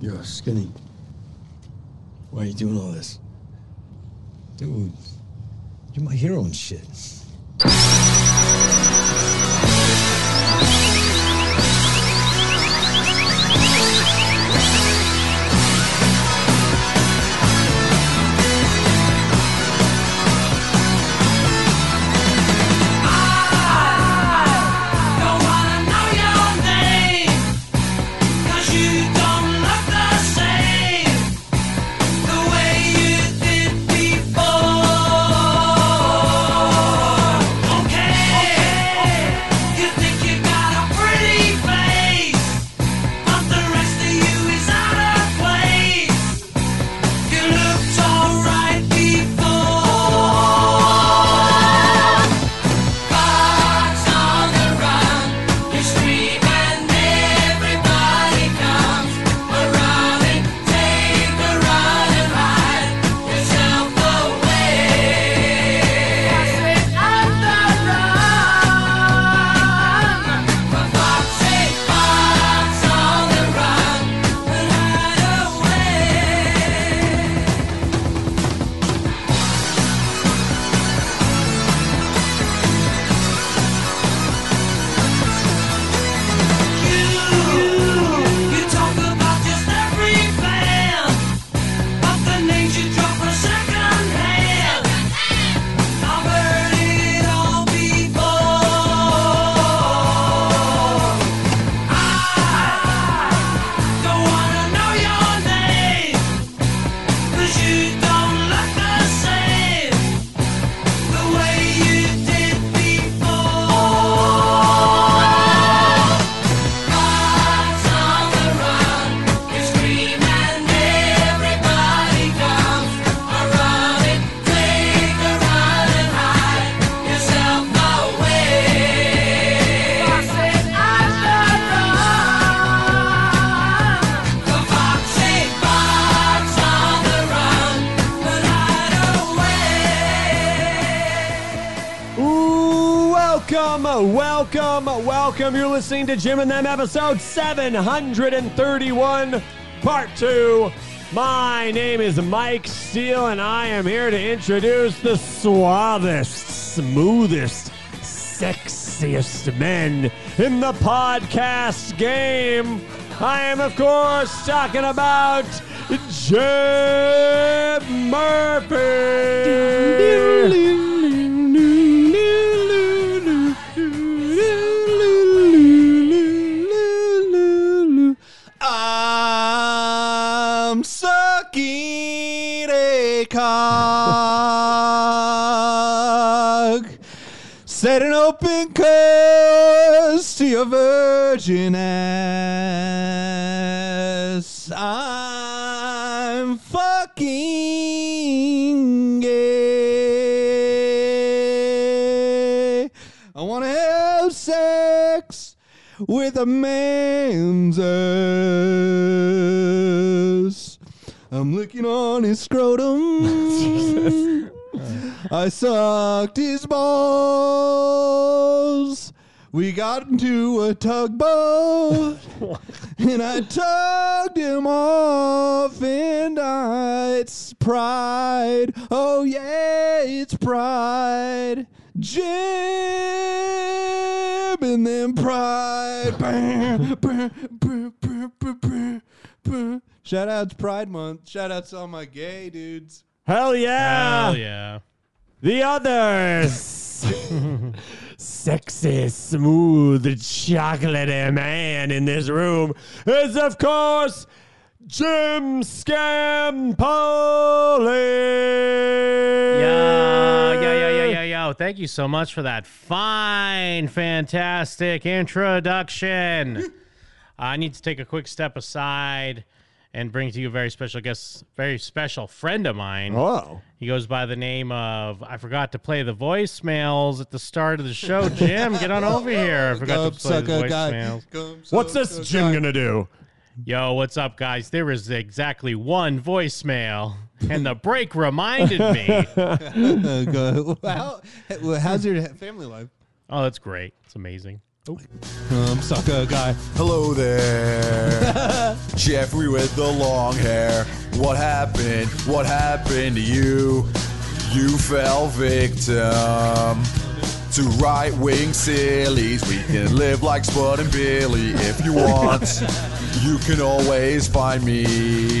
You're skinny. Why are you doing all this? Dude, you're my hero and shit. Don't wanna know your name, 'cause you don't look the same the way you did before. Okay, you think you got a pretty face, but the rest of you is out of place. You looked alright before. Fox on the run, you scream and everybody comes around and take a run and hide yourself away. On the run, for Fox's sake, Fox on the run and hide away. You talk about just every band, but the names you drop are second hand. I've heard it all before. I don't wanna know your name, 'cause you don't look the same the way you did before. Fox on the run, you scream and everybody comes around it. Take a run and hide yourself away. Fox is on the run. The foxy fox on the run, but hide away. Ooh, welcome, welcome, welcome. You're listening to Jim and Them episode 731, part two. My name is Mike Steele, and I am here to introduce the suavest, smoothest, sexiest men in the podcast game. I am, of course, talking about Jim Murphy. I'm sucking a cock. Set an open curse to your virgin ass. I'm fucking gay. I want to have sex with a man's ass. I'm licking on his scrotum. I sucked his balls. We got into a tugboat and I tugged him off and I, it's pride. Oh yeah, it's pride. Jim and then pride. Brr, brr, brr, brr, brr, brr, brr. Shout out to Pride Month. Shout out to all my gay dudes. Hell yeah! Hell yeah. The others. Sexy, smooth, chocolatey man in this room is, of course, Jim Scampoli. Yo, yo, yo, yo, yo, yo. Oh, Thank you so much for that fine, fantastic introduction. I need to take a quick step aside and bring to you a very special guest, very special friend of mine. Oh, He goes by the name of, I forgot to play the voicemails at the start of the show. Jim, get on over here. I forgot to play the voicemails. what's this Jim gonna do? Yo, what's up, guys? There is exactly one voicemail, and the break reminded me. gonna? How, how's your family life? Oh, that's great. It's amazing. Um, sucker guy. Hello there. Jeffrey with the long hair. What happened? What happened to you? You fell victim to right wing sillies. We can live like Spud and Billy if you want. You can always find me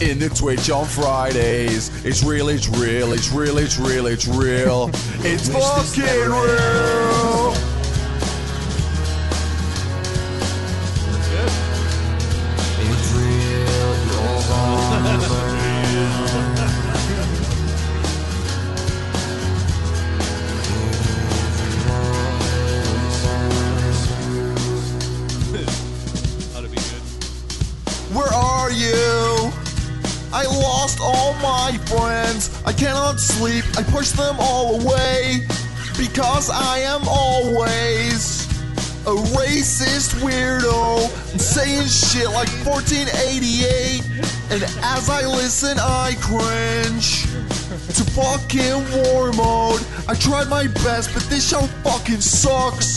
in the Twitch on Fridays. It's real, it's real, it's real, it's real, it's real. It's fucking real. It's real, you're on the Where are you? I lost all my friends. I cannot sleep. I push them all away because I am always a racist weirdo and saying shit like 1488. And as I listen, I cringe to fucking war mode. I tried my best, but this show fucking sucks.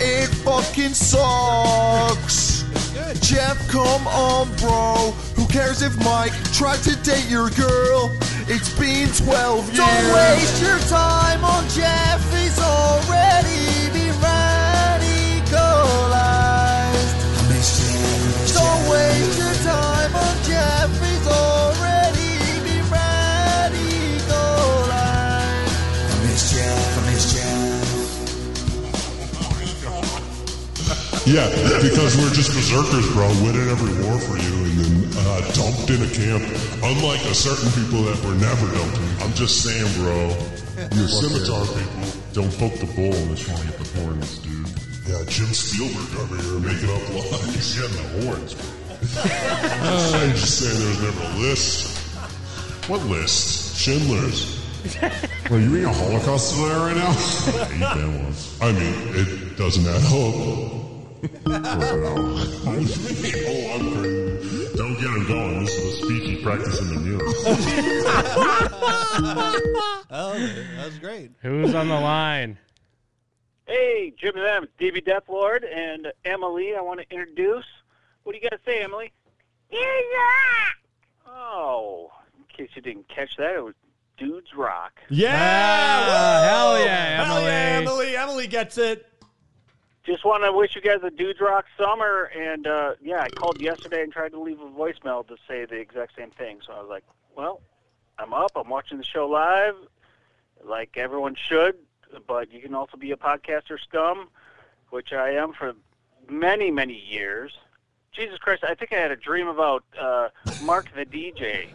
It fucking sucks. Jeff, come on, bro. Who cares if Mike tried to date your girl? It's been 12 years. Don't waste your time on Jeff. He's already been radicalized. Don't waste your time on Jeff. He's already been radicalized. Yeah, because we're just berserkers, bro. Win at every war for you and then uh, dumped in a camp. Unlike a certain people that were never dumped in. I'm just saying, bro. Your scimitar people don't poke the bull unless you want to get the horns, dude. Yeah, Jim Spielberg over here making up lies. He's getting the horns, bro. I'm just saying there was never a list. What list? Schindler's. Are you eating a Holocaust today right now? I eat that one. I mean, it doesn't add up. Oh, I'm crazy. Don't get him going. This is a speech he practiced in the mirror. That was great. Who's on the line? Hey, Jim and them, DB Death Lord and Emily. I want to introduce. What do you got to say, Emily? Oh, in case you didn't catch that, it was Dudes Rock. Ah, hell yeah, Hell yeah, Emily. Emily. Emily gets it. Just want to wish you guys a Dudes Rock summer. And uh, yeah, I called yesterday and tried to leave a voicemail to say the exact same thing. So I was like, well, I'm up. I'm watching the show live, like everyone should. But you can also be a podcaster scum, which I am for many, many years. Jesus Christ, I think I had a dream about uh, Mark the DJ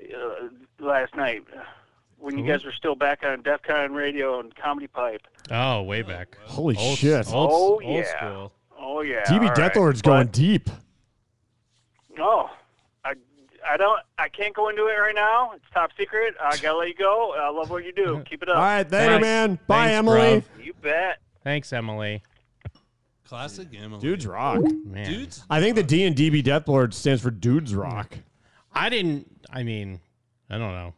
uh, last night when you guys were still back on DEF CON radio and Comedy Pipe. Oh, way back. Holy Old, shit. Old, Oh, old yeah. school. Oh yeah, DB all right. Deathlord's But- going deep. No, I, I don't. I can't go into it right now. It's top secret. I gotta let you go. I love what you do. Keep it up. All right, later, Thanks. man. Bye, Thanks, Emily. bruv. You bet. Thanks, Emily. Classic Emily. Dudes rock. Man. Dudes? I think the D and DB Deathlord stands for Dudes Rock. I didn't. I mean, I don't know.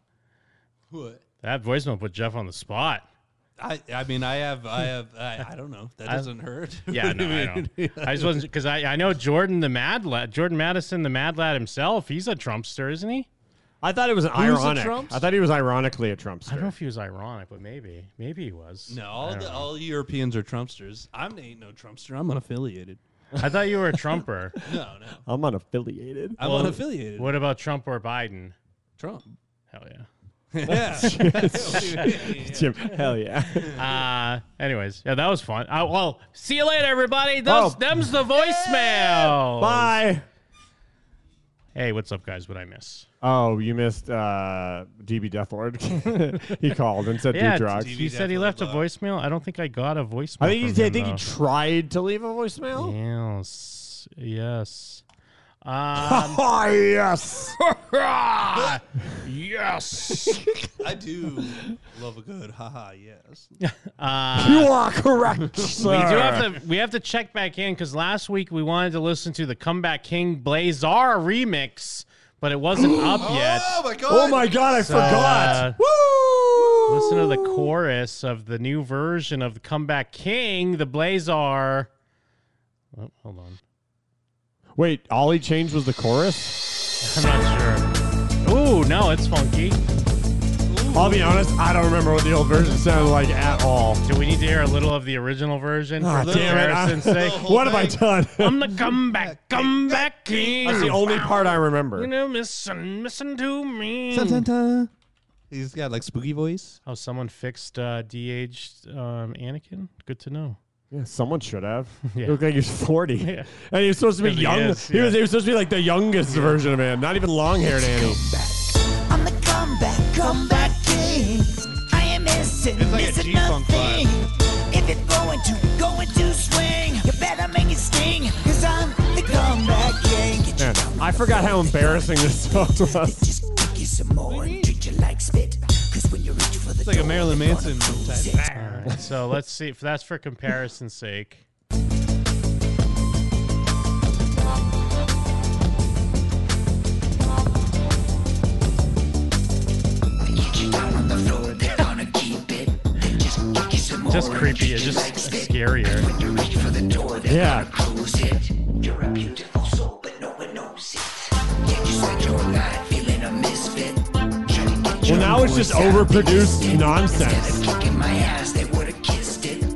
What? That voicemail put Jeff on the spot. I, I mean, I have, I have, I, I don't know. That doesn't hurt. Yeah, no, I don't. I just wasn't because I, I know Jordan the Mad Lad, Jordan Madison the Mad Lad himself. He's a Trumpster, isn't he? I thought it was a ironic. Trumpster? I thought he was ironically a I don't know Trumpster. if he was ironic, but maybe, maybe he was. No, I all, don't the, know. all Europeans are Trumpsters. I'm ain't no Trumpster. I'm unaffiliated. I thought you were a Trumper. No, no. I'm unaffiliated. I'm Well, unaffiliated. what about Trump or Biden? Trump? Hell yeah. Yeah. Jim, hell yeah. Uh, anyways, yeah, that was fun. Uh, well, see you later, everybody. Those, Oh. Them's the voicemail. Bye. Hey, what's up, guys? What I miss? Oh, you missed uh, DB Deathlord. he called and said Yeah, Dudes Rock. he said he left a voicemail. I don't think I got a voicemail. I think he, from I him, think he though. tried to leave a voicemail. Yes. Yes. Um, Oh yes. yes. I do love a good haha, yes. you are correct. Uh, we do have to we have to check back in because last week we wanted to listen to the Comeback King Blazar remix, but it wasn't up yet. Oh my god. Oh my god, I forgot. uh, Woo! Listen to the chorus of the new version of the Comeback King, the Blazar. Oh, hold on. Wait, all he changed was the chorus? I'm not sure. Ooh, no, it's funky. I'll be honest, I don't remember what the old version sounded like at all. Do we need to hear a little of the original version Ah, for damn it. comparison's I- sake? What have I done? I'm the comeback, comeback king. That's the only part I You remember. know, missing, missing to me. Dun, dun, dun. He's got like spooky voice. Oh, someone fixed uh, de-aged um, Anakin. Good to know. Yeah, someone should have. Yeah. He looked like he was 40. Yeah. And he was supposed to be Because he young. He, is, was, yeah. he was supposed to be like the youngest version of him, not even long haired Annie. I'm the comeback, comeback king. I am missing, It's like a missing G-Funk nothing. If it's going to, going to swing, you better make it sting. Cause I'm the comeback king. Get Man, I forgot how embarrassing this song was. Just kick you some more and treat you like spit. Cause when you reach for the It's like a door, Marilyn you're gonna Manson lose type. it. Ah. All right, so let's see if that's for comparison's sake. Just creepy, it's just scarier. Yeah. Well, now it's just overproduced nonsense.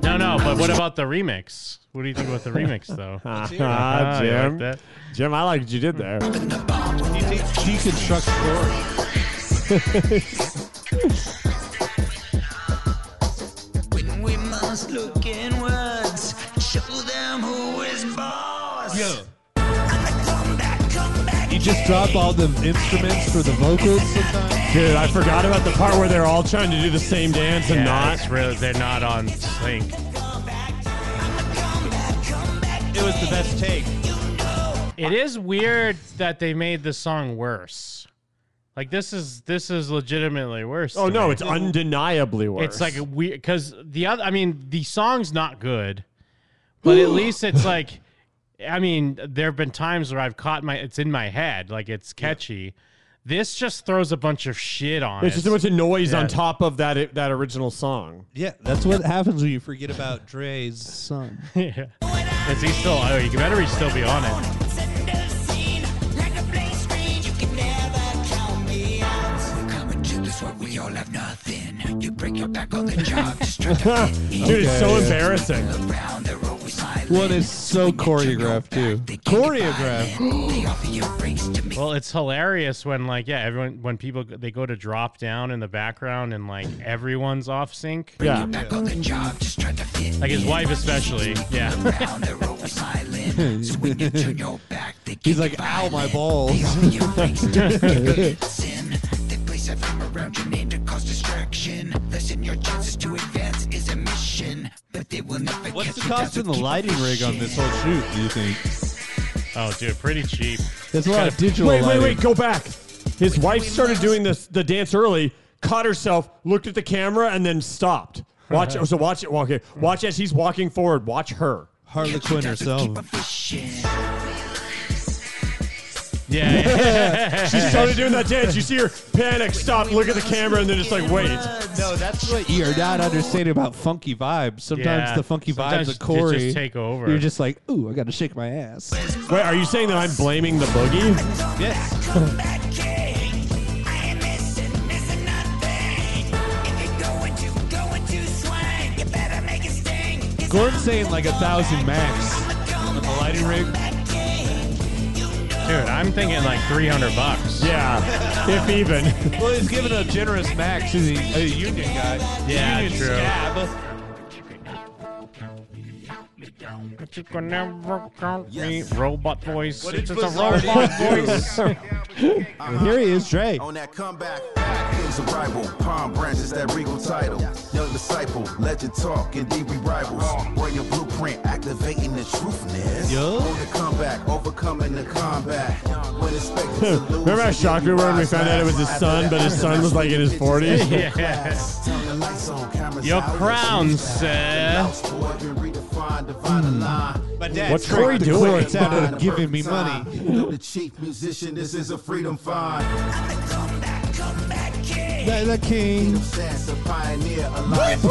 No, no, but what about the remix? What do you think about the remix, though? Ah, Ah, you like Jim. that? Jim, I like what you did there. He takes deconstruct story. When we must look inwards, show them who is boss. I'm the comeback, comeback He just dropped all the instruments for the vocals sometimes. Dude, I forgot about the part where they're all trying to do the same dance and Yeah, not. it's really, they're not on sync. It was the best take. It is weird that they made the song worse. Like this is this is legitimately worse. Oh to no, me. it's undeniably worse. it's like a weird because the other. I mean, the song's not good, but at least it's like. I mean, there have been times where I've caught my. It's in my head, like it's catchy. This just throws a bunch of shit on it's it. just a bunch of noise Yeah. on top of that that original song. Yeah, that's what happens when you forget about Dre's son. Yeah. Is he still? Oh, you better be still be on it. Dude, it's so embarrassing. One is so choreographed too. Choreographed. Well, it's hilarious when like yeah, everyone when people they go to drop down in the background and like everyone's off sync. Yeah. Like his wife especially. Yeah. He's like, ow, my balls. What's the cost in the lighting rig on this whole shoot? Do you think? oh, dude, pretty cheap. There's a lot of digital. Wait, wait, lighting. wait, go back. His wife started doing this the dance early, caught herself, looked at the camera, and then stopped. Watch so watch it walk here. Watch as he's walking forward, watch her. Harley Quinn herself. Yeah. yeah. She started doing that dance. You see her panic, stop, look at the camera, and then it's like, wait. No, that's what you're not understanding about funky vibes. Sometimes Yeah. the funky Sometimes vibes of it just Corey take over. You're just like, ooh, I got to shake my ass. Wait, are you saying that I'm blaming the boogie? Yes. comeback king. I am missing, missing nothing. If you're going to, going to swing, you better make it sting. 'Cause Gordon's saying like a thousand max. I'm the The comeback lighting rig. king. Dude, I'm thinking like 300 bucks. Yeah. If even. Well, he's giving a generous max. He's a, a union guy. Yeah, union true. Scab. But you can never count me. Robot voice. What it's did just a Blizzard robot do? voice. Here he is, Dre. On that comeback, king's arrival, palm branches, that regal title. Young disciple, legend talk, indeed we rivals. Royal blueprint, activating the truthness. Yo. On the comeback, overcoming the combat. When expected to lose, Remember how shocked we were when we found out it was his son, but his son was like in his 40s? Yeah. Your crown, sir. My dad What's tricked Corey the Hmm. doing? courts out of giving me money. You're the chief musician, this is a freedom find. I'm the comeback, comeback king. They the king. Sense of pioneer alive.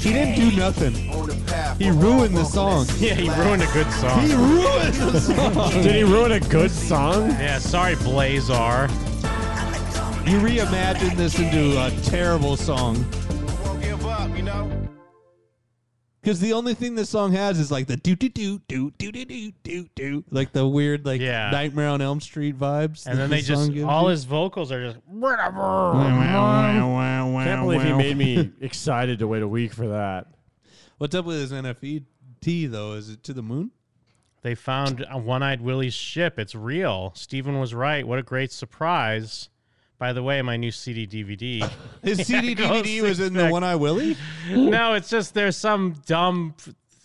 He didn't do nothing. on the path. He ruined the song. Yeah, he ruined a good song. He ruined the song. Did he ruin a good song? Yeah, sorry, Blazar. You reimagined this into a terrible song. Won't give up, you know? Because the only thing this song has is like the do do do do do do do do do like the weird like Yeah. Nightmare on Elm Street vibes. And that then they this song just gives all you. his vocals are just Can't believe he made me excited to wait a week for that. What's up with his NFT though? Is it to the moon? They found a one-eyed Willie's ship. It's real. Steven was right. What a great surprise. By the way, my new CD DVD. His CD go DVD was in the six-pack. One Eye Willie. no, it's just there's some dumb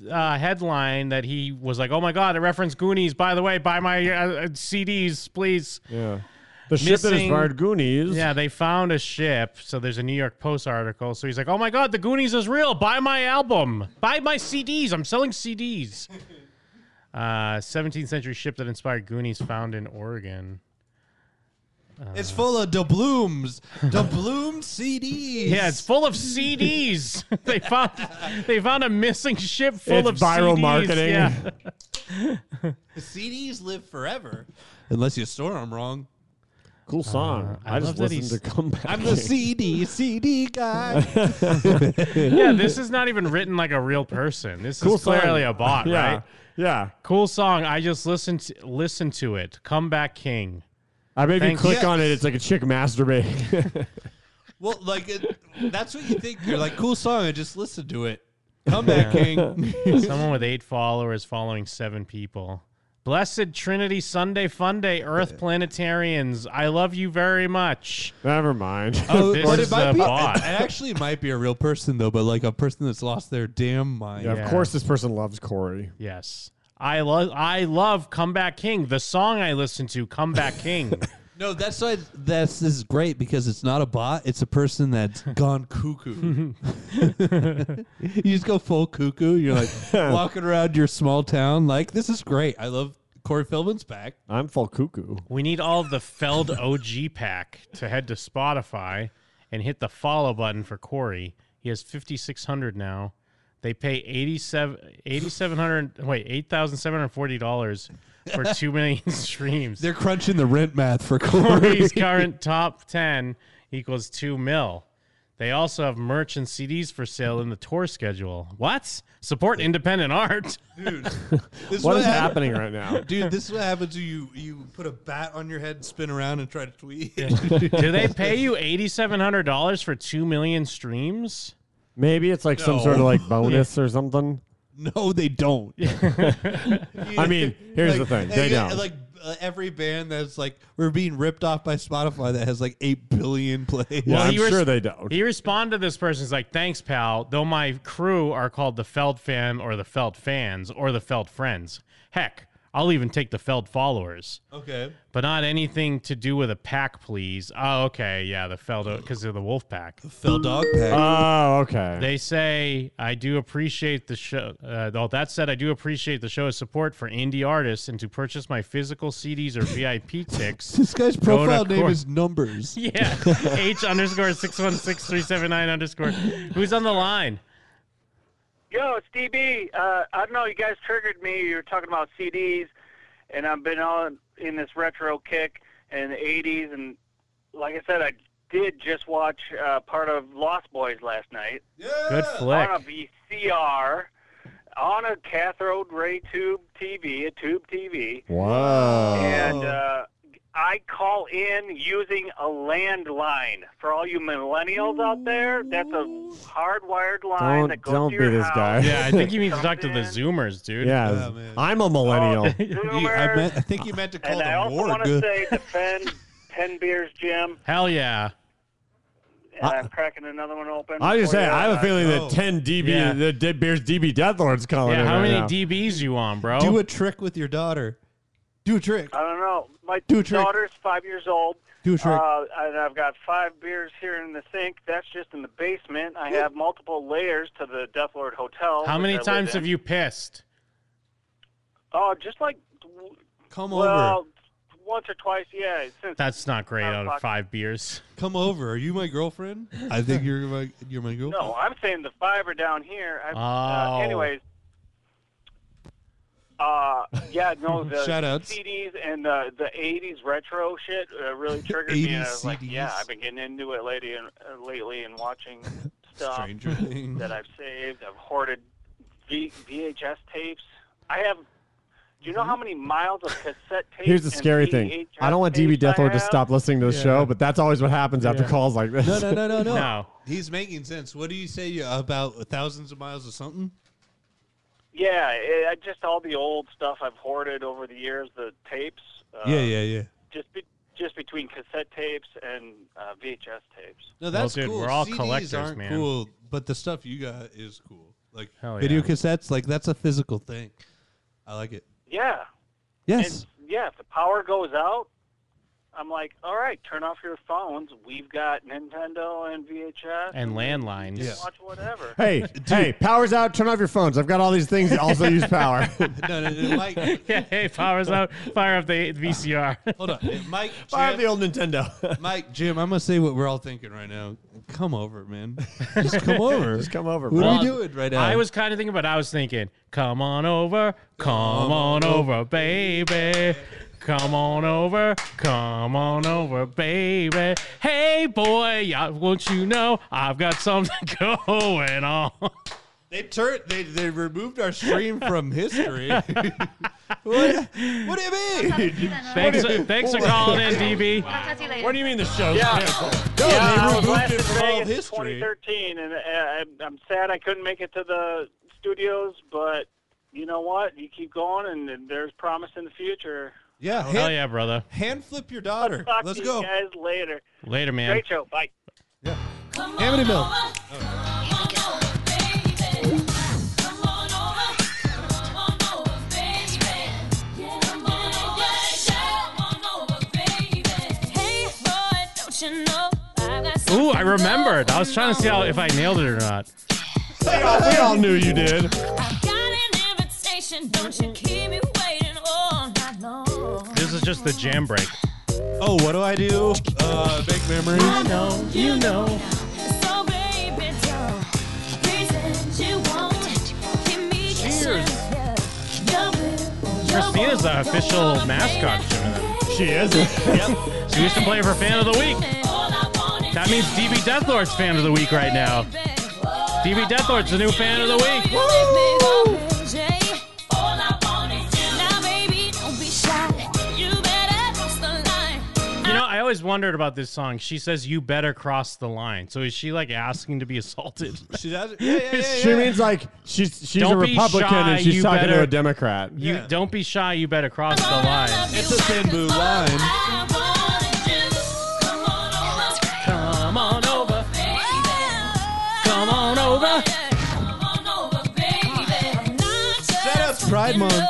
uh, headline that he was like, "Oh my god, it referenced Goonies." By the way, buy my uh, uh, CDs, please. Yeah. The ship that is Missing- barred Goonies. Yeah, they found a ship. So there's a New York Post article. So he's like, "Oh my god, the Goonies is real. Buy my album. Buy my CDs. I'm selling CDs." Uh, 17th century ship that inspired Goonies found in Oregon. It's full of doubloons, doubloon CDs. Yeah, it's full of CDs. they found they found a missing ship full It's of viral CDs. marketing. Yeah. CDs live forever unless you store them wrong. Cool song. Uh, I I, just love that listened to he's- Come Back. I'm the CD CD guy. yeah, this is not even written like a real person. This Cool is clearly song. a bot, yeah. right? Yeah. Cool song. I just listened to, listened to it. Comeback King. I maybe Thanks. click Yeah. on it. It's like a chick masturbating. Well, like it, that's what you think. You're like, cool song. I just listened to it. Come back, King. Someone with eight followers following seven people. Blessed Trinity Sunday Fun Day, Earth Planetarians. I love you very much. Never mind. Oh, This but is it might a be. It, bot. it actually might be a real person though, but like a person that's lost their damn mind. yeah, yeah. Of course, this person loves Corey. Yes. I love I love Comeback King. The song I listened to, Comeback King. No, that's why that's this is great because it's not a bot. It's a person that's gone cuckoo. you just go full cuckoo. You're like walking around your small town. Like this is great. I love Corey Feldman's back. I'm full cuckoo. we need all of the Feld OG pack to head to Spotify and hit the follow button for Corey. He has 5600 now. They pay 87 8700 wait, $8,740 for 2 million streams. They're crunching the rent math for Corey. Corey's current top 10 equals 2 mil. They also have merch and CDs for sale in the tour schedule. What? Support independent art. This What happened. is happening right now? Dude, this is what happens when you you put a bat on your head and spin around and try to tweet. Do they pay you $8,700 for 2 million streams? Maybe it's like some sort of like bonus or something. no, they don't. I mean, here's the thing. They yeah, don't. Like uh, every band that's like we're being ripped off by Spotify that has like eight billion plays. Yeah, I'm he res- sure they don't. He responded to this person. He's like, thanks, pal. Though my crew are called the Feld fam or the Feld fans or the Feld friends. Heck, I'll even take the Feld followers. Okay. But not anything to do with a pack, please. Oh, okay. Yeah, the Feld, because they're the Wolf Pack. Fell Dog Pack. Oh, okay. They say, I do appreciate the show. Uh, though that said, I do appreciate the show's support for indie artists and to purchase my physical CDs or VIP ticks. this guy's to profile name court. is Numbers. yeah. H underscore 616379 underscore. Who's on the line? Yo, it's DB. Uh, I don't know. You guys triggered me. You were talking about CDs, and I've been on in this retro kick in the '80s. And like I said, I did just watch uh, part of Lost Boys last night Good flick. on a VCR on a cathode ray tube TV, a tube TV. wow. And uh, I call in using a landline. For all you millennials out there, that's a hardwired line Don't that goes don't to be your this house. guy. Yeah, I think you mean to talk to the Something. Zoomers, dude. Yeah, Yeah, man. I'm a millennial. Oh, Zoomers. You- I, meant, I think you meant to call and I the also morgue. want to say defend Ten Beers Jim. Hell yeah. And I'm cracking another one open. I was just before saying, you I have a guys. feeling Oh. that 10 DB, Yeah. the Dead Bears DB Deathlord's calling Yeah, in how right many now. DBs you on, bro? Do a trick with your daughter. Do a trick. I don't know. My Do a trick. daughter's five years old. Do a trick. Uh, and I've got five beers here in the sink. That's just in the basement. I have multiple layers to the Death Lord Hotel. How which I many live times have in. you pissed? Oh, just like Come well, over. once or twice, yeah. Since That's not great Oh, out of five beers. Come over. Are you my girlfriend? I think you're my you're my girlfriend. No, I'm saying the fiber down here. I, Oh. uh, anyways, uh, yeah, no, the Shoutouts. CDs and the the '80s retro shit uh, really triggered me. And I 80s was like, yeah, CDs. I've been getting into it lately and uh, lately and watching stuff Stranger Things. that I've saved. I've hoarded v- VHS tapes. I have. Do you know how many miles of cassette tapes? Here's the and scary thing. VHS I don't want DB tapes I Death Lord to have? stop listening to the show, but that's always what happens after calls like this. No, no, no, no, no. No. He's making sense. What do you say about thousands of miles of something? Yeah, it, I- just all the old stuff I've hoarded over the years, the tapes. Uh, Um, yeah. just be, just between cassette tapes and uh, VHS tapes. No, that's dude, cool. we're all CDs collectors, aren't man. cool, but the stuff you got is cool. Like Hell yeah. video cassettes, like that's a physical thing. I like it. Yeah, Yes. and yeah. If the power goes out, I'm like, all right, turn off your phones. We've got Nintendo and VHS. And landlines. Yeah. Watch whatever. Hey, hey, power's out. Turn off your phones. I've got all these things that also use power. no, no, no, Mike. Yeah, hey, power's out. Fire up the VCR. Hold on, Mike. Fire Jim- the old Nintendo. Mike, Jim, I'm gonna say what we're all thinking right now. Come over, man. Just come over. Just come over. What bro. are Well, we doing right now? I was kind of thinking, but I was thinking, come on over, come on over, baby. Come on over, come on over, baby. Hey, boy, yeah, won't you know I've got something going on? They turned. They they removed our stream from history. what, what do you mean? Thanks, thanks for calling in, DB. I'll talk to you later. What do you mean the show's Yeah. canceled? yeah, they I was removed last it in from all Vegas in history. 2013, and uh, I, I'm sad I couldn't make it to the studios, but. You know what? You keep going, and, and there's promise in the future. Yeah, hand, Hell yeah, brother. hand flip your daughter. Talk Let's to go. you guys later. Later, man. Great show. Bye. Amityville. Ooh, I remembered. I was trying to see how if I nailed it or not. We all knew you did. Don't you keep me waiting all night long. This is just the jam break. Oh, what do I do? Uh, make memories. know, you know. So baby, don't pretend you won't. Give me Cheers. Christina's the official mascot, Jim. She is. Yep. She used to play for Fan of the Week. That means DB Deathlord's Fan of the Week right now. DB Deathlord's the new Fan of the Week. You know, I always wondered about this song. She says, You better cross the line. So is she like asking to be assaulted? She's out. Yeah, yeah, yeah, She yeah. means like she's she's Don't a be Republican shy, and she's you talking better- to a Democrat. You Yeah. don't be shy, you better cross the line. It's a thin blue line. Come on over, come on over. Shout out to Pride Month.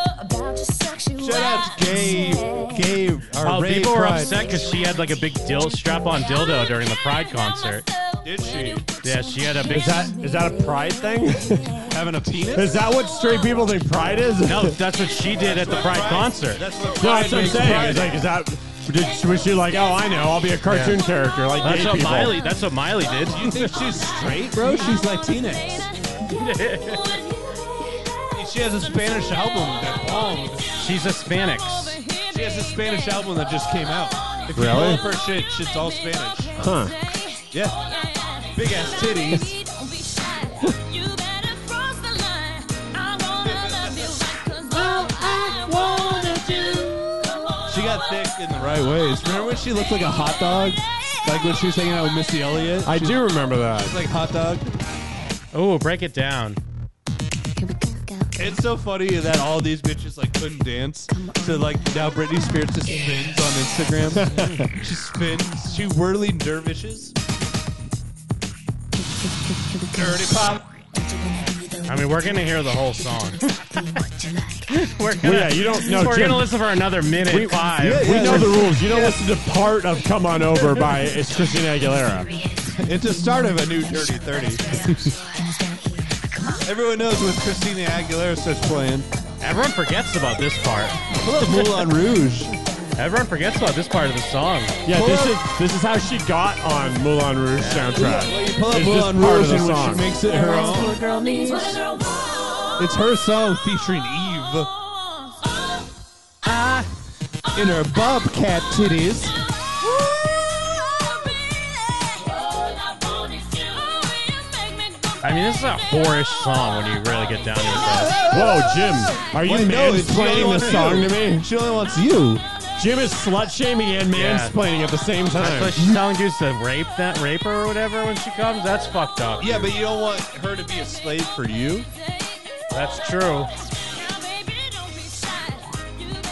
Shout out to Gay, Gay, or Oh, Ray people were Pride. upset because she had like a big dil- strap on dildo during the Pride concert. Did she? Yeah, she had a big. Is that is that a pride thing? Having a penis? is that what straight people think pride is? No, that's what she did at the Pride concert. That's what No, Pride that's what I'm makes saying. Pride. It's like, is that did, was she like, oh, I know, I'll be a cartoon character like That's gay what people. Miley. That's what Miley did. You think she's straight, bro? She's Latinx. She has a Spanish album that bombed. She's Hispanics. She has a Spanish album that just came out. If Really? you look up her shit, shit's all Spanish. Huh? Yeah. Big ass titties. She got thick in the right ways. Remember when she looked like a hot dog? Like when she was hanging out with Missy Elliott? I do remember that. Like hot dog. Oh, break it down. It's so funny that all these bitches like couldn't dance. So like now Britney Spears just spins on Instagram. she spins. She whirly dervishes. Dirty pop. I mean, we're gonna hear the whole song. we're gonna, Well, yeah, you don't know. we're Jim, gonna listen for another minute five. we know the rules. You don't listen to part of "Come On Over" by it's Christina Aguilera. It's the start of a new Dirty 30. Everyone knows when Christina Aguilera starts playing. Everyone forgets about this part. Hello, Moulin Rouge. Everyone forgets about this part of the song. Yeah, this is this is how she got on Moulin Rouge soundtrack. Pull up It's Moulin this part of Rouge the and when song. she makes it her own. What a girl needs. It's her song featuring Eve I in her bobcat titties. I mean, this is a whorish song when you really get down to it. Whoa, Jim, are you Wait, no, it's mansplaining not this you. song to me? She only wants you. Jim is slut shaming and Yeah. mansplaining at the same That's time. why she's telling dudes to rape that raper or whatever when she comes. That's fucked up. Yeah, but you don't want her to be a slave for you. That's true.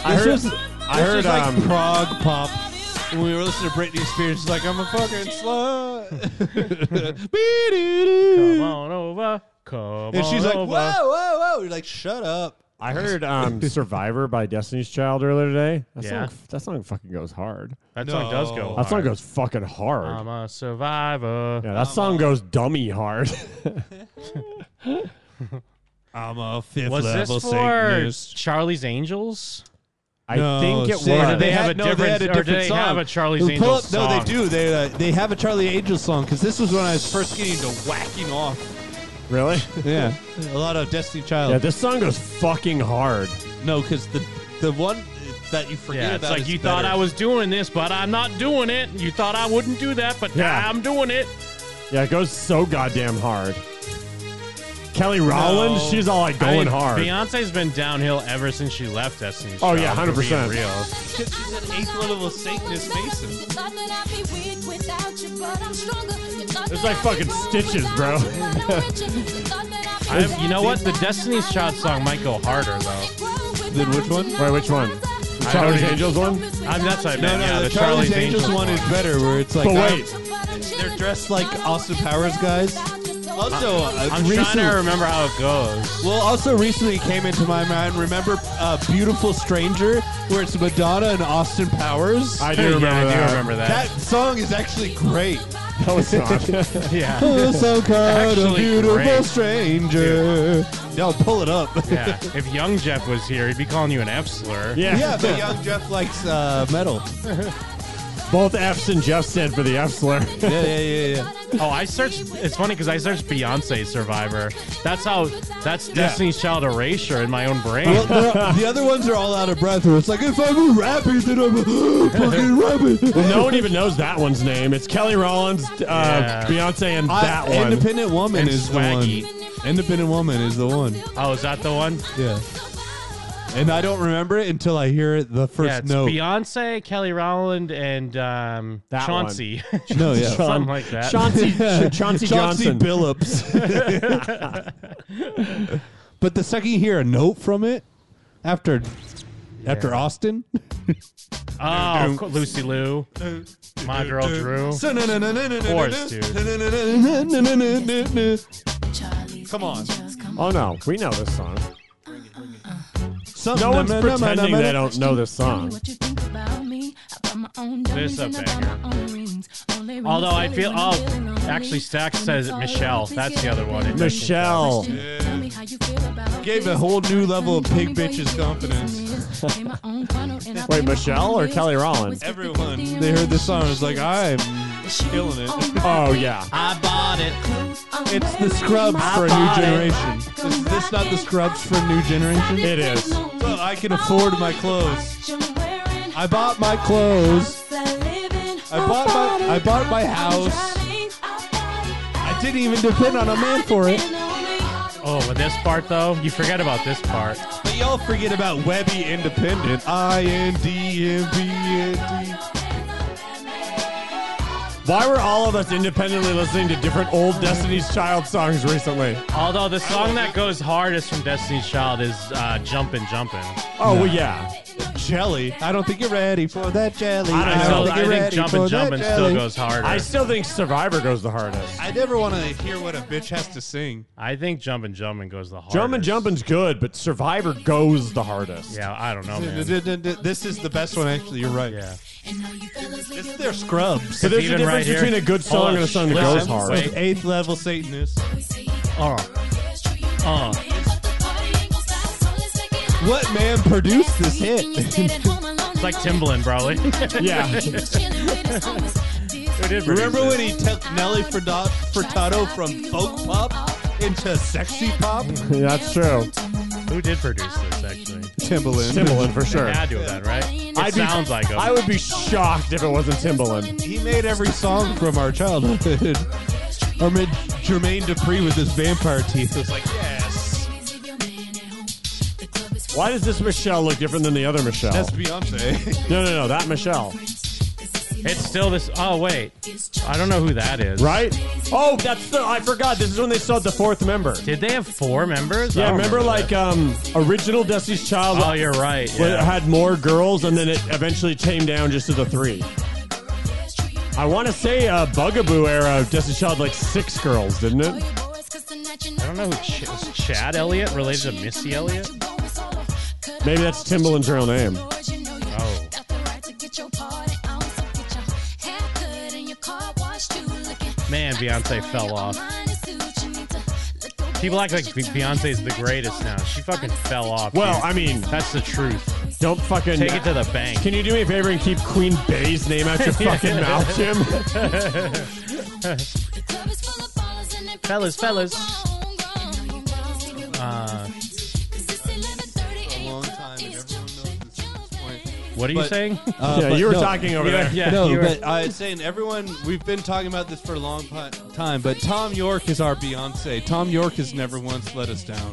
I heard, was- I heard, like um, prog pop. When we were listening to Britney Spears, she's like, "I'm a fucking slut." Come Come on over. Come Hmm. And she's like, on "Whoa, over. whoa, whoa!" You're like, "Shut up." I heard um, "Survivor" by Destiny's Child earlier today. That Yeah. song, that song fucking goes hard. That song does go. No. That song hard. Um, goes fucking hard. I'm a survivor. yeah, that song goes dummy hard. I'm a fifth Was this level for Satanist. Charlie's Angels? I No, think it was. see, Or did they have had- a no, they different- had a or did different they have song. a Charlie's Pull Angels up- No, song? they do. They uh, they have a Charlie Angels song because this was when I was first getting into whacking off. Really? Yeah, a lot of Destiny Child. Yeah, this song goes fucking hard. No, because the the one that you forget Yeah, about. it's like is you thought better. I was doing this, but I'm not doing it. You thought I wouldn't do that, but Yeah. I'm doing it. Yeah, it goes so goddamn hard. Kelly Rowland, No. she's all like I going mean, hard. Beyonce's been downhill ever since she left Destiny's Oh, Child, yeah, if we're being 100%. Real. Shit, she's an eighth level Satanist Mason. It's It's like fucking Stitches, bro. I'm, you know what? The Destiny's Child song might go harder, though. Then which one? Wait, which one? The Charlie's Angels one? I'm- that's what I No, meant. no, Yeah, the, the Charlie's, Charlie's Angels, Angels one is better, where it's like uh, But I'm- wait, They're dressed like Austin Powers guys. Also, uh, I'm recent- trying to remember how it goes. well, also recently came into my mind. Remember, uh, "Beautiful Stranger," where it's Madonna and Austin Powers. I do remember yeah, that. I do remember that. that song is actually great. That was not. yeah. Oh, so kind of Actually beautiful great. stranger. No, pull it up. yeah. If young Jeff was here, he'd be calling you an F slur. yeah. yeah, but young Jeff likes uh, metal. Both F's and Jeff stand for the F slur. Yeah, yeah, yeah, yeah. Oh, I searched. It's funny because I searched Beyonce Survivor. That's how. That's Destiny's Child erasure in my own brain. Well, they're- the other ones are all out of breath. Where it's like, if I'm a rapper, then I'm a fucking rapper. well, no one even knows that one's name. It's Kelly Rollins, uh, Yeah. Beyonce, and I- that one. Independent woman And is Swaggy. the one. Independent woman is the one. oh, is that the one? Yeah. And I don't remember it until I hear it the first yeah, it's note. Beyonce, Kelly Rowland, and um, That Chauncey. no, yeah. Something like that. Chauncey, Ch- Chauncey Chauncey Johnson. Billups. but the second you hear a note from it, after after Austin, oh, of course, Lucy Lou. My girl Drew. course, dude. Come on. oh no, we know this song. Some- No one's pretending they don't know this song. This This is a a banger. banger. Although I feel. Oh, actually, Stax says it Michelle. That's the other one. in Destiny's Child. Michelle. Gave a whole new level of pig bitches confidence. Wait, Michelle or Kelly Rollins? Everyone, they heard this song. It's like I'm killing it. Oh yeah. I bought it. It's the Scrubs for a new generation. Is this not the Scrubs for a new generation? It is. So I can afford my clothes. I bought my clothes. I bought my I bought my house. I didn't even depend on a man for it. Oh, but this part though, you forget about this part. But y'all forget about Webby Independent. I N D M P N D. Why were all of us independently listening to different old Destiny's Child songs recently? Although the song that goes hardest from Destiny's Child is uh, "Jumpin' Jumpin'." Oh well, yeah. Jelly. I don't think you're ready for that jelly. I don't I know. don't So think I you're think ready "Jumpin' for that Jumpin'" still jelly. goes harder. I I, still think Survivor goes the hardest. I never want to hear what a bitch has to sing. think "Jumpin' Jumpin' goes the hardest. Jumpin' Jumpin's good, but Survivor goes the hardest. Yeah, I don't know, man. This is the best one, actually. You're right. Yeah. It's their scrubs. But there's a Even difference right between here. a good Hold song on, and a song that listen. goes hard. Wait. Eighth level Satanist. Uh, uh. What man produced this hit? It's like Timbaland, probably. Yeah. Who did Remember produce when he took Nelly Furtado, Furtado from folk pop into sexy pop? That's true. this? Who did produce this, actually? Timbaland. Timbaland for sure. They had to have done, right? It I'd be- sounds like him. I would be shocked if it wasn't Timbaland. He made every song from our childhood. or made Jermaine Dupri with his vampire teeth. It was like, yes. Why does this Michelle look different than the other Michelle? That's Beyonce. no, no, no, that Michelle, It's still this. Oh wait, I don't know who that is. right? Oh, that's the. I forgot. This is when they saw the fourth member. Did they have four members? I Yeah, don't remember like um, original Destiny's Child. oh, you're right. when it yeah. had more girls, and then it eventually came down just to the three. I want to say uh, Bugaboo era of Destiny's Child, like six girls, didn't it? I don't know who Ch- is Chad Elliott related to Missy Elliott. Maybe that's Timbaland's real name. Oh, man, Beyonce fell off. People act like Be- Beyonce's the greatest now. She fucking fell off. Well, dude. I mean, that's the truth. don't fucking Take it to the bank. Can you do me a favor and keep Queen Bey's name out your fucking mouth, Jim? Fellas, fellas. Uh, what are you But- saying? Uh, yeah, but you were no. talking over there. Yeah, no, you were- but I was saying everyone. We've been talking about this for a long pi- time, but Tom York is our Beyonce. Tom York has never once let us down.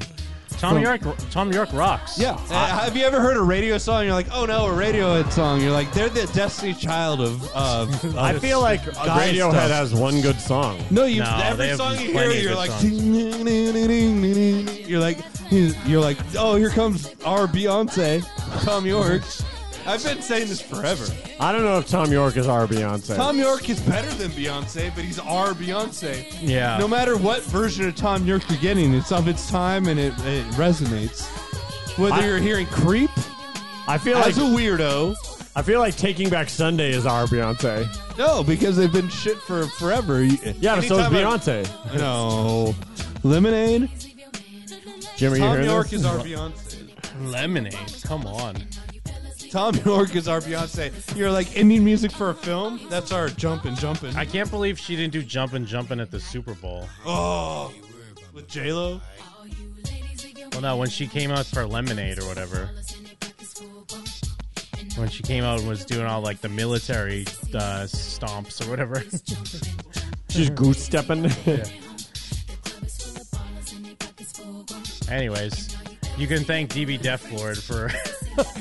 Tom York. Tom York rocks. Yeah. have you ever heard a radio song? You're like, oh no, a Radiohead song. You're like, they're the Destiny Child of. of, of I feel like guy Radiohead stuff. has one good song. No, you. No, they every have song you hear, plenty of you're good like, songs. you're like, you're like, oh, here comes our Beyonce, Tom York. I've been saying this forever. I don't know if Tom York is our Beyonce. Tom York is better than Beyonce, but he's our Beyonce. Yeah. No matter what version of Tom York you're getting, it's of its time and it, it resonates. Whether I- you're hearing "Creep" I feel like as a weirdo, I feel like Taking Back Sunday is our Beyonce. no, because they've been shit for forever. Yeah, but so is Anytime I- Beyonce. No, Lemonade. Jim, are you Tom hearing York this? is our Beyonce. Lemonade. Come on. Tom York is our Beyonce. You're like Indian music for a film. That's our jumpin' jumpin'. I can't believe she didn't do jumpin' jumpin' at the Super Bowl. oh, with J Lo. Well, no, when she came out for Lemonade or whatever. When she came out and was doing all like the military uh, stomps or whatever. She's goose stepping. Anyways, you can thank DB Def Lord for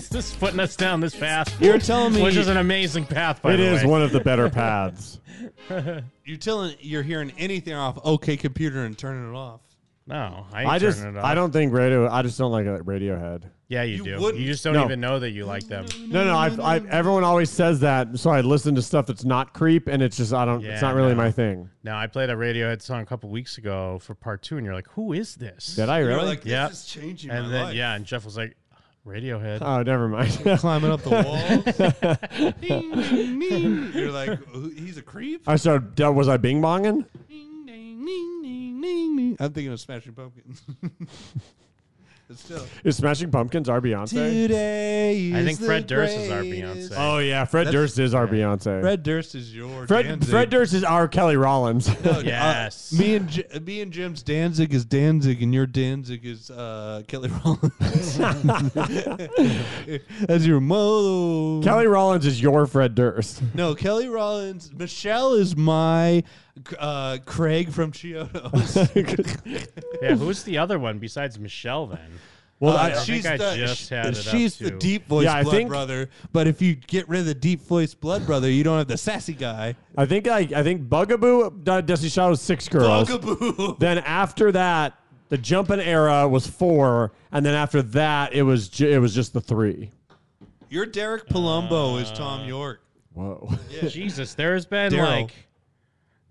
just putting us down this path. You're telling me- which is an amazing path, by It the way. is one of the better paths. You're telling you're hearing anything off OK Computer and turning it off. No, I, ain't I just, turning it off. I don't think radio. I just don't like it, Radiohead. Yeah, you, do. wouldn't. You just don't No. even know that you like them. No, no. I've, I've, everyone always says that, so I listen to stuff that's not creep, and it's just I don't. Yeah, it's not really no. my thing. Now, I played a Radiohead song a couple weeks ago for part two, and you're like, "Who is this?" Did I You're really? like, this Yeah. is changing my and then life. yeah, and Jeff was like, "Radiohead." oh, never mind. climbing up the walls. ding, ding, ding. You're like, "Who- he's a creep. I started. that- Was I bing bonging? Ding, ding, ding, ding, ding, ding. I'm thinking of Smashing Pumpkins. but still, Is Smashing Pumpkins our Beyonce? today. I is think the Fred Durst is our greatest- Beyonce. Oh yeah, Fred That's- Durst is our Beyonce. Fred Durst is your Fred, Danzig. Fred Durst is our Kelly Rollins. No, uh, Yes. me and J- me and Jim's Danzig is Danzig, and your Danzig is uh, Kelly Rollins. As your mother. Kelly Rollins is your Fred Durst. No, Kelly Rollins. Michelle is my uh, Craig from Chiodos. yeah, who's the other one besides Michelle? Then Well, Uh, I, she- think I just had it up, she's the too. deep voice Yeah, I blood think- brother. But if you get rid of the deep voice blood brother, you don't have the sassy guy. I think I, I think Bugaboo, uh, Destiny Child was six girls. Bugaboo. Then after that, the jumping era was four, and then after that, it was ju- it was just the three. Your Derek Palumbo is Uh, Tom York. Whoa! Jesus, there has been Daryl. like,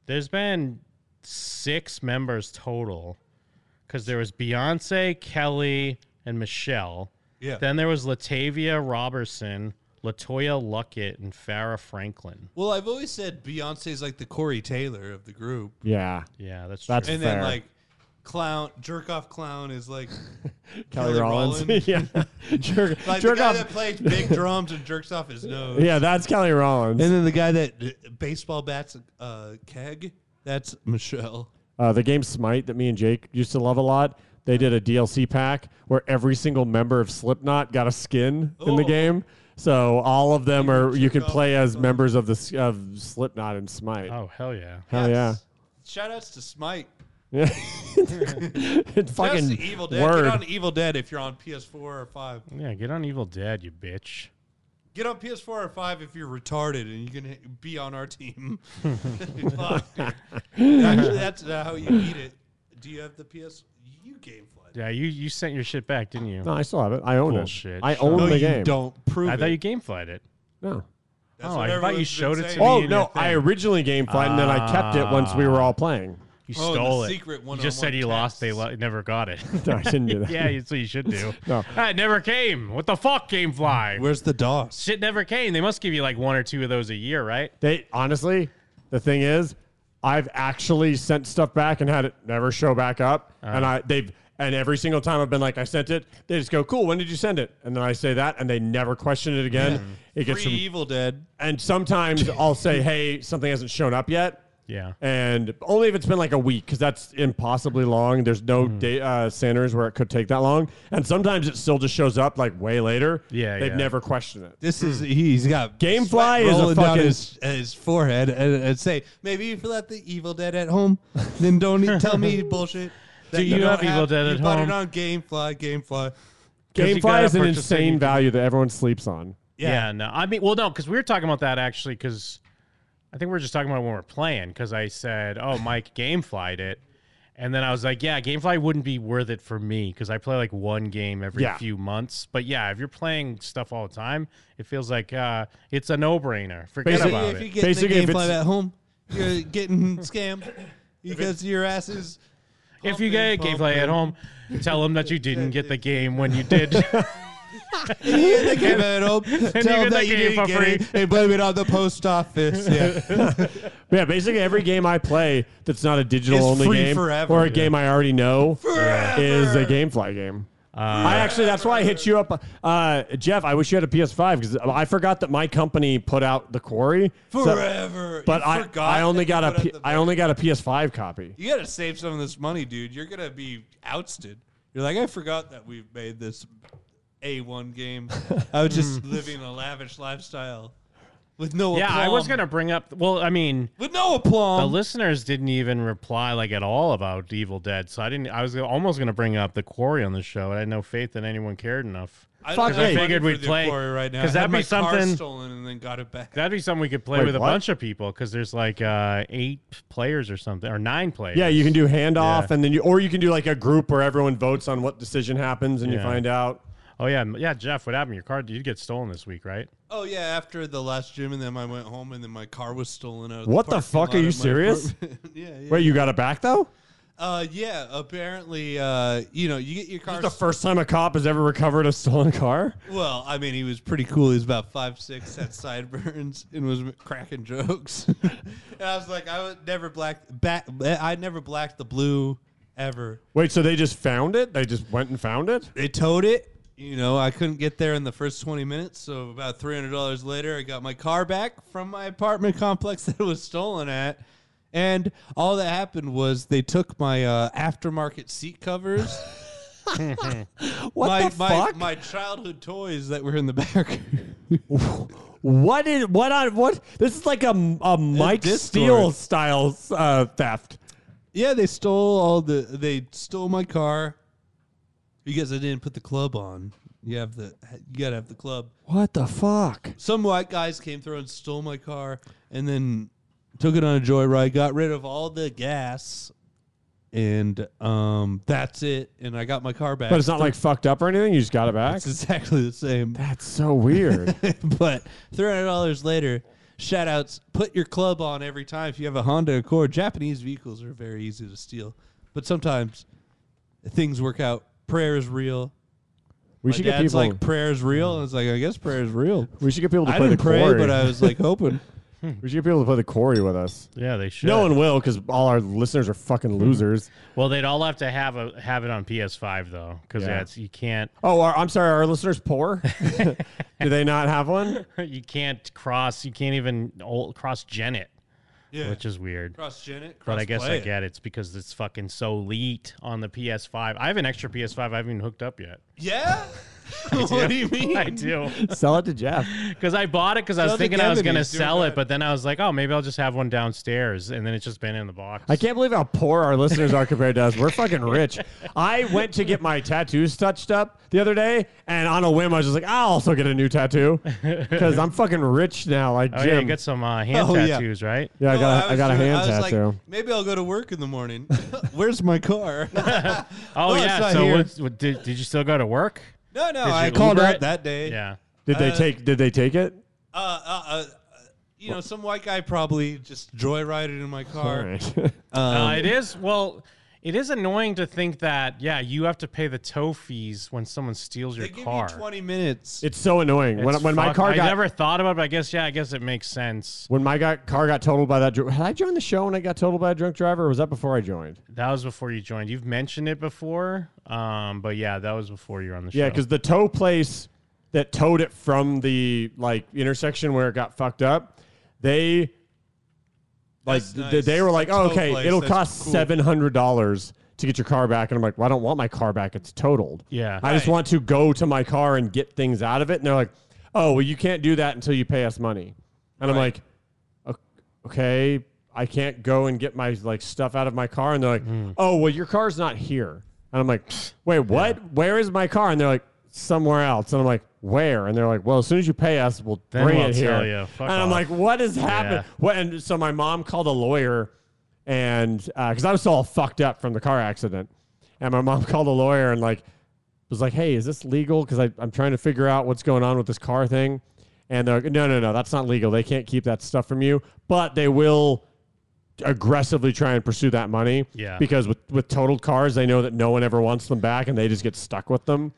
there's been six members total, because there was Beyonce, Kelly, and Michelle. Yeah. Then there was Latavia Robertson, Latoya Luckett, and Farrah Franklin. well, I've always said Beyonce's like the Corey Taylor of the group, Yeah, Yeah, that's That's- true. and Fair. then like clown, jerk off clown is like Kelly Rollins. yeah. Jerk, Like jerk the guy off. that plays big drums and jerks off his nose. yeah, that's Kelly Rollins. And then the guy that uh, baseball bats a uh, keg, that's Michelle. uh, the game Smite that me and Jake used to love a lot. They did a DLC pack where every single member of Slipknot got a skin in the Oh. game. So all of them are you can play as members of the s- of Slipknot and Smite. Oh hell yeah! Hell yeah! Shout outs to Smite. Yeah. Shouts it's fucking to Evil Dead. word. Get on Evil Dead if you're on PS4 or 5. Yeah, get on Evil Dead, you bitch. Get on PS4 or 5 if you're retarded and you can h- be on our team. Fuck, dude. Actually, that's uh, how you beat it. Do you have the PS? You game flood. Yeah, you you sent your shit back, didn't you? no, I still have it. I own Bullshit. it. I Shut up. own No, the you game. don't prove I it. thought you gameflied it. No. That's what Oh, I thought you everyone's been showed it to saying. me. Oh in no! your thing. I originally game flight and then I kept it once we were all playing. You Oh, the stole it. secret you just said one-on-one you lost. They texts. lo- never got it. No, I didn't do that. yeah, that's what you should do. No. Ah, it never came. What the fuck, GameFly? Where's the DOS? Shit never came. They must give you like one or two of those a year, right? They honestly, the thing is, I've actually sent stuff back and had it never show back up, and I they've and every single time I've been like I sent it, they just go cool. When did you send it? And then I say that, and they never question it again. It gets Free some, Evil Dead. and sometimes I'll say hey, something hasn't shown up yet. Yeah. And only if it's been like a week, because that's impossibly long. There's no Hmm. day, uh, centers where it could take that long, and sometimes it still just shows up like way later. Yeah, they've yeah. never questioned it. This Hmm. is he's got Gamefly sweat is a rolling down fucking- his, his forehead and, and say maybe if you left the Evil Dead at home, then don't e- tell me bullshit. that Do you don't have Evil Dead you at bought home? it on GameFly, GameFly. you Gamefly gotta is an purchase it, you insane can- value that everyone sleeps on. Yeah. no. I mean, well, no, because we were talking about that actually, because I think we were just talking about it when we were playing, because I said, oh, Mike gameflied it. And then I was like, yeah, Gamefly wouldn't be worth it for me because I play like one game every Yeah. few months. But yeah, if you're playing stuff all the time, it feels like uh, it's a no brainer. Forget Basically- about if you it. get the Basically, if GameFly it's- at home, you're getting scammed because your ass is. If you get pumping, Gamefly at pumping. home, tell them that you didn't get the game when you did. You get the game at home, tell you them get that the you game didn't for get free. it, and blame it on the post office. Yeah, But yeah, basically every game I play that's not a digital Is only free game forever. or a Yeah. game I already know is a GameFly game. Uh, I actually that's why I hit you up, uh, Jeff. I wish you had a PS5 because I forgot that my company put out the Quarry. So- forever. but You I, forgot I only that you got put a out P- the I only got a PS5 copy. you gotta save some of this money, dude. You're gonna be ousted. You're like, I forgot that we've made this A1 game. I was Mm. just living a lavish lifestyle with no yeah, I was aplomb. going to bring up, well, I mean, with no the Um, aplomb. listeners didn't even reply like at all about Evil Dead, so I didn't. I was almost going to bring up the quarry on the show. and I had no faith that anyone cared enough. I don't Fuck, have I money figured for we'd the play- quarry right now. 'cause I that'd had be my car something- stolen and then got it back. That'd be something we could play Wait, with what? a bunch of people because there's like uh, eight players or something or nine players. Yeah, you can do handoff Yeah. and then you or you can do like a group where everyone votes on what decision happens and you Yeah. find out. Oh yeah, m- yeah, Jeff. What happened? Your car did get stolen this week, right? oh yeah, after the last gym, and then I went home, and then my car was stolen out. Of What the the, parking fuck? Are lot you at my serious? apartment. yeah, yeah. Wait, you got it back though? Uh, yeah. Apparently, uh, you know, you get your car This is the first time a cop has ever recovered a stolen car. Well, I mean, he was pretty cool. He was about five six, had sideburns, and was cracking jokes. and I was like, I would never black back. I never blacked the blue ever. Wait, so they just found it? They just went and found it? They towed it. You know, I couldn't get there in the first twenty minutes, so about three hundred dollars later, I got my car back from my apartment complex that it was stolen at. And all that happened was they took my uh, aftermarket seat covers. What my, the my, fuck? my childhood toys that were in the back. what did what on what? This is like a, a Mike Discord. Steele style uh, theft. Yeah, they stole all the. They stole my car because I didn't put the club on. You have the. You gotta have the club. What the fuck? Some white guys came through and stole my car, and then took it on a joyride. Got rid of all the gas, and um, that's it. And I got my car back. But it's not like fucked up or anything. You just got it back. It's exactly the same. That's so weird. but three hundred dollars later. Shout outs. Put your club on every time if you have a Honda Accord. Japanese vehicles are very easy to steal, but sometimes things work out. Prayer is real. We My should get dad's people. like prayer is real. And it's like I guess prayer is real. we should get people to I play didn't the pray, quarry. but I was like hoping. We should get people to play the Corey with us. Mm-hmm. Yeah, they should. No one will because all our listeners are fucking losers. Well, they'd all have to have a have it on PS5 though, because Yeah. that's you can't Oh, are, I'm sorry. Are our listeners poor? Do they not have one? you can't cross you can't even cross gen it, which is weird. Cross gen it. But I guess I get it's because it's fucking so elite on the PS5. I have an extra PS5 I haven't even hooked up yet. Yeah. what do you mean? I do. Sell it to Jeff. Because I bought it because I was Sell the thinking I was going to Gemini's, doing sell it, that. but then I was like, oh, maybe I'll just have one downstairs. And then it's just been in the box. I can't believe how poor our listeners are compared to us. We're fucking rich. I went to get my tattoos touched up the other day, and on a whim, I was just like, I'll also get a new tattoo because I'm fucking rich now. Like Oh, Jim. yeah, you got some uh, hand Oh, yeah. tattoos, right? Yeah, I No, got, a, I was got a doing- hand I was tattoo. Like, Maybe I'll go to work in the morning. Where's my car? no, Oh, No, it's yeah. not So here. what, what, did, did you still go to work? no, Did I you called Uber out it? that day. Yeah. did they uh, take? Did they take it? Uh, uh, uh, you know, some white guy probably just joyrided in my car. All right. um, uh, it is, well, it is annoying to think that, yeah, you have to pay the tow fees when someone steals your They give car. you 20 minutes. it's so annoying when It's when my fuck- car I got never thought about it, but I guess, yeah, I guess it makes sense. when my got, car got totaled by that. dr- Had I joined the show when I got totaled by a drunk driver? Or was that before I joined? That was before you joined. You've mentioned it before, um, but yeah, that was before you were on the show. Yeah, because the tow place that towed it from the like intersection where it got fucked up, they like That's th- nice. they were like, oh, Tow okay, place, it'll that's cost cool. seven hundred dollars to get your car back, and I'm like, well, I don't want my car back; it's totaled. Yeah. I just Right. want to go to my car and get things out of it. And they're like, oh, well, you can't do that until you pay us money. And I'm like, "O- okay, I can't go and get my like stuff out of my car. And they're like, oh, well, your car's not here. And I'm like, wait, what? Where is my car? And they're like, somewhere else. And I'm like, where? And they're like, well, as soon as you pay us, we'll Then bring we'll it tell here. you. Fuck and I'm off. like, what has happened? Yeah. What? And so my mom called a lawyer, and because I was all fucked up from the car accident, and my mom called a lawyer and like was like, "Hey, is this legal?" Because I'm trying to figure out what's going on with this car thing. And they're like, "No, no, no, that's not legal. They can't keep that stuff from you, but they will aggressively try and pursue that money. Yeah. Because with with totaled cars, they know that no one ever wants them back, and they just get stuck with them.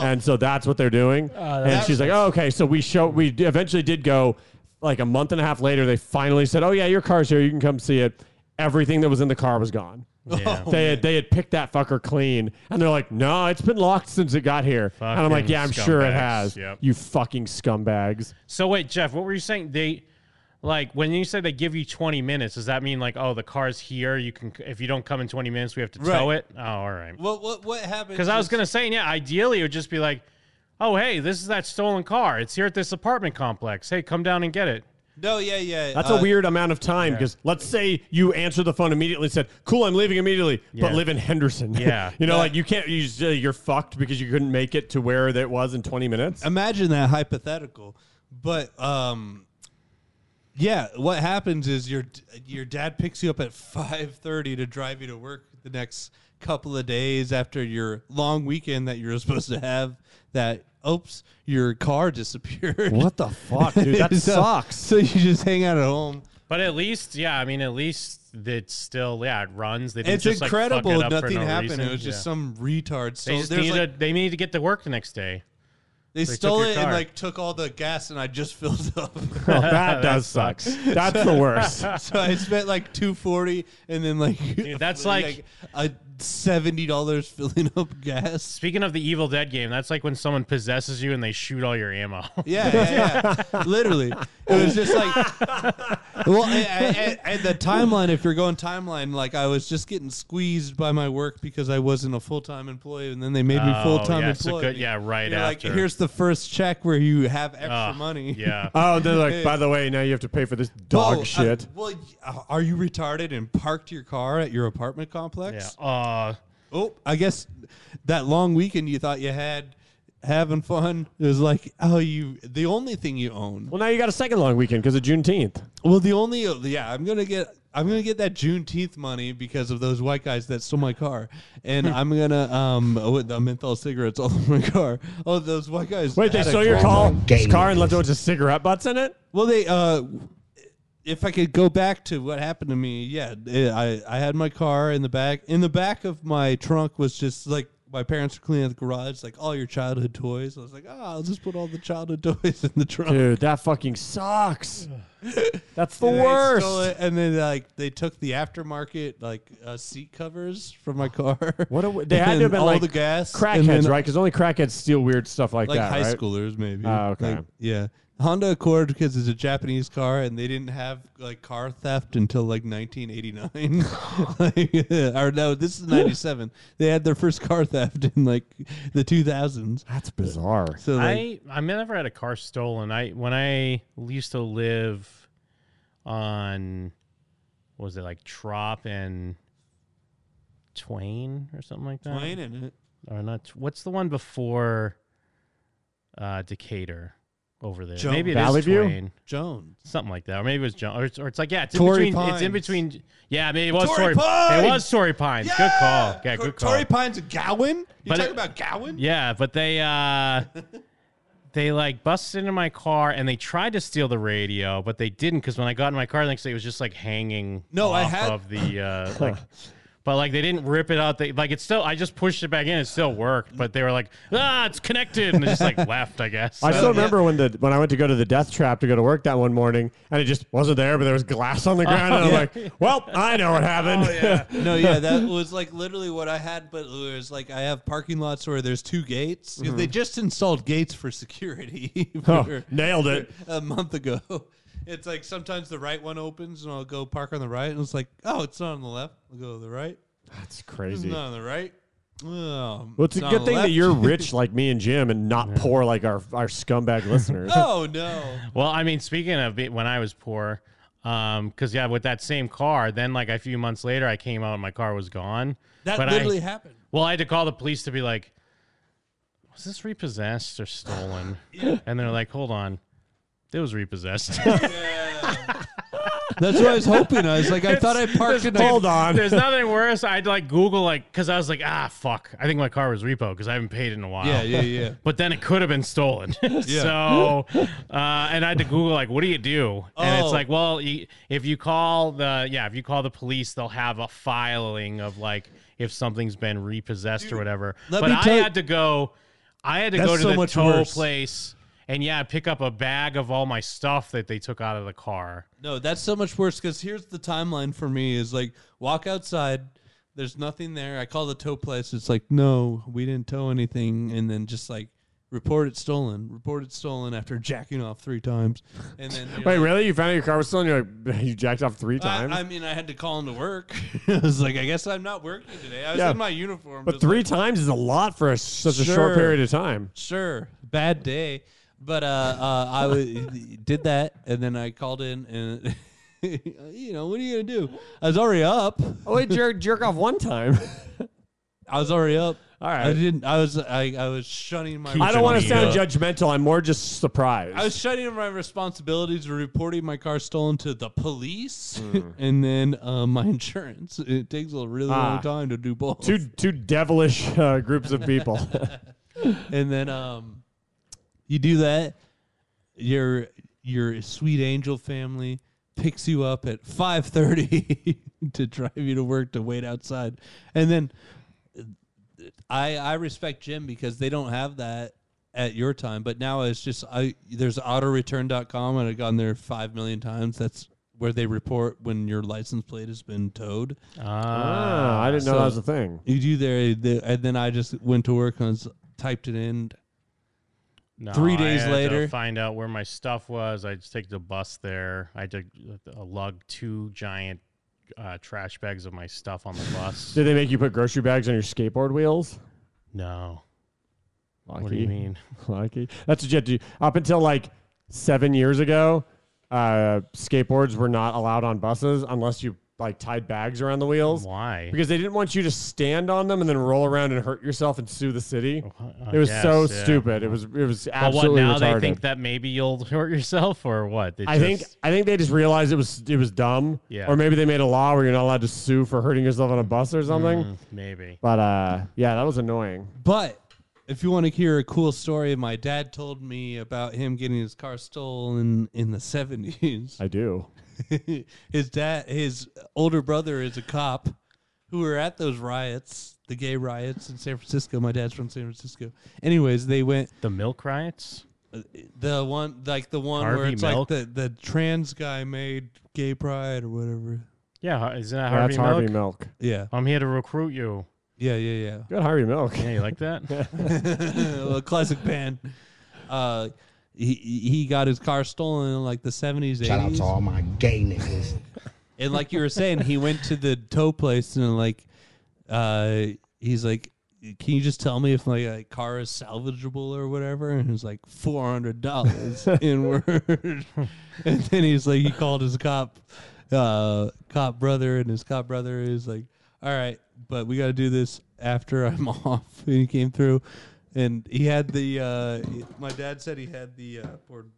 and so that's what they're doing. and she's like, "Oh, okay." So we show we d- eventually did go. Like a month and a half later, they finally said, "Oh yeah, your car's here. You can come see it." Everything that was in the car was gone. Yeah. They had they had picked that fucker clean, and they're like, "No, it's been locked since it got here." and I'm like, Fucking "Yeah, I'm sure it scumbags. has. Yep. You fucking scumbags." So wait, Jeff, what were you saying? They like when you said they give you 20 minutes, does that mean like oh the car's here, you can if you don't come in 20 minutes, we have to tow Right. it? Oh, all right. What what what happened? Cuz I was is- going to say, yeah, ideally it would just be like, "Oh, hey, this is that stolen car. It's here at this apartment complex. Hey, come down and get it." No, yeah, yeah. That's uh, a weird amount of time because let's say you answer the phone immediately and said, "Cool, I'm leaving immediately," Yeah. but live in Henderson. Yeah. you know, like you can't. You just, uh, you're fucked because you couldn't make it to where that was in 20 minutes. Imagine that hypothetical, but um, yeah. What happens is your your dad picks you up at five thirty to drive you to work the next couple of days after your long weekend that you're supposed to have. That oops, your car disappeared. the fuck, dude? That So- sucks. So you just hang out at home. But at least, yeah, I mean, at least it's still, yeah, it runs. They didn't It's just, like, fuck it incredible. up for Nothing no happened. reason. It was just Yeah. some retard. So They just there's needed. like they needed to get to work the next day. They, took stole your it car. and like took all the gas, and I just filled up. Oh, that does sucks. That's the worst. so I spent like two forty, and then like that's a seventy dollars filling up gas. Speaking of the Evil Dead game, that's like when someone possesses you and they shoot all your ammo. Yeah, yeah, yeah. literally, it was just like. Well, I, I, I, at the timeline, if you're going timeline, like I was just getting squeezed by my work because I wasn't a full time employee, and then they made me Oh, full time yeah, so employee. good- yeah, right You're after. Like here's the first check where you have extra Ah, money. Yeah. Oh, they're like, by the way, now you have to pay for this dog Well, uh, shit. well, y- uh, are you retarded and parked your car at your apartment Yeah. complex? Uh, Oh, I guess that long weekend you thought you had having fun it was like oh you the only thing you own. well, now you got a second long weekend because of Juneteenth. Well, the only uh, yeah, I'm gonna get. I'm gonna get that Juneteenth money because of those white guys that stole my car, and I'm gonna um with the menthol cigarettes all over my car. Oh, those white guys! Wait, they had a stole your great- call, car and left a bunch of cigarette butts in it? Well, they uh, if I could go back to what happened to me, yeah, eh, I I had my car in the back. In the back of my trunk was just like my parents were cleaning out the garage, like all your childhood toys. I was like, ah, I'll just put all the childhood toys in the trunk. Dude, that fucking sucks. That's the And they worst. stole it, and then like they took the aftermarket like uh, seat covers from my car. What a, they had to and have been all like the gas, and crackheads, then- right? Because only crackheads steal weird stuff like, Like that, high right? schoolers, maybe. Ah, okay. Like, yeah, Honda Accord because it's a Japanese car, and they didn't have like car theft until like 1989. Like, or no, this is 97. they had their first car theft in like the 2000s. That's bizarre. So like, I I never had a car stolen. I when I used to live on what was it like Trop and Twain or something like that. Twain in it. or not? What's the one before uh, Decatur over there? Jones. Maybe it is Valley View? Twain, Jones. something like that, or maybe it was John, or it's, or it's like yeah, it's Torrey in between. It's in Pines. between. Yeah, maybe it was Torrey Torrey. It Pines! was Torrey Pines. Good call. Yeah, good call. Tory Pines and Gowan. You But talking it- about Gowan? Yeah, but they uh they like busted into my car and they tried to steal the radio, but they didn't because when I got in my car the next day, it was just like hanging. No, I off had- of the uh, like. But like they didn't rip it out. They like it's still. I just pushed it back in. It still worked. But they were like, ah, it's connected, and they just like left. I guess. I So- still remember when the when I went to go to the death trap to go to work that one morning, and it just wasn't there, but there was glass on the ground, and I'm like, "Well, I know what happened." No, Oh, yeah, that was like literally what I had, but it was like I have parking lots where there's two gates. 'Cause They just installed gates for security Oh, for- nailed it. a month ago. It's like sometimes the right one opens and I'll go park on the right, and it's like, oh, it's not on the left. I'll go to the right. That's It's crazy. not on the right. Oh, Well, it's a not good on the thing that left." you're rich like me and Jim, and not poor like our our scumbag listeners. Oh no! Well, I mean, speaking of be- when I was poor, um, because yeah, with that same car, then like a few months later, I came out and my car was gone. That But I- literally happened. Well, I had to call the police to be like, was this repossessed or stolen? And they're like, hold on. It was repossessed. That's what I was hoping. I was like, I thought I parked in. Hold on. There's nothing worse. I'd like Google, like, because I was like, ah, fuck. I think my car was repo because I haven't paid in a while. Yeah, yeah, yeah. But then it could have been stolen. so, uh, and I had to Google, like, what do you do? And Oh. it's like, well, you, if you call the, yeah, if you call the police, they'll have a filing of like if something's been repossessed or whatever. let But me I tell you- had to go, I had to That's go to so the much tow worse. place and yeah, pick up a bag of all my stuff that they took out of the car. No, that's so much worse because here's the timeline for me is like walk outside, there's nothing there. I call the tow place, it's like, no, we didn't tow anything, and then just like report it stolen, report it stolen after jacking off three times. And then you're Wait, like, really? You found out your car was stolen? You're like, you jacked off three times, I, I mean I had to call into work. I was like, I guess I'm not working today. I was Yeah. in my uniform. but just three like, times is a lot for a, such a short Sure. period of time. sure, bad day. But uh, uh, I w- did that, and then I called in, and you know, what are you gonna do? I was already up. Oh, wait, jerk, jerk off one time. I was already up. All right. I didn't. I was. I, I was shunning my. I don't want to Yeah. sound judgmental. I'm more just surprised. I was shunning my responsibilities of reporting my car stolen to the police Mm. and then uh, my insurance. It takes a really Ah. long time to do both. two two devilish uh, groups of people. Ah, And then um, you do that. Your your sweet angel family picks you up at five thirty to drive you to work to wait outside, and then I I respect Jim because they don't have that at your time, but now it's just I there's autoreturn.com and I've gone there five million times. That's where they report when your license plate has been towed. Ah, I didn't know that so- was a thing. You do there, the, and then I just went to work and s- typed it in. No, Three I days had to later. find out where my stuff was. I just take the bus there. I took a lug two giant uh, trash bags of my stuff on the bus. Did they make you put grocery bags on your skateboard wheels? no, Lucky. what do you mean? Lucky. That's what you have to do. Up until like seven years ago, uh, skateboards were not allowed on buses unless you like tied bags around the wheels Why? because they didn't want you to stand on them and then roll around and hurt yourself and sue the city. Oh, I It was guess, so yeah. stupid. It was it was But what absolutely now? retarded. They think that maybe you'll hurt yourself or what? They I think just- I think they just realized it was it was dumb. Yeah. Or maybe they made a law where you're not allowed to sue for hurting yourself on a bus or something. Mm, maybe. But uh, yeah, that was annoying. But if you want to hear a cool story, my dad told me about him getting his car stolen in the seventies. I do. his dad, his older brother, is a cop who were at those riots, the gay riots in San Francisco. My dad's from San Francisco. Anyways, they went The milk riots? the one like the one where Harvey it's Milk? like the the trans guy made gay pride or whatever. Yeah, Har- isn't that Oh, Harvey that's Milk? Harvey Milk. Yeah, I'm here to recruit you. yeah, yeah, yeah. Good Harvey Milk. Yeah, you like that? a classic band. Uh, he he got his car stolen in like the seventies, eighties, my gay niggas. and like you were saying, he went to the tow place and like, uh, he's like, "Can you just tell me if my like, car is salvageable or whatever?" And he's like, 400 dollars in word," and then he's like, he called his cop, uh, cop brother, and his cop brother is like, "All right, but we got to do this after I'm off." And he came through, and he had the. Uh, my dad said he had the uh, poured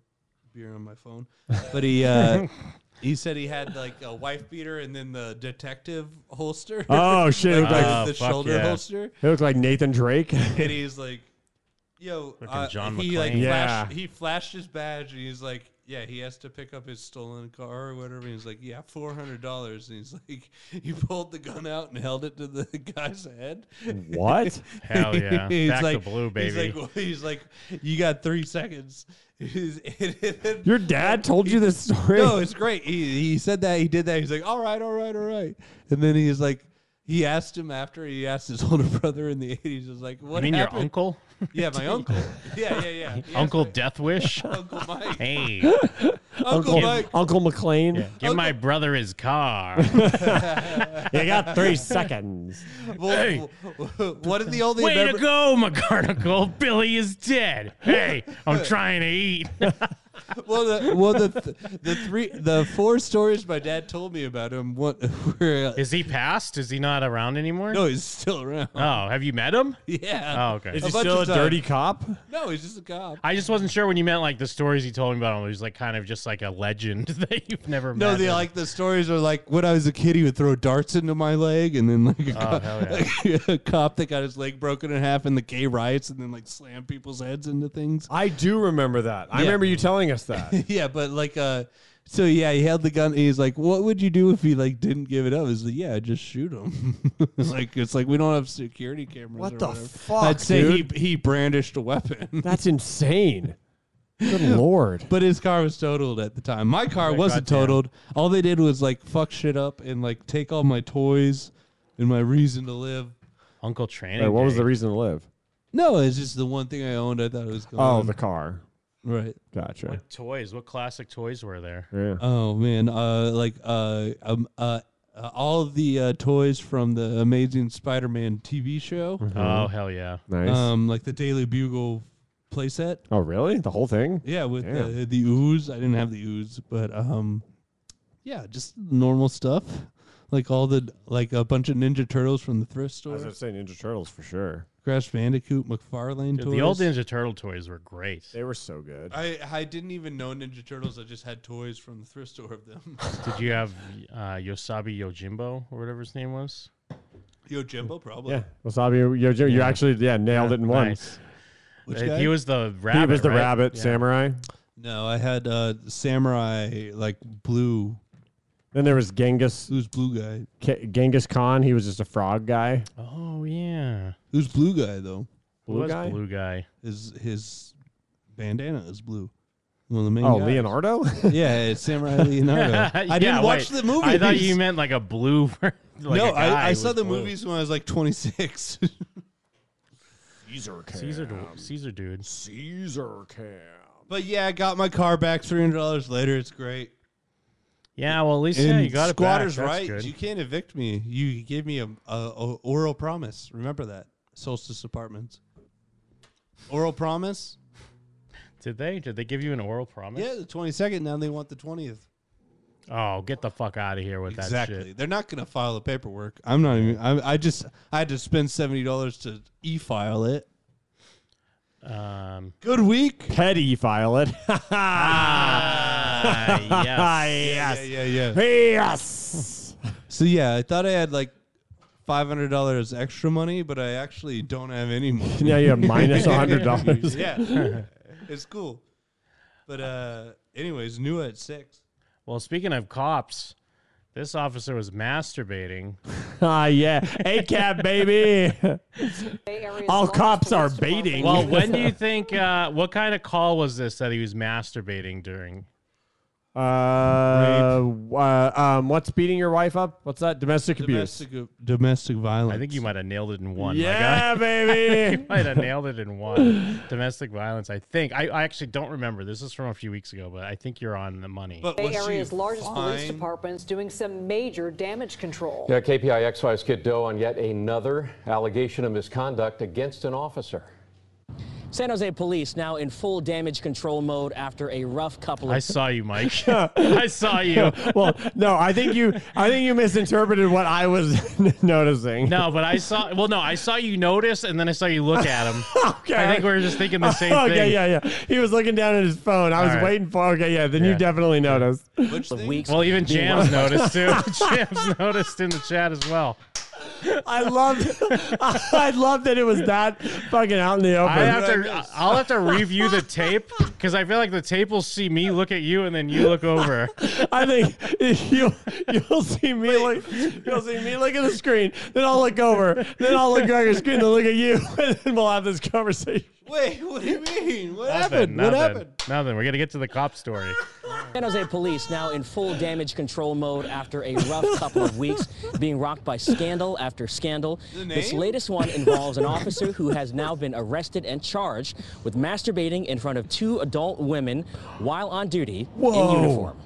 beer on my phone, but he. Uh, He said he had like a wife beater and then the detective holster. Oh, shit, Like, like- Oh, the fuck shoulder yeah. holster, It looked like Nathan Drake. and he's like, "Yo, uh, John he like McClane. flashed, Yeah. he flashed his badge, and he's like." Yeah, he has to pick up his stolen car or whatever. And he's like, "Yeah, four hundred dollars." And he's like, he pulled the gun out and held it to the guy's head. What? Hell yeah. he's Back like, to blue, He's baby. like, he's like, "You got three seconds." Your dad told you this story? No, it's great. He he said that he did that. He's like, all right, all right, all right. And then he's like, he asked him after he asked his older brother in the eighties. Was like, I what? mean, your happened?" uncle? Yeah, my uncle. Yeah, yeah, yeah. He Uncle asked Deathwish? my- Uncle Mike. hey, Uncle Mike. Uncle McLean. give my brother his car. You got three seconds. Well, What did the only Way to member- go, McGarnacle. Billy is dead. Hey, I'm trying to eat. well, the, well, the th- the three the four stories my dad told me about him. What? Were, Is he passed? Is he not around anymore? no, he's still around. Oh, have you met him? Yeah. Oh, okay. Is he bunch still a of times. dirty cop? No, he's just a cop. I just wasn't sure when you meant like the stories he told me about him. It was like kind of just like a legend that you've never met. No, the him. like the stories are like when I was a kid, he would throw darts into my leg, and then like Oh, a, cop, hell a cop that got his leg broken in half in the gay riots, and then like slam people's heads into things. I do remember that. I Yeah. remember you telling us that. yeah, but like uh, so yeah, he held the gun. And he's like, "What would you do if he like didn't give it up?" Is like, "Yeah, just shoot him." It's like it's like we don't have security cameras. What or the whatever. fuck, I'd say dude? he he brandished a weapon, That's insane. Good lord. but his car was totaled at the time. My car wasn't goddamn. totaled. All they did was like fuck shit up and like take all my toys and my reason to live. Uncle Training. Wait, what was Day. the reason to live? No, it's just the one thing I owned. I thought it was Oh, gone. the car. right. Gotcha. What toys? What classic toys were there? Yeah. Oh man, uh, like uh, um, uh, uh, all of the uh, toys from the Amazing Spider-Man TV show, Mm-hmm. Oh hell yeah! Nice. um, like the Daily Bugle playset. oh, really? The whole thing? Yeah, with Damn. the, the ooze. I didn't have the ooze, but um, yeah, just normal stuff. Like all the like a bunch of Ninja Turtles from the thrift I was store, gonna say Ninja Turtles for sure. Crash Bandicoot, McFarlane Dude, toys. the old Ninja Turtle toys were great. They were so good. I I didn't even know Ninja Turtles. I just had toys from the thrift store of them. Did you have uh, Yosabi Yojimbo or whatever his name was? Yo, Jimbo, probably. yeah. Wasabi Yo, Yo, you actually yeah nailed it in one. Nice. Which Uh, guy? He was the rabbit. he was the right? rabbit Yeah. samurai. No, I had uh samurai like blue. Then there was Genghis Who's blue guy? K- Genghis Khan. He was just a frog guy. Oh yeah. Who's blue guy though? Who Blue was guy. Blue guy. His his bandana is blue. One of the main. Oh, guys. Leonardo. Yeah, it's samurai Leonardo. I Yeah, didn't watch wait. the movie. I thought you meant like a blue. like no, a guy I, I who saw was the blue. movies when I was like 26. Caesar, Um, du- Caesar, dude. Caesar Cam. but yeah, I got my car back $300 later. It's great. Yeah, well at least yeah, And you got squatters it back. right. That's good. You can't evict me. You gave me a, a, a oral promise. Remember that. Solstice Apartments. Oral promise? Did they? Did they give you an oral promise? Yeah, the 22nd. Now they want the 20th. Oh, get the fuck out of here with that Exactly. shit. They're not going to file the paperwork. I'm not even. I, I just. I had to spend seventy dollars to e-file it. Um, Good week. Petty file it. ah, yes. yes. Yeah, yeah, yeah. Yes. So yeah, I thought I had like five hundred dollars extra money, but I actually don't have any money. now you have minus hundred dollars. yeah, it's cool. But uh, anyways, new at six. Well, speaking of cops, this officer was masturbating Ah, yeah. ACAB, baby. All cops are baiting. Well, when do you think? Uh, what kind of call was this that he was masturbating during? Uh, uh, um, what's beating your wife up? What's that? Domestic, abuse. Oh Domestic, domestic violence. I think you might have nailed it in one. my Yeah, guy. baby. you might have nailed it in one. Domestic violence. I think. I, I actually don't remember. This is from a few weeks ago, but I think you're on the money. But Bay was she Area's largest police fine? departments doing some major damage control. Yeah, KPIX 5's Kit Doe on yet another allegation of misconduct against an officer. San Jose police now in full damage control mode after a rough couple of I saw you, Mike. I saw you. well, no, I think you. I think you misinterpreted what I was noticing. No, but I saw. Well, no, I saw you notice, and then I saw you look at him. Okay. I think we were just thinking the same okay, thing. yeah, yeah. He was looking down at his phone. I All was right. waiting for. Okay, yeah. Then you Yeah. definitely noticed. weeks. Well, even being Jams watched. noticed too. Jams noticed in the chat as well. I loved. I loved that it was that fucking out in the open. I have to. I'll have to review the tape because I feel like the tape will see me look at you and then you look over. I think you'll you'll see me look you'll see me look at the screen, then I'll look over, then I'll look at your screen, then look at you, and then we'll have this conversation. Wait, what do you mean? What Nothing. happened? Nothing. What happened? Nothing. We're gonna get to the cop story. San Jose police now in full damage control mode after a rough couple of weeks being rocked by scandal after scandal. This name? latest one involves an officer who has now been arrested and charged with masturbating in front of two adult women while on duty in uniform.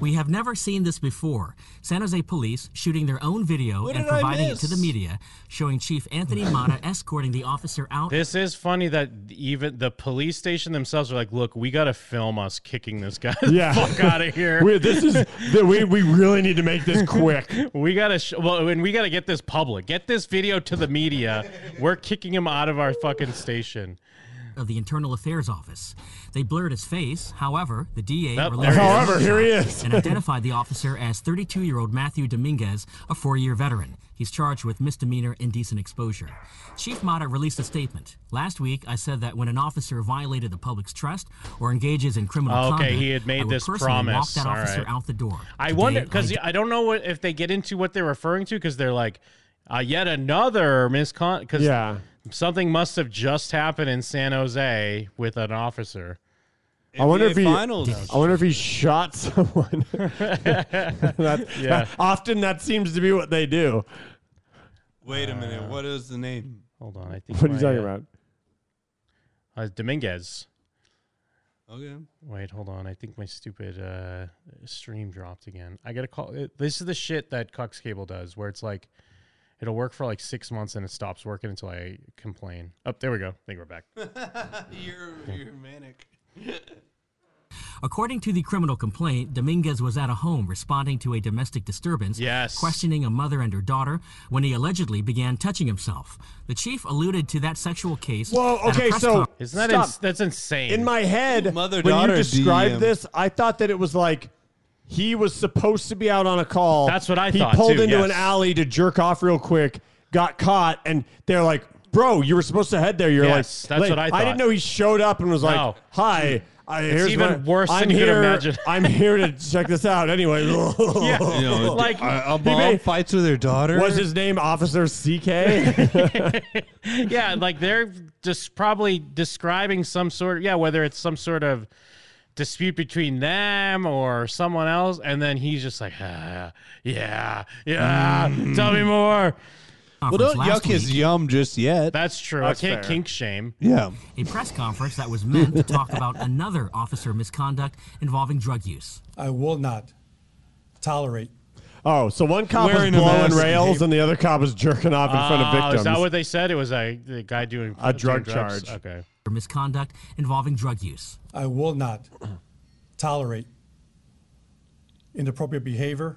We have never seen this before. San Jose police shooting their own video What and did I providing it to the miss? media, showing Chief Anthony Mata escorting the officer out This is funny that even the police station themselves are like, "Look, we gotta film us kicking this guy the Yeah. fuck out of here. We, this is the, we we really need to make this quick. We gotta sh- well, and we gotta get this public. Get this video to the media. We're kicking him out of our fucking station." of the Internal Affairs Office. They blurred his face. However, the DA Oh, released there he a is. However, here he shot is. and identified the officer as 32-year-old Matthew Dominguez, a four-year veteran. He's charged with misdemeanor indecent exposure. Chief Mata released a statement. Last week, I said that when an officer violated the public's trust or engages in criminal Okay, conduct, he had made I would this personally promise. Walk that All officer right. out the door. I Today, wonder because I don't know what, if they get into what they're referring to because they're like, uh, yet another miscon. Because Yeah. something must have just happened in San Jose with an officer. I wonder if he finals. I wonder if he shot someone. That- Yeah. often that seems to be what they do. Wait a minute. What is the name? Hold on, I think. What are my, you talking uh, about? Uh, Dominguez. Okay. Wait, hold on. I think my stupid uh, stream dropped again. I gotta call. It, this is the shit that Cox Cable does, where it's like, it'll work for like six months and it stops working until I complain. Oh, there we go. I think we're back. You're, you're manic. According to the criminal complaint, Dominguez was at a home responding to a domestic disturbance, Yes. questioning a mother and her daughter when he allegedly began touching himself. The chief alluded to that sexual case. Whoa, at a okay, press so conference. Isn't that Stop. ins- that's insane? in my head Mother when you daughter described DM. this i thought that it was like he was supposed to be out on a call That's what I he thought, pulled too, into an yes. alley to jerk off real quick got caught and they're like bro you were supposed to head there you're like Yes, like, that's what I I thought. didn't know he showed up and was like No. hi I, here's even my- worse than I'm you could here, imagine. I'm here to check this out anyway yeah, You know, like a, a he mom may- fights with her daughter. was his name officer ck yeah, like they're just probably describing some sort of yeah, whether it's some sort of dispute between them or someone else, and then he's just like, ah, yeah, yeah, tell Mm. me more. well, conference don't last yuck his week, yum just yet. That's true. That's I can't fair. kink shame. yeah. a press conference that was meant to talk about another officer misconduct involving drug use. I will not tolerate. oh so one cop Wearing a was blowing mask. rails and the other cop was jerking off in front of Oh, victims is that what they said? It was a the guy doing A drug doing drugs? charge. Okay. or Misconduct involving drug use. I will not tolerate inappropriate behavior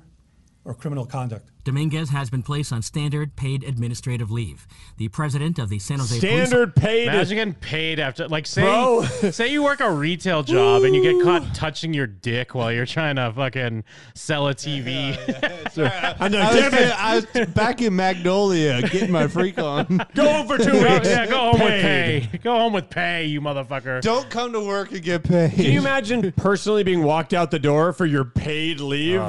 or criminal conduct. Dominguez has been placed on standard paid administrative leave. The president of the San Jose Police standard paid is Imagine getting paid after, like, say, Bro. say you work a retail job and you get caught touching your dick while you're trying to fucking sell a TV. I know, I was, damn it. I was back in Magnolia getting my freak on. Go over two Go- weeks. yeah, go home Paid. with pay. Go home with pay, you motherfucker. Don't come to work and get paid. Uh. Can you imagine personally being walked out the door for your paid leave?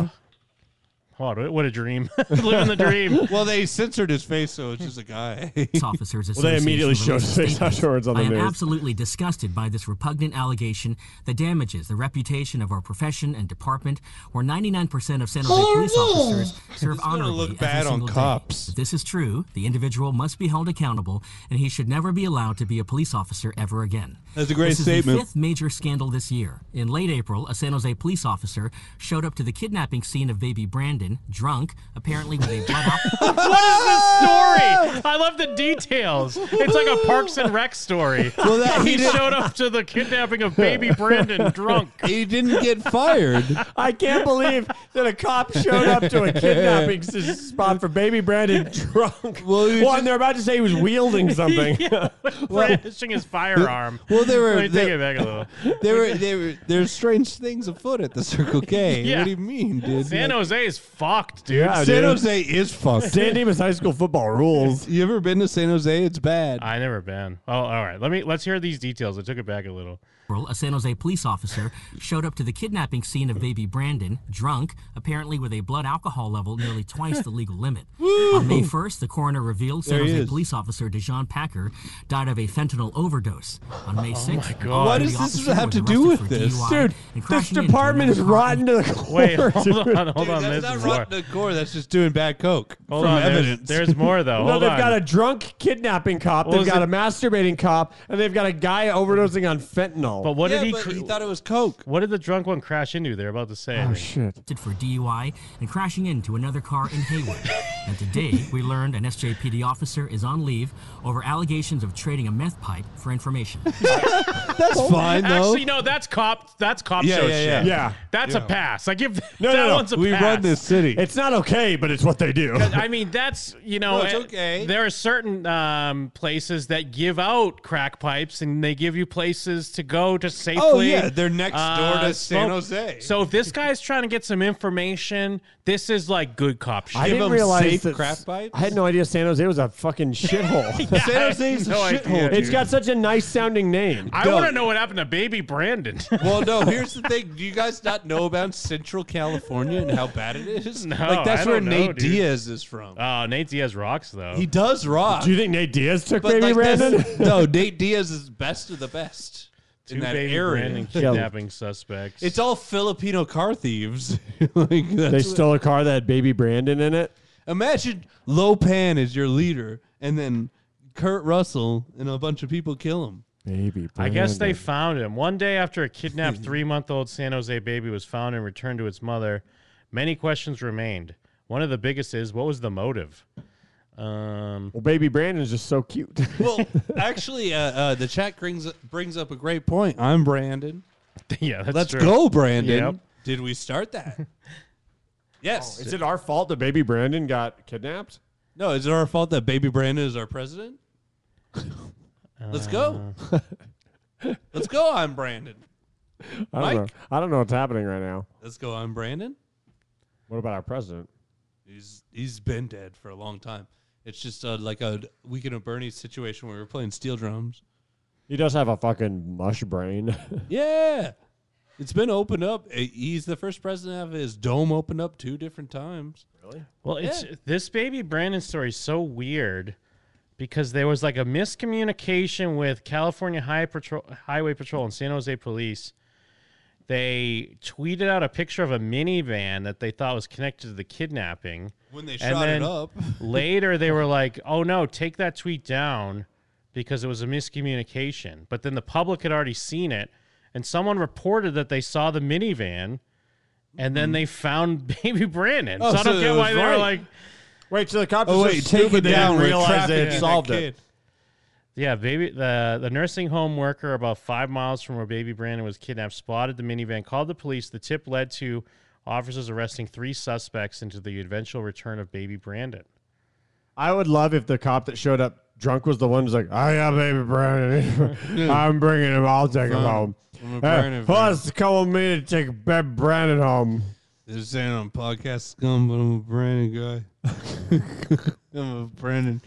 What a, Oh, what a dream. Living the dream. well, they censored his face, so it's just a guy. officers. Well, they immediately showed his face afterwards on the I am news. absolutely disgusted by this repugnant allegation that damages the reputation of our profession and department, where 99% of San Jose Oh, police no. officers serve It's gonna honorably look every bad on single day. cops. If this is true, the individual must be held accountable, and he should never be allowed to be a police officer ever again. That's a great this statement. Is the fifth major scandal this year. In late April, a San Jose police officer showed up to the kidnapping scene of baby Brandon, drunk, apparently with a blood what is this story? I love the details. It's like a Parks and Rec story. Well, that- he he did- showed up to the kidnapping of baby Brandon drunk. He didn't get fired. I can't believe that a cop showed up to a kidnapping s- spot for baby Brandon drunk. Well, and they're about to say he was wielding something. yeah, brandishing his firearm. Well, they were- Let me take they- it back a little. They were, they were, there's strange things afoot at the Circle K. Yeah. What do you mean, dude? San Like, Jose is fucked, dude. San Jose is fucked. San Dimas High School football rules. You ever been to San Jose? It's bad. I never been. Oh, all right. Let me let's hear these details. I took it back a little. April, a San Jose police officer showed up to the kidnapping scene of baby Brandon, drunk, apparently with a blood alcohol level nearly twice the legal limit. On May 1st, the coroner revealed San There he Jose is. police officer Dejan Packer died of a fentanyl overdose. On May 6th, my a God. Oh What deputy does this officer have was to do arrested with for this? DUI Dude, and this crashing into department is another car. rotten to the core. Wait, hold dude. on, hold on. That's This not is rotten more. to the core. That's just doing bad coke. Hold from on, there's- evidence. There's, more though. No, Hold they've on. got a drunk kidnapping cop. What They've was got a it? masturbating cop, and they've got a guy overdosing on fentanyl. But what Yeah, did he? but Cr- he thought it was coke. what did the drunk one crash into? They're about to say. I oh think. shit! arrested for DUI and crashing into another car in Hayward. and today, we learned an SJPD officer is on leave over allegations of trading a meth pipe for information. That's fine though. Actually, no. That's cop. That's cop Yeah, show yeah, shit. yeah. Yeah. That's a pass. I give No, that no, no. one's a we pass. run this city. It's not okay, but it's what they do. I mean, that's you know, No, it's eh, okay. There are certain um, places that give out crack pipes, and they give you places to go to safely. Oh, uh, yeah, they're next door to San Jose. So if this guy's trying to get some information, this is like good cop shit. I Give didn't 'em realize safe that. crap bites? I had no idea San Jose was a fucking shithole. Yeah, San I Jose's have no a idea, shithole, dude. It's got such a nice sounding name. I Doug. want to know what happened to baby Brandon. Well, no. Here's the thing. Do you guys not know about Central California and how bad it is? No, like that's I where don't know, Nate dude. Diaz is from. oh, Nate Diaz rocks though. he does rock. Do you think Nate Diaz took but baby like Brandon? that's- no, Nate Diaz is best of the best Two in that baby area. Brandon kidnapping suspects. It's all Filipino car thieves. like that's they what- stole a car that had baby Brandon in it. imagine Lopan is your leader, and then Kurt Russell and a bunch of people kill him. Baby Brandon. I guess Mm-hmm. they found him. One day after a kidnapped three month old San Jose baby was found and returned to its mother, many questions remained. One of the biggest is what was the motive? Um, Well, baby Brandon's just so cute. Well, actually, uh, uh, the chat brings brings up a great point. I'm Brandon. yeah, that's Let's true. go, Brandon. Yep. Did we start that? yes. Oh, Is it our fault that baby Brandon got kidnapped? no, is it our fault that baby Brandon is our president? Let's go. Uh. Let's go. I'm Brandon. I don't Mike? know. I don't know what's happening right now. Let's go. I'm Brandon. What about our president? He's he's been dead for a long time. It's just uh, like a weekend of Bernie situation where we were playing steel drums. He does have a fucking mush brain. Yeah, it's been opened up. Uh, He's the first president to have his dome opened up two different times. Well, it's this baby Brandon story is so weird because there was like a miscommunication with California High Patrol, Highway Patrol and San Jose Police. They tweeted out a picture of a minivan that they thought was connected to the kidnapping. When they And shot it then up, later they were like, "Oh no, take that tweet down because it was a miscommunication." But then the public had already seen it, and someone reported that they saw the minivan, and then they found baby Brandon. Mm. Oh, so I don't so get it why was they were right. like, wait, so the cops oh are so wait, stupid take it they didn't down. realize they had trafficking solved that it. kid. "Yeah, baby." The the nursing home worker about five miles from where baby Brandon was kidnapped spotted the minivan, called the police. The tip led to officers arresting three suspects into the eventual return of baby Brandon. I would love if the cop that showed up drunk was the one who's like, "I got baby Brandon. I'm bringing him. I'll take him home." I'm a Hey, Brandon fan. plus, come with me to take baby Brandon home. They're saying I'm podcast scum, but I'm a Brandon guy. I'm a Brandon.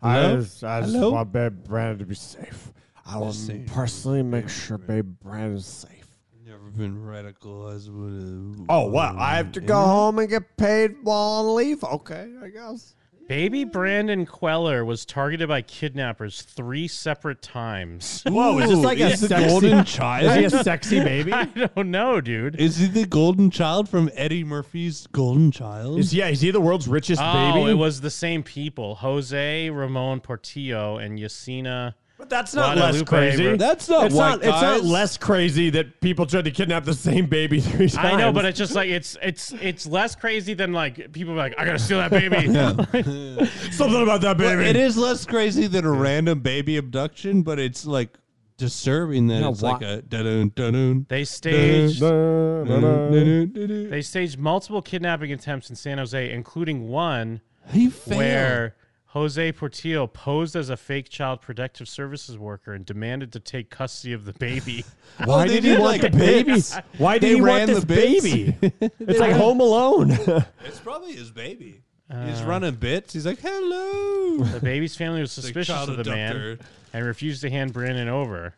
I Hello? just, I just Hello? want baby Brandon to be safe. I will Safe. personally make sure baby Brandon's safe. Never radical husband. Oh, what? I have to go home and get paid while on leave? Okay, I guess. Baby Brandon Queller was targeted by kidnappers three separate times. Whoa, is this like a the sexy- golden child? Is he a sexy baby? I don't know, dude. Is he the golden child from Eddie Murphy's Golden Child? Is, yeah, is he the world's richest oh, baby? it was the same people: Jose Ramon Portillo and Yasina. But that's not less Guadalupe crazy. Ra- it's not, It's not less crazy that people tried to kidnap the same baby three times. I know, but it's just like it's it's it's less crazy than like people are like I gotta steal that baby. Something about that Well, it is less crazy than a random baby abduction, but it's like disturbing that No, it's wha- like a da-dun, da-dun, They staged Uh, da-dun, da-dun, da-dun. they staged multiple kidnapping attempts in San Jose, including one failed. where Jose Portillo posed as a fake child protective services worker and demanded to take custody of the baby. Why did he want the baby? Why did he They want ran the this bits. baby? They It's like ran- Home Alone. It's probably his baby. Uh, He's running bits. He's like, hello. The baby's family was It's like suspicious child of the man abductor. and refused to hand Brandon over.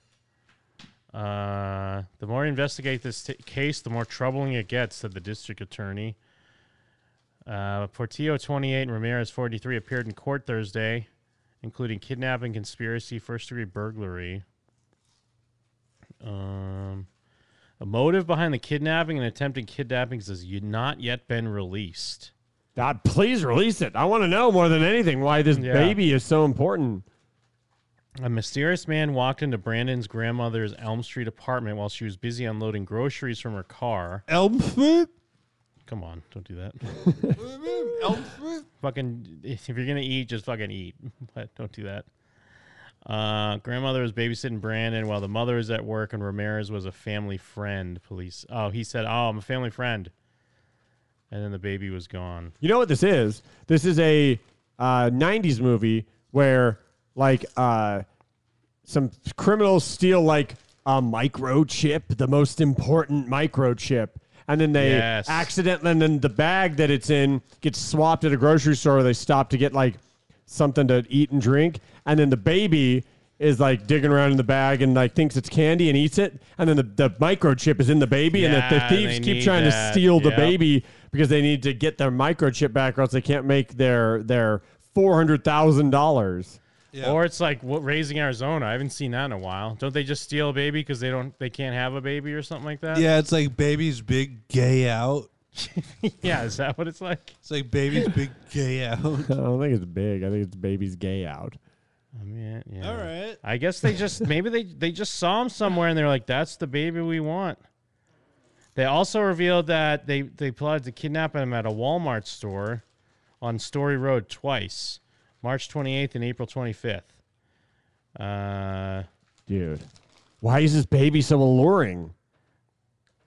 Uh, the more you investigate this t- case, the more troubling it gets, said the district attorney. Uh, Portillo, 28, and Ramirez, 43, appeared in court Thursday, including kidnapping, conspiracy, first degree burglary. Um, a motive behind the kidnapping and attempted kidnappings has y- not yet been released. God, please release it. I want to know more than anything why this Yeah. baby is so important. A mysterious man walked into Brandon's grandmother's Elm Street apartment while she was busy unloading groceries from her car. Elm Street? Come on, don't do that. fucking, if you're going to eat, just fucking eat. But don't do that. Uh, grandmother was babysitting Brandon while the mother was at work, and Ramirez was a family friend. Police. Oh, he said, Oh, I'm a family friend. And then the baby was gone. You know what this is? This is a uh, 90s movie where, like, uh, some criminals steal, like, a microchip, the most important microchip. And then they Yes. accidentally, and then the bag that it's in gets swapped at a grocery store. They stop to get, like, something to eat and drink. And then the baby is like digging around in the bag and like thinks it's candy and eats it and then the, the microchip is in the baby and the, the Yeah, thieves they keep need trying that. to steal the Yep. baby be- because they need to get their microchip back or else they can't make their their four hundred thousand dollars. Or it's like what, raising Arizona. I haven't seen that in a while. Don't they just steal a baby because they don't they can't have a baby or something like that? Yeah, it's like baby's big gay out. yeah. Is that what it's like? It's like baby's big gay I out. don't think it's big. I think it's baby's gay out. I mean, yeah. All right. I guess they just maybe they they just saw him somewhere and they're like, "That's the baby we want." They also revealed that they they plotted to kidnap him at a Walmart store on Story Road twice, March 28th and April 25th. Uh, Dude, why is this baby so alluring?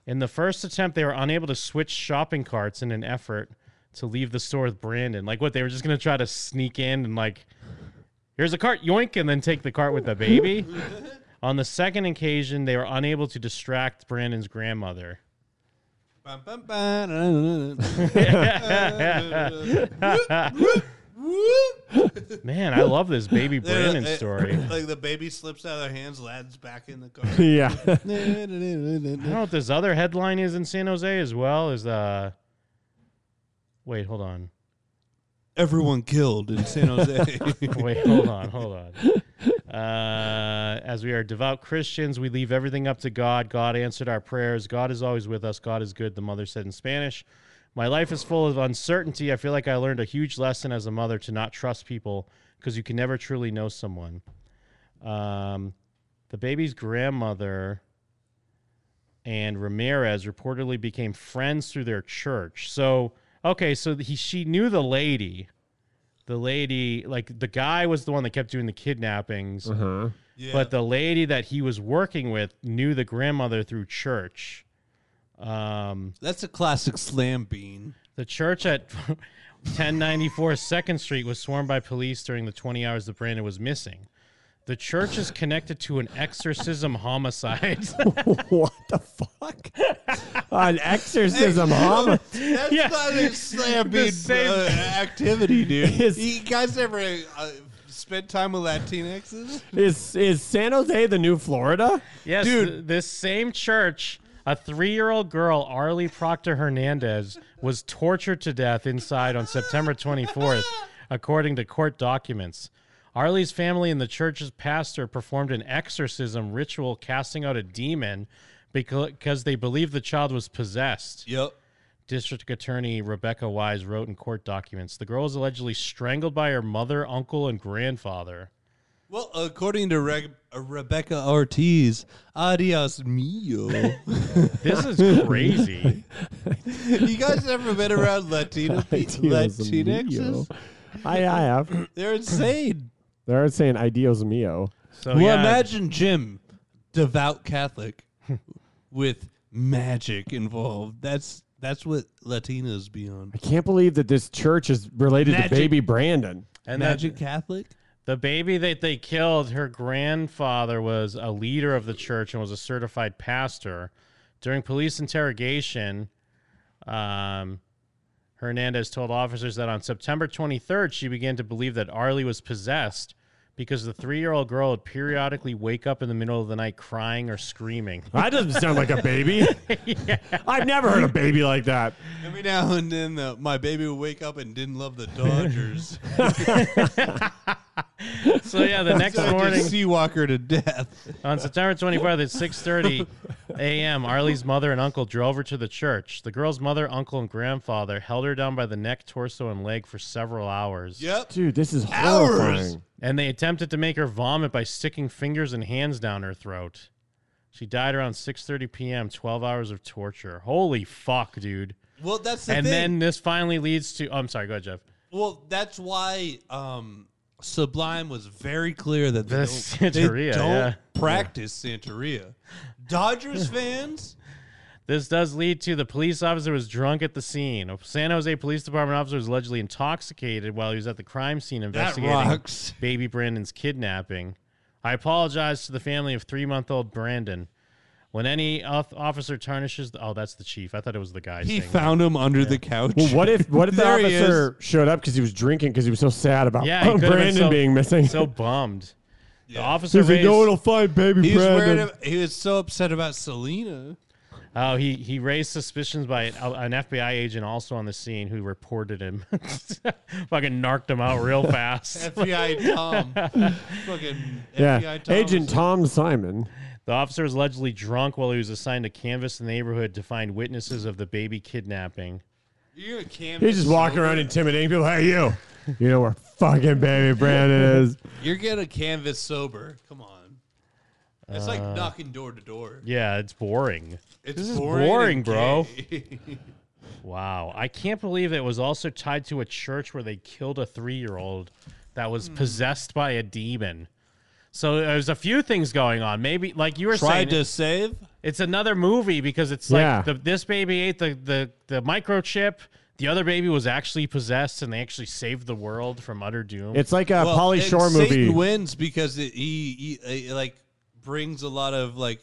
In the first attempt, they were unable to switch shopping carts in an effort to leave the store with Brandon. Like, what? They were just going to try to sneak in and, like, here's a cart, yoink, and then take the cart with the baby. On the second occasion, they were unable to distract Brandon's grandmother. Man, I love this baby Brandon Yeah, it- story. Like the baby slips out of their hands, lad's back in the car. Yeah. I don't know what this other headline is in San Jose as well. Is uh, wait, hold on. Everyone killed in San Jose. Wait, hold on, hold on. Uh, as we are devout Christians, we leave everything up to God. God answered our prayers. God is always with us. God is good, the mother said in Spanish. My life is full of uncertainty. I feel like I learned a huge lesson as a mother to not trust people because you can never truly know someone. Um, the baby's grandmother and Ramirez reportedly became friends through their church. So, okay, so he she knew the lady. The lady, like the guy was the one that kept doing the kidnappings. Uh-huh. Yeah. But the lady that he was working with knew the grandmother through church. Um, That's a classic slam bean. the church at 1094 Second Street was swarmed by police during the 20 hours that Brandon was missing. The church is connected to an exorcism homicide. what the fuck? An exorcism, huh? That's Yeah. not a slam The bean same- uh, activity, dude. His- you guys ever uh, spent time with Latinxes? Is is San Jose the new Florida? Yes, Dude. th- this same church A three year old girl, Arlie Proctor Hernandez, was tortured to death inside on September 24th, according to court documents. Arlie's family and the church's pastor performed an exorcism ritual casting out a demon becau- because they believed the child was possessed. Yep. District Attorney Rebecca Wise wrote in court documents the girl was allegedly strangled by her mother, uncle, and grandfather. Well, according to Re- uh, Rebecca Ortiz, adios mio. This is crazy. you guys ever been around Latino pe- Ideals mio. Latinxes? I, I have. They're insane. They're saying ideals mio. So well, imagine Jim, devout Catholic, with magic involved. That's that's what Latinos be on. I can't believe that this church is related Magic. to baby Brandon. And that- Magic Catholic. The baby that they killed, her grandfather was a leader of the church and was a certified pastor. During police interrogation, um, Hernandez told officers that on September 23rd, she began to believe that Arlie was possessed because the three year old girl would periodically wake up in the middle of the night crying or screaming. That doesn't sound like a baby. I've never heard a baby like that. Every now and then, the, my baby would wake up and didn't love the Dodgers. So, yeah, the next So I just morning- see Walker to death. On September 24th at 6:30 a.m., Arlie's mother and uncle drove her to the church. The girl's mother, uncle, and grandfather held her down by the neck, torso, and leg for several hours. Yep. Dude, this is Hours. horrifying. And they attempted to make her vomit by sticking fingers and hands down her throat. She died around 6:30 p.m., 12 hours of torture. Holy fuck, dude. Well, that's the and thing. then this finally leads to oh, I'm sorry, go ahead, Jeff. Well, that's why um, Sublime was very clear that they The don't, Santeria, they don't yeah. practice Santeria. Dodgers fans, This does lead to the police officer was drunk at the scene. A San Jose Police Department officer was allegedly intoxicated while he was at the crime scene investigating rocks. baby Brandon's kidnapping. I apologize to the family of three-month-old Brandon. When any oth- officer tarnishes, the- oh, that's the chief. I thought it was the guy. he saying found him under the couch. Well, what if what if the There he officer showed up because he was drinking because he was so sad that. about Yeah, he could've been Brandon so- being missing? So bummed. The officer He's like, raised, no one will find baby He was, Brandon. worried ab- he was so upset about Selena. oh, he he raised suspicions by an, an FBI agent also on the scene who reported him. Fucking narked him out real fast. FBI Tom. Fucking yeah, FBI Tom. Agent Tom Simon. The officer was allegedly drunk while he was assigned to canvass the neighborhood to find witnesses of the baby kidnapping. You're gonna canvas He's just walking around intimidating people. Hey, you. You know where fucking baby Brandon is. You're gonna canvas sober. Come on. It's like knocking door to door. Yeah, it's boring. It's this is boring, boring, bro. bro. Wow. I can't believe it was also tied to a church where they killed a three year old that was possessed by a demon. So there's a few things going on. Maybe, like you were saying, Tried to save. it's another movie because it's Yeah. like the, this baby ate the, the, the microchip. The other baby was actually possessed and they actually saved the world from utter doom. It's like a Well, Polly and Shore Satan movie. wins because it, he, he uh, like brings a lot of like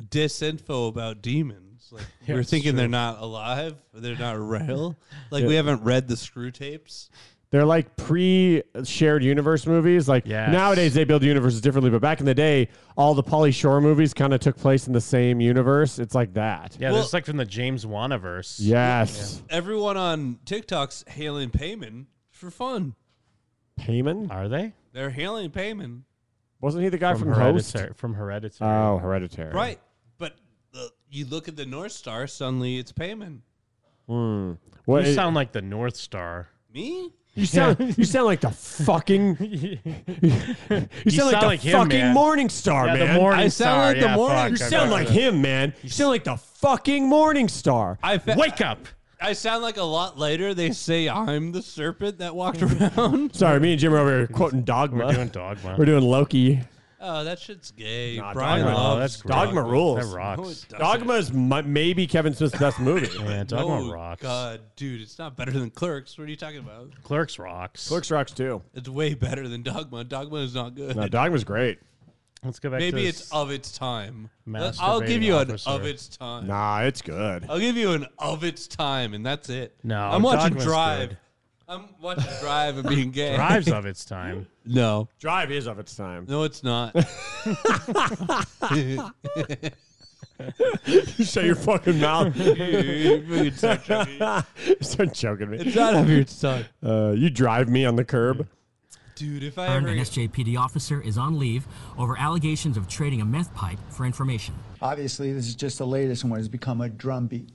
disinfo about demons. Like we're it's thinking true. they're not alive, they're not real. Like we haven't read the screw tapes. They're like pre shared universe movies. Like Yes. nowadays they build universes differently, but back in the day, all the Polly Shore movies kind of took place in the same universe. It's like that. yeah, well- this is like from the James Wanaverse. Yes. Everyone on TikTok's hailing Payman for fun. Payman? Are they? They're hailing Payman, Wasn't he the guy from, Host? Hereditary. Uh, From Hereditary. Oh, Hereditary. right? But uh, you look at the North Star, suddenly it's Payman. Hmm. you What, you, sound, sound like the North Star. Me? you, sound, you sound like the fucking. you sound sound like the like him, fucking man. Morning Star, yeah, man. the morning I sound star. like the yeah, morning- fuck, you I sound fuck like with it. him, man. You sound like the fucking Morning Star. I fa- Wake up. I sound like a lot later. They say I'm the serpent that walked around. Sorry, me and Jim are over here quoting Dogma. We're doing dogma. We're doing Loki. Oh, that shit's gay. Nah, Brian Dogma- loves that's great. Dogma rules. that rocks. No, it doesn't. Dogma is my, maybe Kevin Smith's best movie. yeah, dogma No, rocks. Oh, God, dude, it's not better than Clerks. What are you talking about? Clerks rocks. Clerks rocks too. It's way better than Dogma. Dogma is not good. No, Dogma's great. Let's go back. Maybe to it's of its time. Masturbating I'll give you an officer. of its time. Nah, it's good. I'll give you an of its time, and that's it. No, I'm watching Dogma's Drive. good. I'm watching Drive and being gay. drives of its time. No, Drive is of its time. no, it's not. Shut your fucking mouth. You fucking start choking Start choking me. It's out of your tongue. Uh, you drive me on the curb. Dude, if I An ever get SJPD officer is on leave over allegations of trading a meth pipe for information. Obviously, this is just the latest one. It's become a drumbeat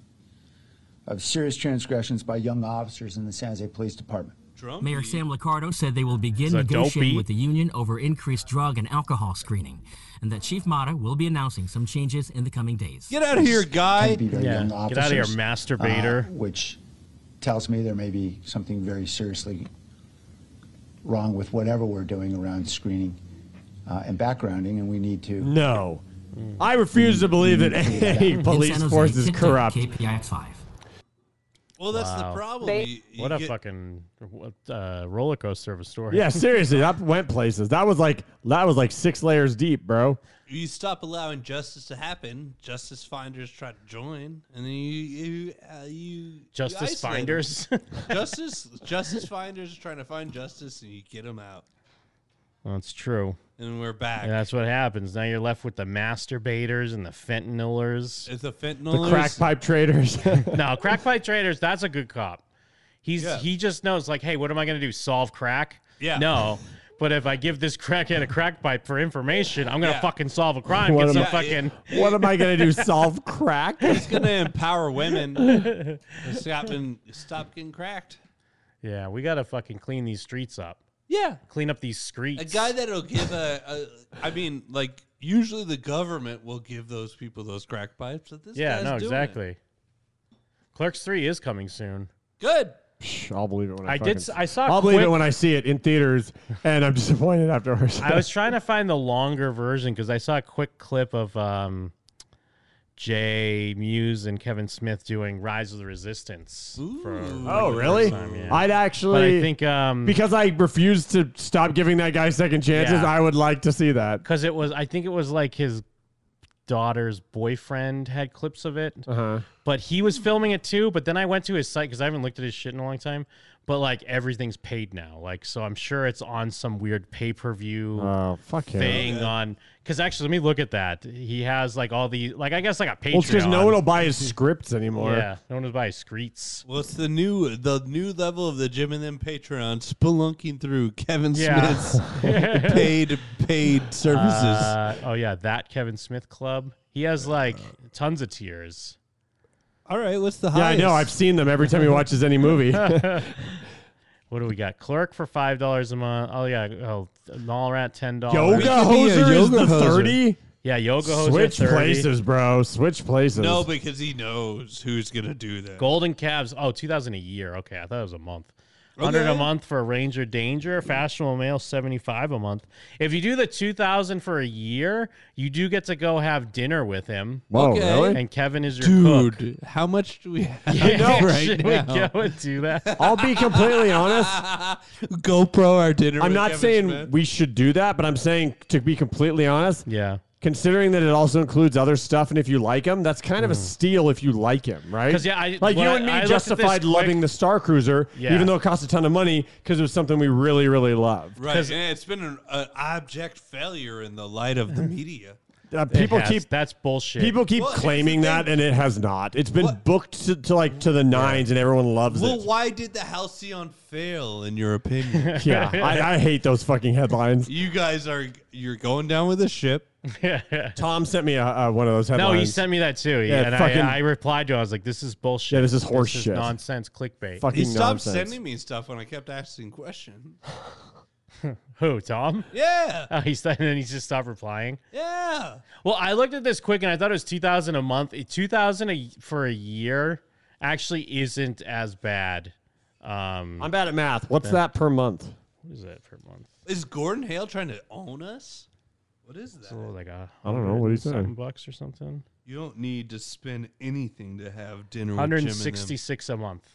of serious transgressions by young officers in the San Jose Police Department. Mayor Sam Licardo said they will begin Is that dope negotiating beat? with the union over increased drug and alcohol screening, and that Chief Mata will be announcing some changes in the coming days. out of here, guy. Can be the young get out of here, officers, uh, masturbator. which tells me there may be something very seriously wrong with whatever we're doing around screening uh, and backgrounding, and we need to. No. I refuse to believe that any In police San Jose, force is TikTok corrupt. KPI five. Well, that's Wow. the problem. They- You- you what a get- fucking what, uh, roller coaster of a story. Yeah, seriously, that went places. That was like that was like six layers deep, bro. you stop allowing justice to happen, justice finders try to join, and then you you uh, you Justice you isolate finders? them. justice justice finders are trying to find justice, and you get them out, That's true. and we're back. And that's what happens. Now you're left with the masturbators and the fentanylers. It's the fentanylers. The crack pipe traders. no, crack pipe traders. That's a good cop. He's Yeah. he just knows like, hey, what am I gonna do? Solve crack? Yeah. No. But if I give this crackhead a crack pipe for information, I'm gonna Yeah. fucking solve a crime. What Get am some I- fucking. what am I gonna do? Solve crack? It's gonna empower women to stop and stop getting cracked. Yeah, we gotta fucking clean these streets up. Yeah. Clean up these streets. A guy that'll give a, a I mean, like usually the government will give those people those crack pipes. But this yeah, guy's no, doing it. exactly. Clerks Three is coming soon. Good. Psh, I'll believe it when I, I did fucking- s- I saw I'll believe it quick- when I see it in theaters, and I'm disappointed afterwards. I was trying to find the longer version because I saw a quick clip of um, Jay Muse and Kevin Smith doing Rise of the Resistance. For, Oh, like, the really? first time, yeah. I'd But actually. I think um, because I refuse to stop giving that guy second chances. Yeah. I would like to see that. because it was I think it was like his daughter's boyfriend had clips of it, Uh-huh. but he was filming it too. But then I went to his site because I haven't looked at his shit in a long time. But like everything's paid now, like so I'm sure it's on some weird pay per view Oh, fuck yeah. thing on. Because actually, let me look at that. He has like all the like I guess like a Patreon. Well, it's because no one will buy his scripts anymore. Yeah, no one will buy his screets. Well, it's the new the new level of the Jim and them Patreon spelunking through Kevin Yeah. Smith's paid paid services. Uh, oh yeah, that Kevin Smith club. He has like tons of tiers. All right, what's the Yeah, I highest? know. I've seen them every time he watches any movie. What do we got? Clerk for five dollars a month. Oh yeah, oh Mallrat ten dollars. yoga hoser is the thirty. Yeah, yoga hoser Switch 30. places, bro. Switch places. no because he knows who's gonna do that. Golden Calves. Oh, 2000 a year. Okay, I thought it was a month. 100 a Okay. month for Ranger Danger, Fashionable Male 75 a month. If you do the 2000 for a year, you do get to go have dinner with him. Whoa, Okay. really? And Kevin is your Dude, cook. how much do we have Yeah, right should we now? go and do that? I'll be completely honest. GoPro our dinner. I'm with not Kevin saying Smith. we should do that, but I'm saying to be completely honest, Yeah. considering that it also includes other stuff, and if you like him, that's kind of a steal if you like him, right? Mm. 'Cause, yeah, I- like you when I- and me I looked at this justified quick- loving the Star Cruiser, Yeah. even though it cost a ton of money, because it was something we really, really loved. Right, and it's been an, an object failure in the light of the media. Uh, It people has- keep That's bullshit. people keep Well, here's the claiming that, and it has not. It's been booked to, to like to the nines, and everyone loves Well, it. why did the Halcyon fail, in your opinion? Yeah, I, I hate those fucking headlines. you guys are you're going down with the ship. Tom sent me a, a, one of those headlines. No, he sent me that too. Yeah, and fucking- I, I replied to him. I was like, this is bullshit. Yeah, this is horse shit. nonsense clickbait. fucking He stopped nonsense. sending me stuff when I kept asking questions. Who, Tom? Yeah, Oh, he's, and then he just stopped replying. yeah. Well, I looked at this quick and I thought it was 2000 a month. 2000 a, for a year actually isn't as bad. Um, I'm bad at math. What's that per month? what is that per month? Is Gordon Hale trying to own us? What is It's a that? little Oh, like a I don't know. What do you think? something bucks or something. You don't need to spend anything to have dinner. With Jim and them. 166 a month.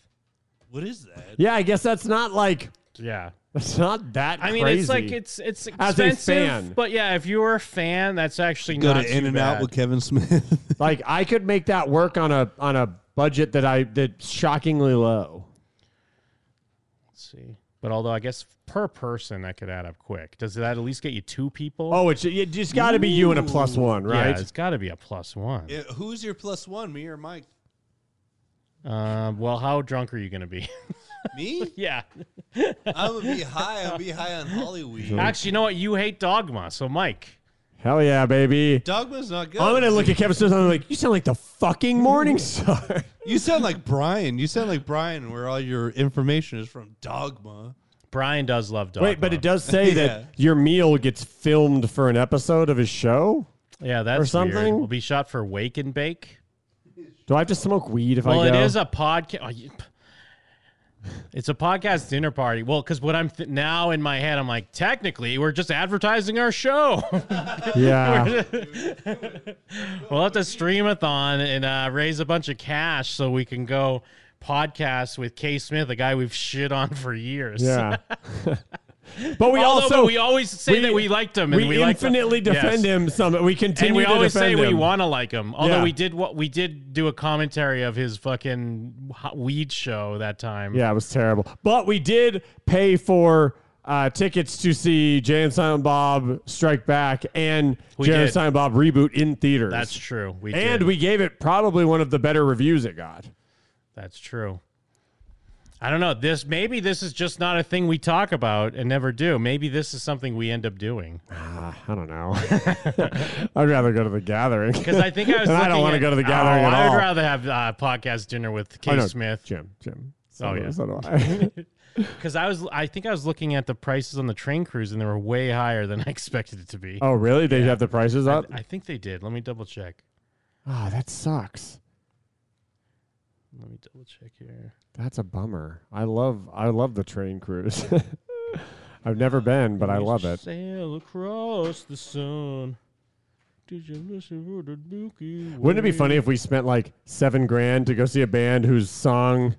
What is that? Yeah, I guess that's not like Yeah. that's not that. I mean, crazy. it's like it's it's As a expensive, fan. but yeah, if you were a fan, that's actually Go not to In too and Out bad. with Kevin Smith. like I could make that work on a on a budget that I that's shockingly low. Let's see. But although I guess per person that could add up quick. Does that at least get you two people? Oh, it's it just got to be you and a plus one, right? Yeah, it's got to be a plus one. Yeah, who's your plus one, me or Mike? Uh, well, how drunk are you going to be? Me? yeah. I'm gonna be high. I'll be high on Hollywood. Mm-hmm. Actually, you know what? You hate dogma, so Mike. Hell yeah, baby. Dogma's not good. I'm gonna look at Kevin Smith. and I'm like, you sound like the fucking Morning Star. You sound like Brian. You sound like Brian, where all your information is from Dogma. Brian does love dogma. Wait, but it does say Yeah. that your meal gets filmed for an episode of his show. Yeah, that's or something. Weird. Will be shot for wake and bake. Do I have to smoke weed if well, I go? it is a podcast. it's a podcast dinner party. Well, because what I'm th- now in my head, I'm like, technically, we're just advertising our show. Yeah. we'll have to stream a thon and uh, raise a bunch of cash so we can go podcast with Kay Smith, a guy we've shit on for years. Yeah. but we Although, also but we always say that we liked him and we, we liked- infinitely defend Yes. him. Some we continue and we to always say defend we him. want to like him. Although Yeah. we did what we did do a commentary of his fucking ho- weed show that time. Yeah, it was terrible. But we did pay for uh, tickets to see Jay and Silent Bob Strike Back and We Jay and did. Silent Bob Reboot in theaters. That's true. We and did. we gave it probably one of the better reviews it got. That's true. I don't know. This maybe this is just not a thing we talk about and never do. Maybe this is something we end up doing. Ah, I don't know. I'd rather go to the gathering Because I think I was. And I don't looking want to at- go to the gathering Oh, at I'd all. rather have uh, podcast dinner with I Kay know, Smith. Jim, Jim. oh yeah. So do I. Because I was, I think I was looking at the prices on the train cruise, and they were way higher than I expected it to be. oh really? They Yeah. have the prices I- up? I, think they did. Let me double check. Ah, that sucks. Let me double check here. That's a bummer. I love I love the train cruise. I've never been, but I love it. Sail across the sun. Did you listen for the Milky Wouldn't it be Way? funny if we spent like seven grand to go see a band whose song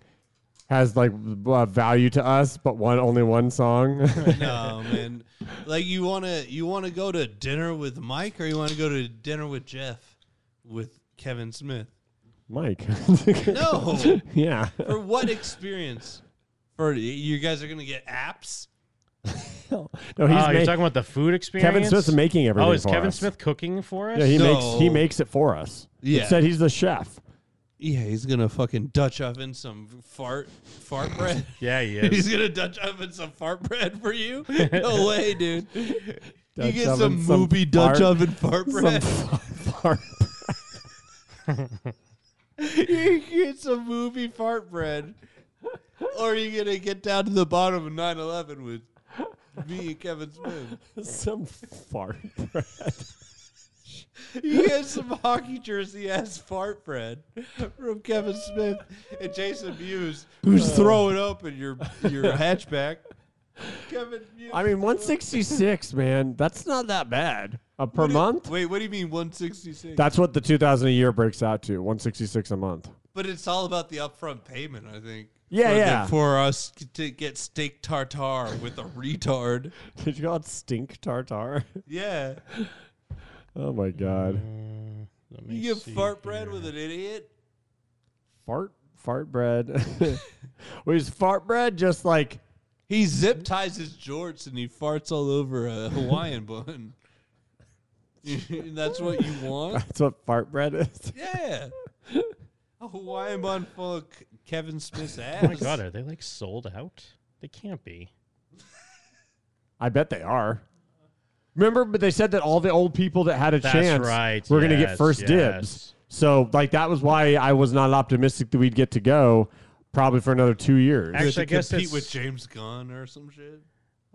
has like uh, value to us, but one only one song? no, man. Um, Like you wanna you wanna go to dinner with Mike or you wanna go to dinner with Jeff with Kevin Smith? Mike. No. yeah. For what experience? For you guys are gonna get apps? No, he's oh, Ah, ma- you're talking about the food experience. Smith's making everything Oh, is for Kevin us. Smith cooking for us? Yeah, he makes he No. makes it for us. It Yeah. said he's the chef. Yeah, he's gonna fucking Dutch oven some fart fart bread. Yeah, he is. he's gonna Dutch oven some fart bread for you. No way, dude. you Dutch get oven, some some movie Dutch fart- oven fart some bread. fart you get some movie fart bread, or you're gonna get down to the bottom of 9/11 with me and Kevin Smith. Some fart bread. You get some hockey jersey ass fart bread from Kevin Smith and Jason Mewes, Uh. who's throwing up in your your hatchback. Kevin Mewes. I mean, 166, man. That's not that bad uh, per What do you- month. Wait, what do you mean 166? That's what the 2000 a year breaks out to. 166 a month. But it's all about the upfront payment, I think. Yeah, for the- yeah. for us to get steak tartare with a retard. Did you call it stink tartar? Yeah. Oh my god. You get fart bread with an idiot? Fart fart bread. well, is fart bread just like He zip ties his jorts and he farts all over a Hawaiian bun. That's what you want? that's what fart bread is? Yeah. A Hawaiian bun full of K- Kevin Smith's ass. Oh my god, are they like sold out? They can't be. I bet they are. Remember, but they said that all the old people that had a That's chance right, were going to get yes, first dibs. yes. So, like, that was why I was not optimistic that we'd get to go probably for another two years. You have Actually, I to guess compete it's- with James Gunn or some shit.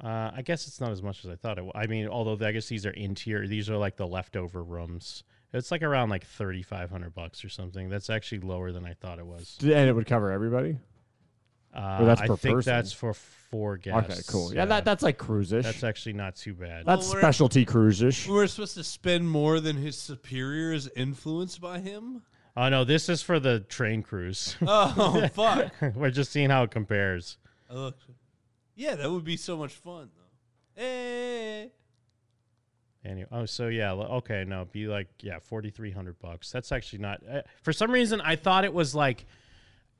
Uh, I guess it's not as much as I thought it. Was. I mean, although I guess these are interior. These are like the leftover rooms. It's like around like thirty five hundred bucks or something. That's actually lower than I thought it was. And it would cover everybody. Uh, Or that's I per think person. that's for four guests. Okay, cool. Yeah, that- that's like cruise-ish. That's actually not too bad. That's we're- specialty cruise-ish. We're supposed to spend more than his superior is influenced by him? Oh no, this is for the train cruise. Oh, fuck. We're just seeing how it compares. I look. Yeah, that would be so much fun, though. Eh, Hey. Anyway, oh, so yeah, l- okay, no, be eh, like yeah, forty three hundred bucks. That's actually not. Uh, for some reason, I thought it was like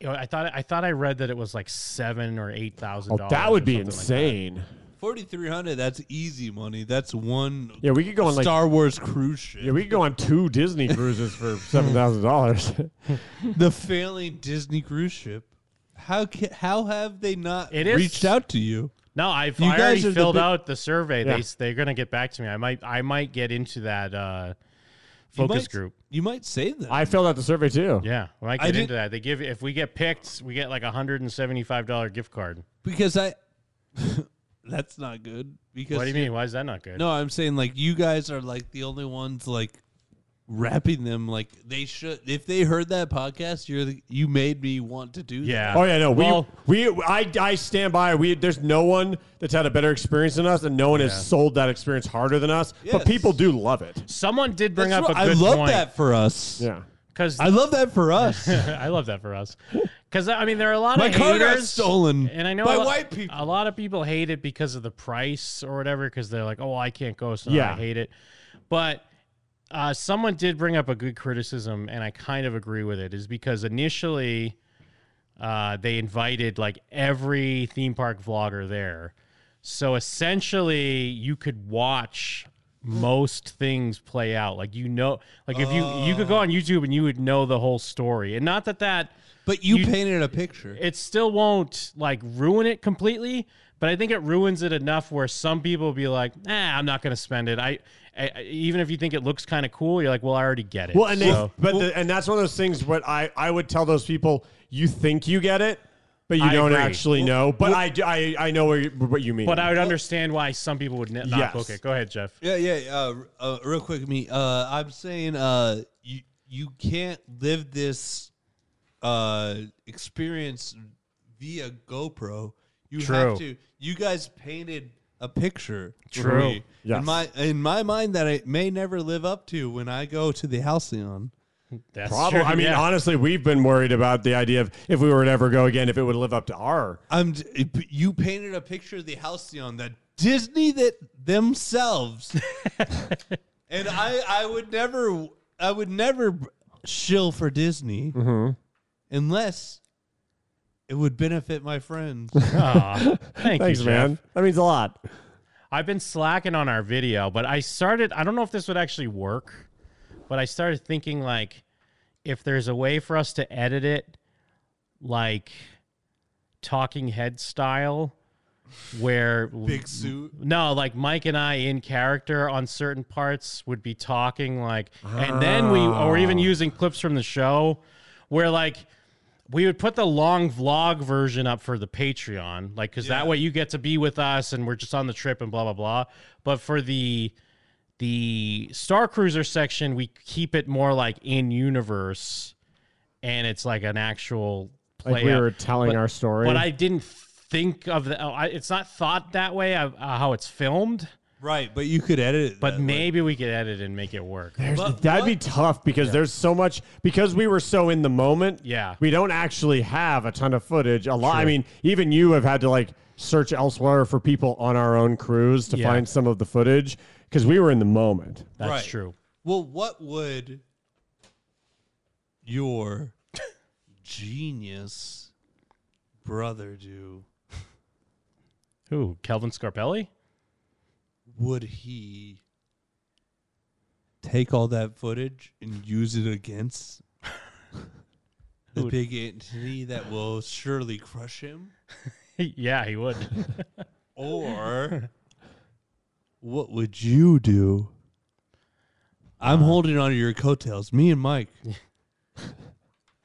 you know, I thought I thought I read that it was like seven or eight thousand. Oh, that would be insane. Forty three hundred. That's easy money. That's one. Yeah, we could go on like Star Wars cruise ship. Yeah, we could go on two Disney cruises for seven thousand dollars. the failing Disney cruise ship. How can, how have they not It is- reached out to you? No, I've You I already guys are the filled big- out the survey. Yeah. They s- they're gonna get back to me. I might I might get into that uh, You focus might- group. You might save them. I filled out the survey too. Yeah, I might I get did- into that. They give if we get picked, we get like a hundred and seventy five dollar gift card. because I. that's not good. Because what do you you're- mean? Why is that not good? No, I'm saying like you guys are like the only ones like wrapping them like they should. If they heard that podcast, you're the, you made me want to do. Yeah. That. Oh yeah, no. We we I I stand by. We there's no one that's had a better experience than us, and no one Yeah. has sold that experience harder than us. Yes. But people do love it. Someone did bring That's up a right. I good love point. that for us. Yeah. Because I love that for us. I love that for us. Because I mean, there are a lot My of car got haters stolen and I know by a lo- Uh, white people. A lot of people hate it because of the price or whatever. Because they're like, "Oh, I can't go, so I Yeah. hate it." But uh, someone did bring up a good criticism, and I kind of agree with it. Is because initially uh, they invited like every theme park vlogger there, so essentially you could watch most things play out like you know like if you you could go on youtube and you would know the whole story and not that that but you painted a picture. it still won't like ruin it completely but i think it ruins it enough where some people will be like nah i'm not going to spend it I, I I- even if you think it looks kind of cool you're like well i already get it Well, and they, So- but the, and that's one of those things. What I I would tell those people, you think you get it, but you I don't agree. actually know. But I, do- I I know where you, what you mean. but i would understand why some people would n- not Yes. book it go ahead jeff Yeah, yeah. Uh, uh, real quick, me. Uh, I'm saying uh, you you can't live this uh, experience via GoPro. You True. have to. You guys painted a picture. for True. me Yes. In my in my mind, that I may never live up to when I go to the Halcyon. That's Probably. I mean, honestly, we've been worried about the idea of if we were to ever go again, if it would live up to our. I'm. You painted a picture of the Halcyon that Disney that themselves, and I. I would never. I would never shill for Disney Mm-hmm. unless it would benefit my friends. Aw, thank Thanks, you, Jeff. man. That means a lot. I've been slacking on our video, but I started. I don't know if this would actually work, but I started thinking like, if there's a way for us to edit it, like talking head style, where Big suit? No, like Mike and I in character on certain parts would be talking like, and then we or even Oh. using clips from the show, where like. We would put the long vlog version up for the Patreon, like because that way you get to be with us and we're just on the trip and blah blah blah. But for the the Star Cruiser section, we keep it more like in universe, and it's like an actual play. Like we out. were telling But- our story. but I didn't think of the. oh, I, it's not thought that way of uh, how it's filmed. Right, but you could edit it. But maybe we could edit and make it work. There's- that'd be tough because there's so much because we were so in the moment. Yeah. we don't actually have a ton of footage. A lot. I mean, even you have had to like search elsewhere for people on our own cruise to Yeah. find some of the footage because we were in the moment. That's Right. true. Well, what would your genius brother do? Who? Kelvin Scarpelli? Would he take all that footage and use it against the Who- big entity that will surely crush him? yeah, he would. Or what would you do? I'm Uh. holding on to your coattails, me and Mike.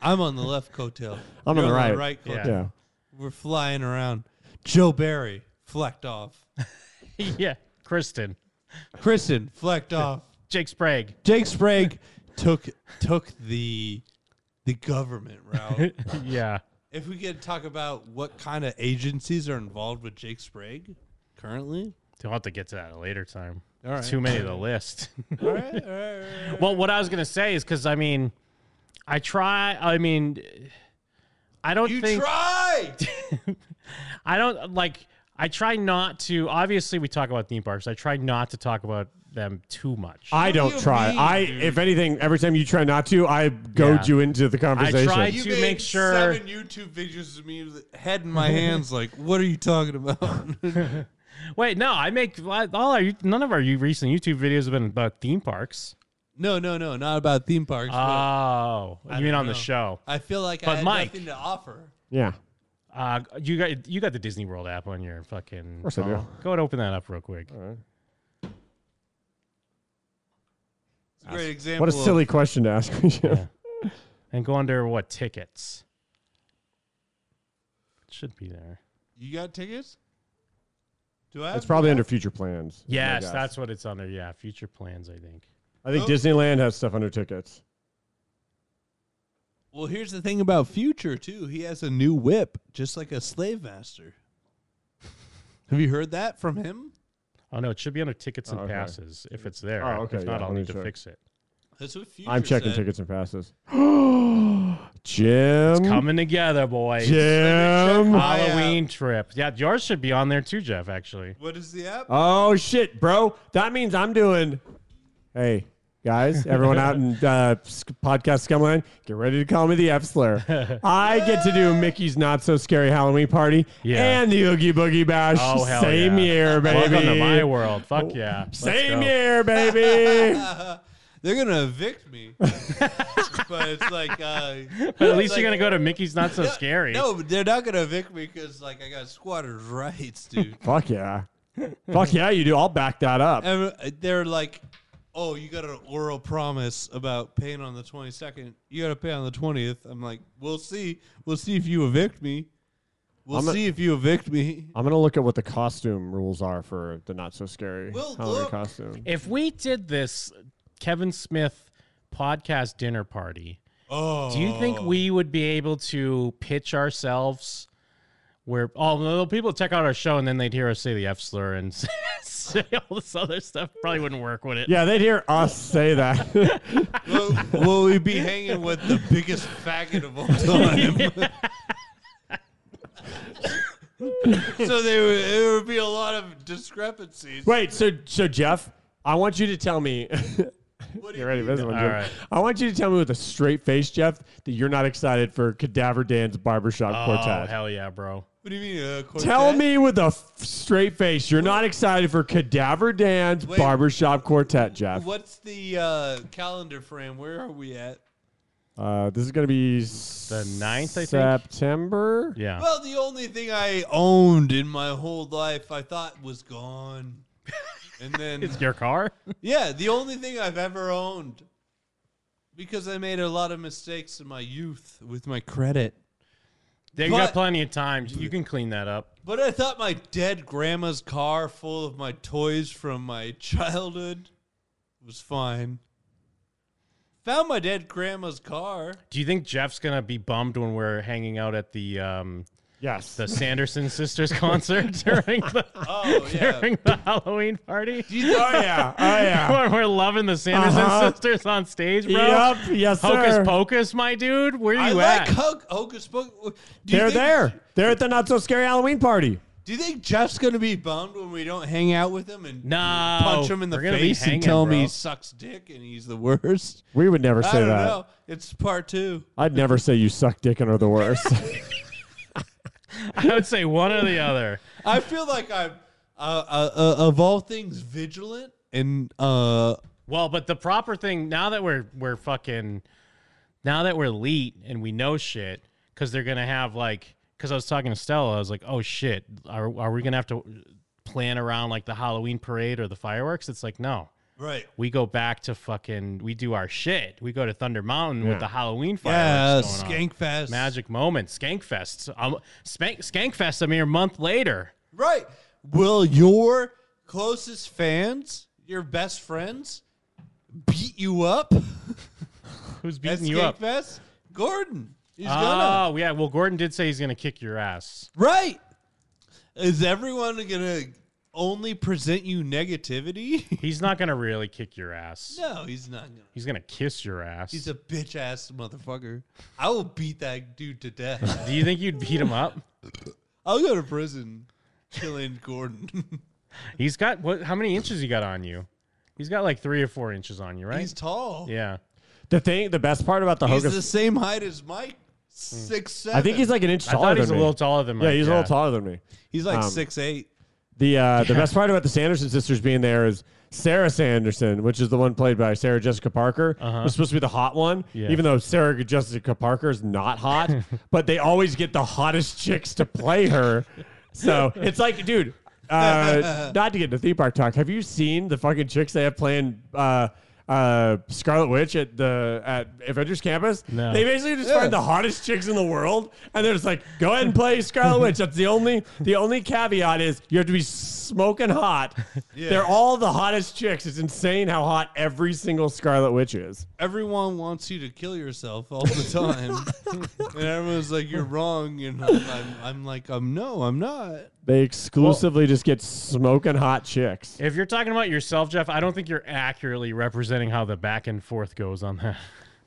I'm on the left coattail. I'm on You're the the right. right Yeah. coattail. Yeah. We're flying around. Joe Barry flecked off. yeah, Kristen, Kristen flecked off. Jake Sprague. Jake Sprague took took the the government route. yeah. If we could talk about what kind of agencies are involved with Jake Sprague currently, I'll have to get to that at a later time. All right. Too many of the list. All right, all right, all Well, what I was gonna say is because I mean, I try. I mean, I don't You think try. I don't like. I try not to. Obviously, we talk about theme parks. I try not to talk about them too much. I don't try. I, if anything, every time you try not to, I goad Yeah. you into the I conversation. tried You to made make sure- seven YouTube videos of me with the head in my hands, like, what are you talking about? Wait, no, I make all our none of our recent YouTube videos have been about theme parks. no, no, no, not about theme parks. Oh, I you mean don't on the know. show? I feel like I But had Mike- nothing to offer. Yeah. Uh, you got you got the Disney World app on your fucking. Of course I do. phone. Go and open that up real quick. It's a great example. What a of- silly question to ask. yeah. And go under what tickets? It should be there. You got tickets? Do I? It's probably under future plans. is my Yes, guess. that's what it's under. Yeah, future plans. I think. I think Disneyland has stuff under tickets. Well, here's the thing about Future too. He has a new whip, just like a slave master. Have you heard that from him? Oh no, it should be under tickets and Oh, okay. passes if it's there. Oh, okay, If yeah, not, let I'll me need to check. fix it. That's what Future. I'm checking said. tickets and passes. Jim. It's coming together, boys. Jim. Halloween trip. Yeah, yours should be on there too, Jeff. Actually. What is the app? Oh shit, bro! That means I'm doing. Hey guys, everyone out in uh, sc- podcast scumland, get ready to call me the F slur. I get to do Mickey's not so scary Halloween party Yeah. and the Oogie Boogie Bash. Oh hell same yeah. year, baby. Welcome to my world. Fuck yeah. Let's Same go. year, baby. They're gonna evict me. but it's like, uh, But at it's least like- you're gonna go to Mickey's Not So No, Scary. No, but they're not gonna evict me because like I got squatters' rights, dude. Fuck yeah. Fuck yeah, you do. I'll back that up. And uh, they're like, oh, you got an oral promise about paying on the 22nd. You got to pay on the 20th. I'm like, we'll see. We'll see if you evict me. We'll I'm a- see if you evict me. I'm gonna look at what the costume rules are for the not so scary Halloween costume. If we did this Kevin Smith podcast dinner party, oh. do you think we would be able to pitch ourselves? Where oh, no, people check out our show and then they'd hear us say the F slur and say all this other stuff. Probably wouldn't work, would it? Yeah, they'd hear us say that. Will we be hanging with the biggest faggot of all time? so there, would- there would be a lot of discrepancies. Wait, so so Jeff, I want you to tell me. you are ready for this one, All Jim. right. I want you to tell me with a straight face, Jeff, that you're not excited for Cadaver Dan's barbershop Oh quartet. hell yeah, bro! What do you mean? Uh, quartet? Tell me with a f- straight face you're not excited for Cadaver Dan's barbershop quartet, Jeff. What's the uh, calendar frame? Where are we at? Uh, this is going to be The ninth, I think. September. Yeah. Well, the only thing I owned in my whole life I thought was gone. And then It's your car. Yeah, the only thing I've ever owned because I made a lot of mistakes in my youth with my credit. Yeah, you got But- plenty of time. You can clean that up. But I thought my dead grandma's car full of my toys from my childhood was fine. Found my dead grandma's car. Do you think Jeff's gonna be bummed when we're hanging out at the um yes the Sanderson sisters concert during the Oh, yeah. during the Halloween party? oh yeah, oh yeah. When we're loving the Sanderson Uh-huh. sisters on stage, bro. Yup, yes, Hocus sir. pocus, my dude. Where I you like at? Ho- Hocus Pocus. Do you They're think- there. They're at the not so scary Halloween party. Do you think Jeff's gonna be bummed when we don't hang out with him and no, punch him in the we're gonna be face hanging, and tell him bro. he sucks dick and he's the worst? We would never I say don't that. know. It's part two. I'd never say you suck dick and are the worst. I would say one or the other. I feel like I'm uh, uh, uh, of all things vigilant and uh Well, but the proper thing now that we're we're fucking now that we're elite and we know shit because they're gonna have like because I was talking to Stella, I was like, oh shit, are are we gonna have to plan around like the Halloween parade or the fireworks? It's like no. Right. We go back to fucking. We do our shit. We go to Thunder Mountain Yeah. with the Halloween Yeah, fireworks. going on. Skankfest. magic moment, Skankfest. Um, Spank, Skankfest. A mere month later. right. Will your closest fans, your best friends, beat you up? Who's beating you up? Skankfest? Gordon. He's oh gonna. yeah. Well, Gordon did say he's gonna kick your ass. Right. Is everyone gonna only present you negativity? He's not gonna really kick your ass. No, he's not gonna. He's gonna kiss your ass. He's a bitch ass motherfucker. I will beat that dude to death. Do you think you'd beat him up? I'll go to prison killing Gordon. He's got what? How many inches he got on you? He's got like three or four inches on you, right? He's tall. Yeah. The thing, the best part about the He's Hogan, the same height as Mike. Six seven. I think he's like an inch I taller thought he's than a me. little taller than Yeah, Mike, he's a yeah. little taller than me. He's like Um, six eight. The uh, the Yeah. best part about the Sanderson sisters being there is Sarah Sanderson, which is the one played by Sarah Jessica Parker, Uh-huh. was supposed to be the hot one, Yeah. even though Sarah Jessica Parker is not hot, but they always get the hottest chicks to play her. So it's like, dude, uh, not to get into theme park talk, have you seen the fucking chicks they have playing uh, uh, Scarlet Witch at the at Avengers Campus? No. They basically just Yeah. find the hottest chicks in the world, and they're just like, go ahead and play Scarlet Witch. That's the only the only caveat is you have to be smoking hot. Yeah. They're all the hottest chicks. It's insane how hot every single Scarlet Witch is. Everyone wants you to kill yourself all the time, and everyone's like, "You're wrong." And I'm, I'm, I'm like, "I'm no, I'm not." They exclusively just get smoking hot chicks. If you're talking about yourself, Jeff, I don't think you're accurately representing how the back and forth goes on that.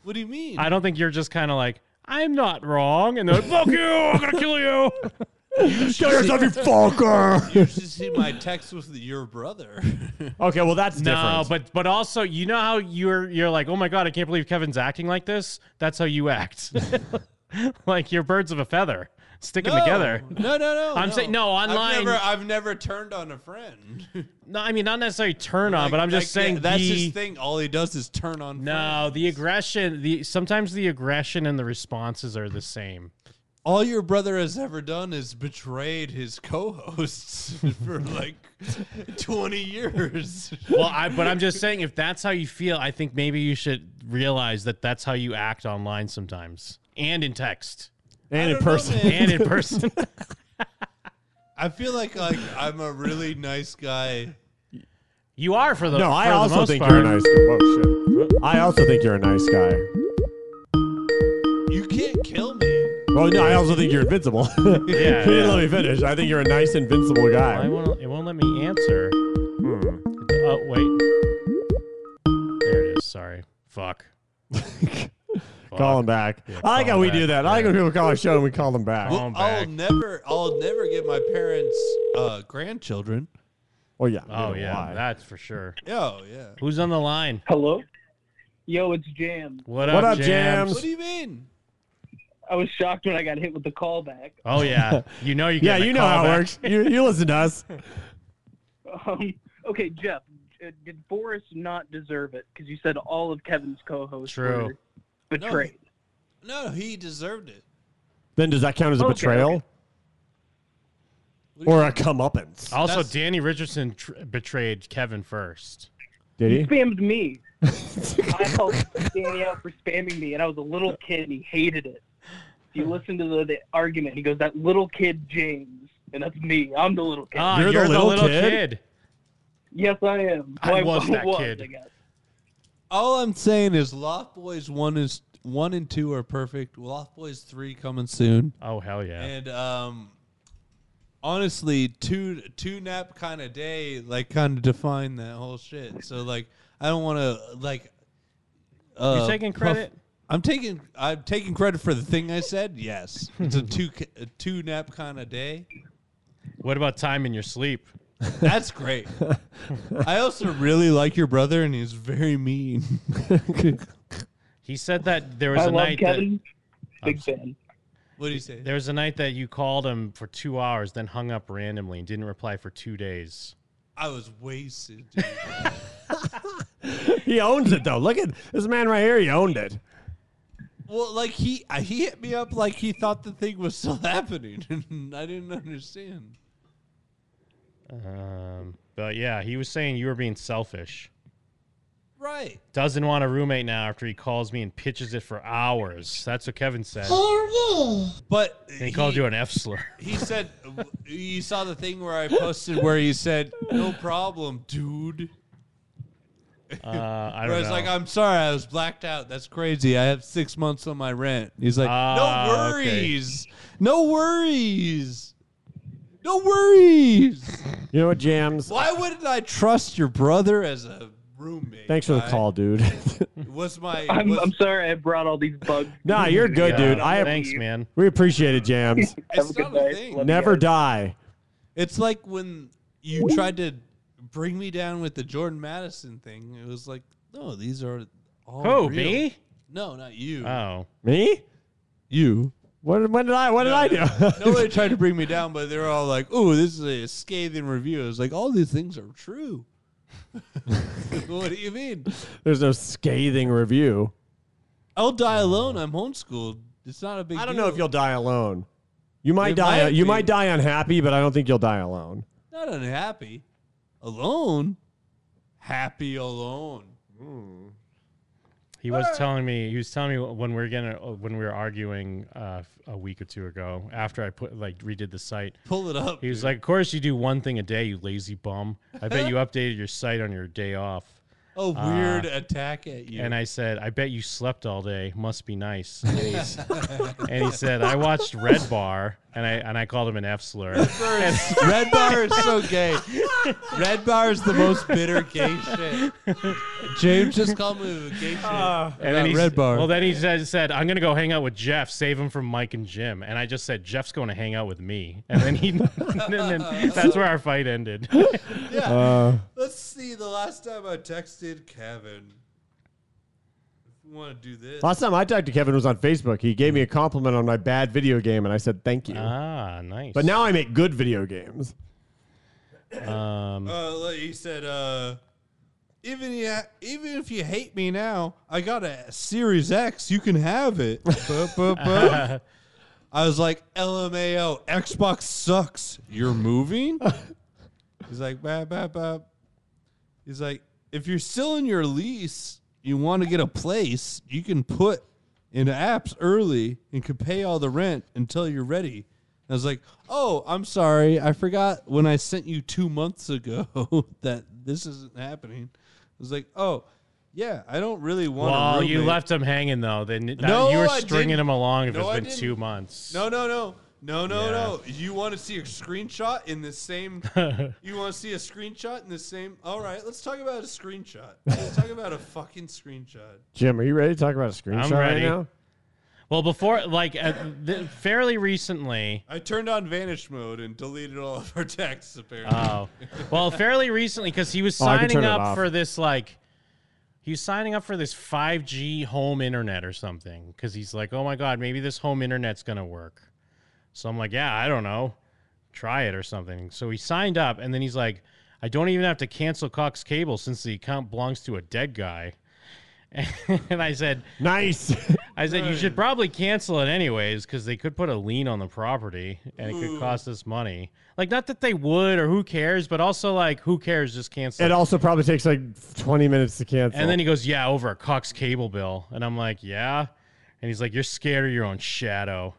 What do you mean? I don't think you're just kind of like, I'm not wrong. And they're like, fuck you, I'm going to kill you. Kill yourself, you fucker. You should see my text with your brother. Okay, well that's No, different. but but also, you know how you're you're like, oh my god, I can't believe Kevin's acting like this. That's how you act. like you're birds of a feather, sticking No. together. No, no, no. I'm saying no I've online. never- I've never turned on a friend. No, I mean not necessarily turn on, Like- but I'm just like, saying that's the, his thing. All he does is turn on. No, the aggression. The sometimes the aggression and the responses are the same. All your brother has ever done is betrayed his co-hosts for like twenty years. Well, I but I'm just saying if that's how you feel, I think maybe you should realize that that's how you act online sometimes and in text and in person. and in person. I feel like like I'm a really nice guy. You are for the no, I for the also most think part. you're a nice. Oh shit! I also think you're a nice guy. You can't kill me. Well, no, I also think you're invincible. you yeah. didn't let me finish. I think you're a nice, invincible I guy. won't, it won't let me answer. Hmm. Oh wait, there it is. Sorry, fuck. Call him back. Yeah, I like call how him we back. do that. I like when people call our show and we call them back. Call him I'll never, I'll never get my parents uh, grandchildren. Oh yeah. Oh yeah, Why? that's for sure. Oh yeah. Who's on the line? Hello. Yo, it's Jam. What up, Jams? What do you mean? I was shocked when I got hit with the callback. Oh yeah, you know you. yeah, get a you know how callback. it works. You, you listen to us. Um, okay, Jeff, uh, did Boris not deserve it? Because you said all of Kevin's co-hosts True. were betrayed. No, he deserved it. Then does that count as a Okay, betrayal? Or a comeuppance? Also, Danny Richardson tr- betrayed Kevin first. Did he? Spammed me. I helped Danny out for spamming me, and I was a little kid, and he hated it. If you listen to the, the argument, he goes, "That little kid, James." And that's me. I'm the little kid. Ah, You're the you're the little little kid? kid? Yes, I am. I Well, was that was, kid. I guess. All I'm saying is Loft Boys one is one and two are perfect. Loft Boys three coming soon. Oh hell yeah! And um, honestly, two two nap kind of day like kind of defined that whole shit. So like, I don't want to like. Uh, You're taking puff- credit? I'm taking I'm taking credit for the thing I said. Yes, it's a two a two nap kind of day. What about time in your sleep? That's great. I also really like your brother, and he's very mean. He said that there was I a love night Kevin. that big fan. What do you say? There was a night that you called him for two hours, then hung up randomly and didn't reply for two days. I was wasted. dude. He owns it though. Look at this man right here. He owned it. Well, like he uh, he hit me up like he thought the thing was still happening, and I didn't understand. Um, but yeah, he was saying you were being selfish. Right. Doesn't want a roommate now after he calls me and pitches it for hours. That's what Kevin said. But And he, called you an F slur. He said you saw the thing where I posted where he said, "No problem, dude." Uh, I where don't it's know. like, "I'm sorry, I was blacked out. That's crazy. I have six months on my rent." He's like, Ah, "No okay. worries, no worries, no worries." You know what, Jams? Why wouldn't I trust your brother as a roommate? Thanks for the I- call, dude. Was my I'm, was- I'm sorry I brought all these bugs. nah, you're good, dude. I thanks, man. We appreciate it, Jams. It's not a thing. Never die. It's like when you tried to bring me down with the Jordan Madison thing. It was like, no, these are all Who, real. Oh, me? No, not you. Oh. Me? You. What? When did I? What did I do? Nobody tried to bring me down, but they were all like, "Oh, this is a scathing review." It's like all these things are true. what do you mean? There's no scathing review. I'll die alone. I'm homeschooled. It's not a big. I don't know if you'll die alone. You might It die. might you be. might die unhappy, but I don't think you'll die alone. Not unhappy. Alone. Happy alone. He was telling me he was telling me when we were getting when we were arguing uh, a week or two ago after I put like redid the site. Pull it up, He was like, "Of course you do one thing a day, you lazy bum. I bet you updated your site on your day off." A Uh, weird attack at you. And I said, "I bet you slept all day. Must be nice." And, he's- and he said, "I watched Red Bar, and I and I called him an F slur." First, Red Bar is so gay. Red Bar is the most bitter gay shit. James just called me with gay shit. And then he s- Well, then he said, said, "I'm gonna go hang out with Jeff, save him from Mike and Jim." And I just said, "Jeff's going to hang out with me." And then he, and then that's where our fight ended. yeah. Uh. Let's see. The last time I texted Kevin. If you want to do this. Last time I talked to Kevin was on Facebook. He gave me a compliment on my bad video game, and I said thank you. Ah, nice. But now I make good video games. Um, Uh, like he said, uh, even yeah, even if you hate me now, I got a Series X. You can have it. Bup, bup, bup. I was like, LMAO, Xbox sucks. You're moving. He's like, bap, bap, bap. He's like, if you're still in your lease, you want to get a place, you can put into apps early and can pay all the rent until you're ready. I was like, oh, I'm sorry. I forgot when I sent you two months ago that this isn't happening. I was like, oh, yeah, I don't really want a well, roommate. you left him hanging though. Then that- No, you were I stringing didn't. him along. If No, I it's been didn't. two months. No, no, no. No, no, Yeah. no. You want to see a screenshot in the same. you want to see a screenshot in the same. All right, let's talk about a screenshot. Let's talk about a fucking screenshot. Jim, are you ready to talk about a screenshot I'm right ready. now? Well, before like at the, fairly recently, I turned on vanish mode and deleted all of our texts, apparently. Oh, well, fairly recently because he was Oh, I can signing turn it up off. for this like he was signing up for this 5G home internet or something because he's like, oh my god, maybe this home internet's gonna work. So I'm like, yeah, I don't know, try it or something. So he signed up and then he's like, I don't even have to cancel Cox Cable since the account belongs to a dead guy. and I said, "Nice." I said you should probably cancel it anyways because they could put a lien on the property and it could Ooh. cost us money. Like, not that they would or who cares, but also like, who cares? Just cancel. It also probably takes like 20 minutes to cancel. and then he goes, yeah, over a Cox cable bill, and I'm like, yeah, and he's like, you're scared of your own shadow,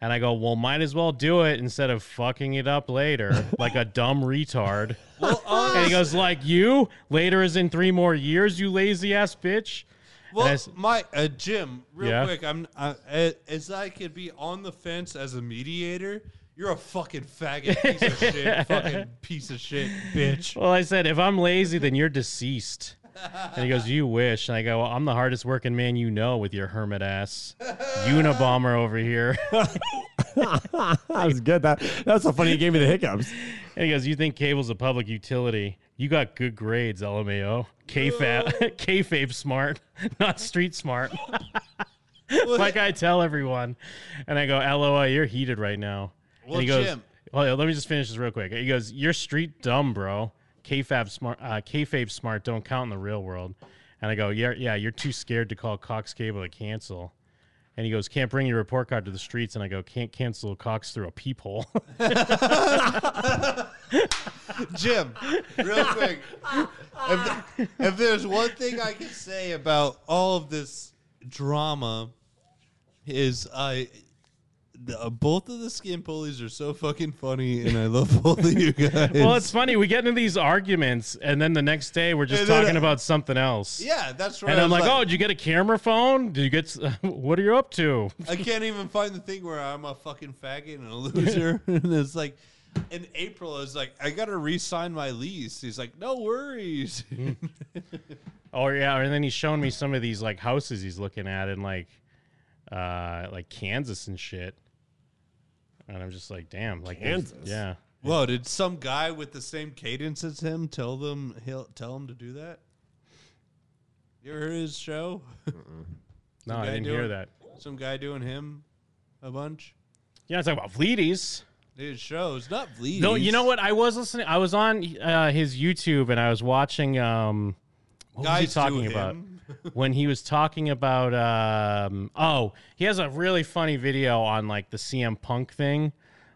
and I go, well, might as well do it instead of fucking it up later like a dumb retard. and he goes, like you later is in three more years, you lazy ass bitch. And I Well, s- my uh, Jim, real Yeah? quick, I'm I, a- as I could be on the fence as a mediator. You're a fucking faggot piece of shit, fucking piece of shit, bitch. Well, I said, if I'm lazy, then you're deceased. And he goes, You wish. And I go, I'm the hardest working man you know with your hermit ass. Unabomber over here. that was good. That that's so funny. He gave me the hiccups. And he goes, You think cable's a public utility? You got good grades, LMAO. KFAB, KFAB smart, not street smart. like I tell everyone. And I go, LOL, you're heated right now. Well, and he goes, Jim. Well, let me just finish this real quick. He goes, You're street dumb, bro. KFAB smart, uh, KFAB smart don't count in the real world. And I go, Yeah, yeah, you're too scared to call Cox Cable to cancel. And he goes, Can't bring your report card to the streets. And I go, Can't cancel Cox through a peephole. Jim, real quick. If, th- if there's one thing I can say about all of this drama, is I. the- uh, both of the skin pulleys are so fucking funny, and I love both of you guys. well, it's funny. We get into these arguments, and then the next day we're just And then, talking uh, about something else. Yeah, that's right. And I I'm was like, oh, did you get a camera phone? Did you get? s- What are you up to? I can't even find the thing where I'm a fucking faggot and a loser. and it's like, in April, I was like, I gotta re-sign my lease. He's like, no worries. Oh yeah, and then he's showing me some of these like houses he's looking at in like, uh, like Kansas and shit. And I'm just like, damn, like there's- Kansas? yeah. Whoa! Did some guy with the same cadence as him tell them he'll tell him to do that? You ever heard his show? No, Some I guy didn't hear doing- that. Some guy doing him a bunch. Yeah, it's about Vleeties. His shows, not Vleeties. No, you know what? I was listening. I was on uh, his YouTube and I was watching. Um, what was Guys he do talking about? him. when he was talking about, um, oh, he has a really funny video on like the CM Punk thing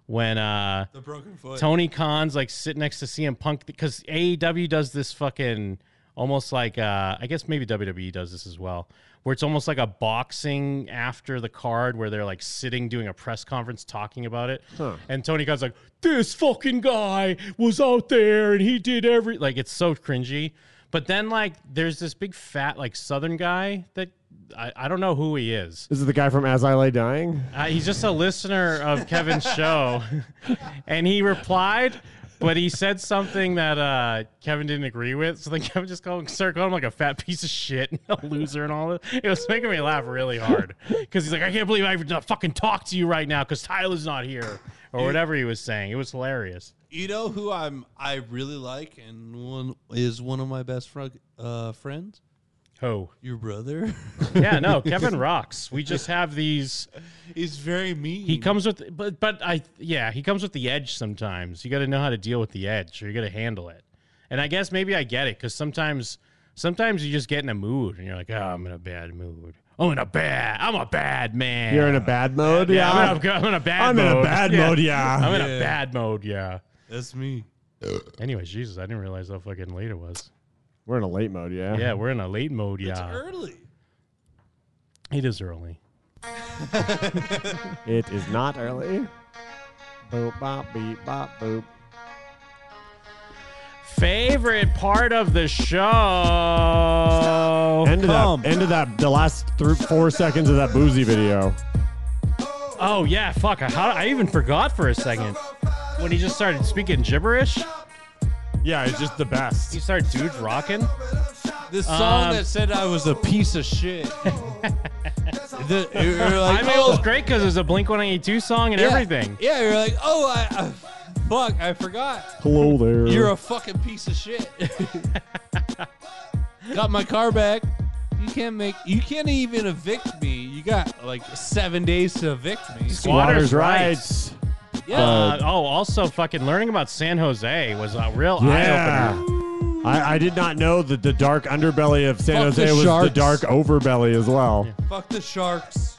when uh, The broken foot. Tony Khan's like sitting next to CM Punk because AEW does this fucking almost like uh, I guess maybe WWE does this as well, where it's almost like a boxing after the card where they're like sitting doing a press conference talking about it, and Tony Khan's like, "This fucking guy was out there and he did every like it's so cringy." But then like there's this big fat like Southern guy that I, I don't know who he is. This is the guy from As I Lay Dying. Uh, he's just a listener of Kevin's show, and he replied, but he said something that uh, Kevin didn't agree with. So then Kevin just called, started calling him like a fat piece of shit and a loser and all that. It was making me laugh really hard because he's like, I can't believe I even uh, fucking talk to you right now because Tyler's not here or whatever he was saying. It was hilarious. You know who I'm I really like and one is one of my best frog, uh, friends? Who? Your brother? Yeah, no, Kevin rocks. We just have these. He's very mean. Hmm. He comes with, but but I yeah, he comes with the edge sometimes. You got to know how to deal with the edge, or you got to handle it. And I guess maybe I get it because sometimes sometimes you just get in a mood and you're like, oh, I'm in a bad mood. I'm in a bad. I'm a bad man. You're in a bad mode. Yeah, I'm, in a, I'm in a bad. I'm mode. in a bad mode. Yeah, I'm in a bad mode. Yeah, that's me. Anyway, Jesus, I didn't realize how fucking late it was. We're in a late mode. Yeah. Yeah, we're in a late mode. Yeah, early. it is early. It is not early. Boop bop beep bop boop. Favorite part of the show. End of that. End of that. The last three, four seconds of that boozy video. Oh yeah, fuck! I, how, I even forgot for a second when he just started speaking gibberish. Yeah, it's just the best. He started dude rocking. This song Um, that said I was a piece of shit. The- you were like, I mean, it was "Oh." great because it was a Blink One Eighty Two song and Yeah. everything. Yeah, you're like, oh, I, I fuck, I forgot. Hello there. You're a fucking piece of shit. got my car back. You can't make. You can't even evict me. You got like seven days to evict me. Squatters' rights. Yeah. Uh, oh, also, fucking learning about San Jose was a real eye Yeah. opener. I, I did not know that the dark underbelly of San Fuck the Jose was sharks. the dark overbelly as well. Fuck the sharks.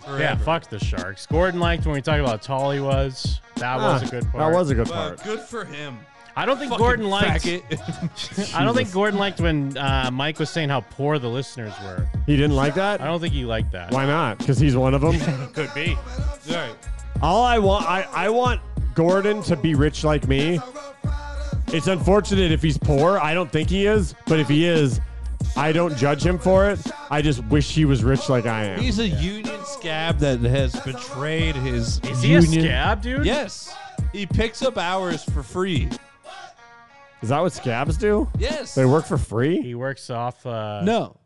Forever. Yeah, fuck the Sharks. Gordon liked when we talked about how tall he was. That was a Ah, good that part. was a good Wow, part. good for him. I don't think Fucking Gordon liked. faggot. I don't think Gordon liked when uh, Mike was saying how poor the listeners were. He didn't like that. I don't think he liked that. Why not? Because he's one of them. Could be. All right. All I want, I, I want Gordon to be rich like me. It's unfortunate if he's poor. I don't think he is, but if he is, I don't judge him for it. I just wish he was rich like I am. He's a union scab that has betrayed his. Is he a union. scab, dude? Yes. He picks up hours for free. Is that what scabs do? Yes. They work for free. He works off. Uh, No.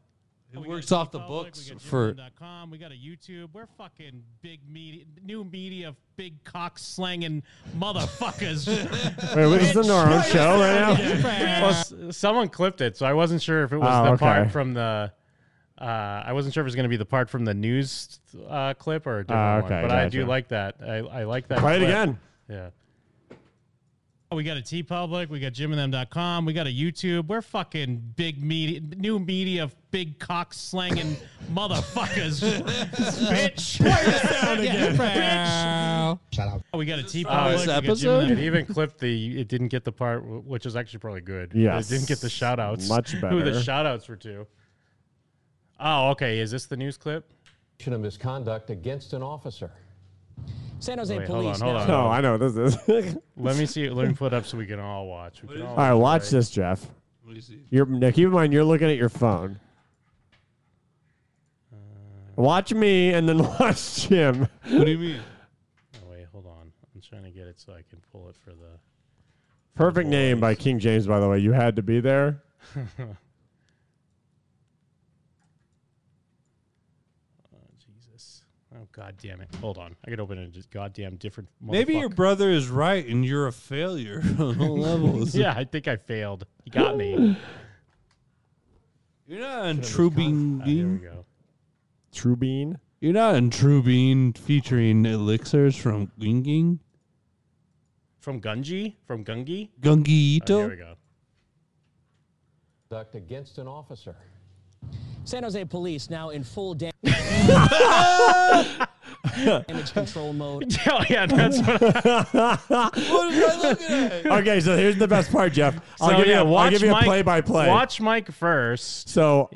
It works off the books for. com. We got a YouTube. We're fucking big media, new media, big cock slanging motherfuckers. Wait, we're just in our own show right now. well, s- someone clipped it, so I wasn't sure if it was Oh, the okay. part from the. Uh, I wasn't sure if it was going to be the part from the news uh, clip or a different Ah, one, okay, but I do gotcha. like that. I, I like that. Play it clip. again. Yeah. Oh, We got a T Public. We got jimandthem.com. We got a YouTube. We're fucking big media, new media, big cock slanging motherfuckers. bitch. Bitch. Oh, We got a T from Uh, Public. this we got Jim and episode? Them. It even clipped the, it didn't get the part, wh- which is actually probably good. Yes. It didn't get the shout outs. Much Who the better. shout outs were to. Oh, okay. Is this the news clip? Of misconduct against an officer. San Jose Wait, hold police. on, hold now- No, on. Oh, I know what this is. Let me see. Let me put it up so we can all watch. We can all All right, watch right? this, Jeff. What is it? You're, now keep in mind, you're looking at your phone. Watch me and then watch Jim. What do you mean? Oh, wait, hold on. I'm trying to get it so I can pull it for the. Perfect name by King James, by the way. You had to be there. Jesus. Oh, Oh god damn it! Hold on, I could open it in just goddamn different. Maybe your motherfuck- brother is right and you're a failure on all levels. yeah, I think I failed. You got me. Ah, You're not in True Bean. here we go. True Bean? You're not in True Bean featuring elixirs from Ginging? From Gungi? From Gungi? Gungi Oh, Ito? here we go. Conduct against an officer. San Jose police now in full dam- damage control mode. Oh, yeah, that's what what am I looking at? Okay, so here's the best part, Jeff. I'll So, give yeah, you. A, I'll watch give you a Mike- play by play. Watch Mike first. So,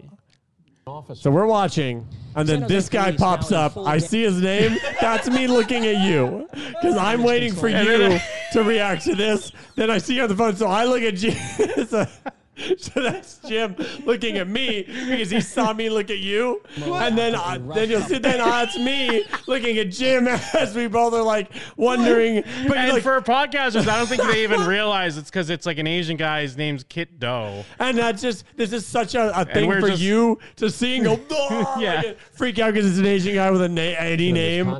so we're watching, and then San Jose this guy police now pops in up. full I da- see his name. That's me looking at you because I'm waiting for And then you to react to this. Then I see you on the phone, so I look at Jim. so, so that's Jim looking at me because he saw me look at you, and then I, then you'll see then that's me looking at Jim as we both are like wondering. But and like, for podcasters, I don't think they even realize it's because it's like an Asian guy. His name's Kit Doe. And that's just this is such a, a thing we're for just- you to see and go, "Oh," Yeah. like, freak out because it's an Asian guy with a na- any name.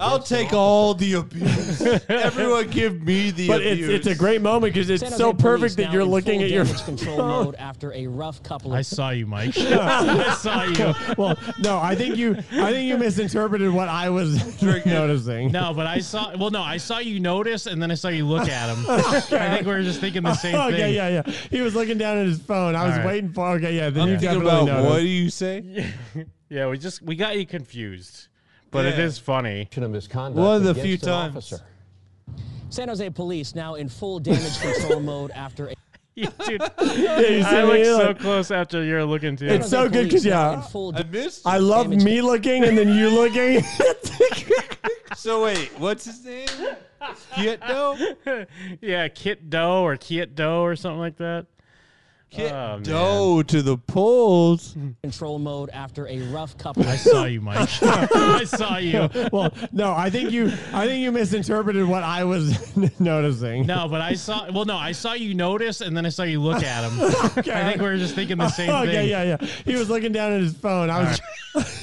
I'll take all the abuse. Everyone give me the But abuse. it's, it's a great moment because it's San Jose so police perfect that now you're in looking full at your damage control mode after a rough couple of I saw you, Mike. I saw you. well, no, I think you, I think you misinterpreted what I was noticing. No, but I saw. Well, no, I saw you notice, and then I saw you look at him. I think we were just thinking the same okay, thing. yeah, yeah. He was looking down at his phone. I All was right. waiting for. Okay, yeah. Then I'm you thinking definitely about noticed. What do you say? Yeah, we just we got you confused, but it Yeah. is funny. One of the few times. San Jose police now in full damage control mode after a yeah, dude. you see me, I look you're so like- close after you're looking too. It's so good because yeah, I missed. I love me looking and then you looking. So wait, what's his name? Kit Doe? yeah, Kit Doe or Kit Doe or something like that. Kit Oh, man. Doe to the polls. control mode after a rough couple. I saw you, Mike. I saw you. well, no, I think you, I think you misinterpreted what I was noticing. No, but I saw. Well, no, I saw you notice, and then I saw you look at him. I think we were just thinking the same okay, thing. yeah, yeah. He was looking down at his phone. I was.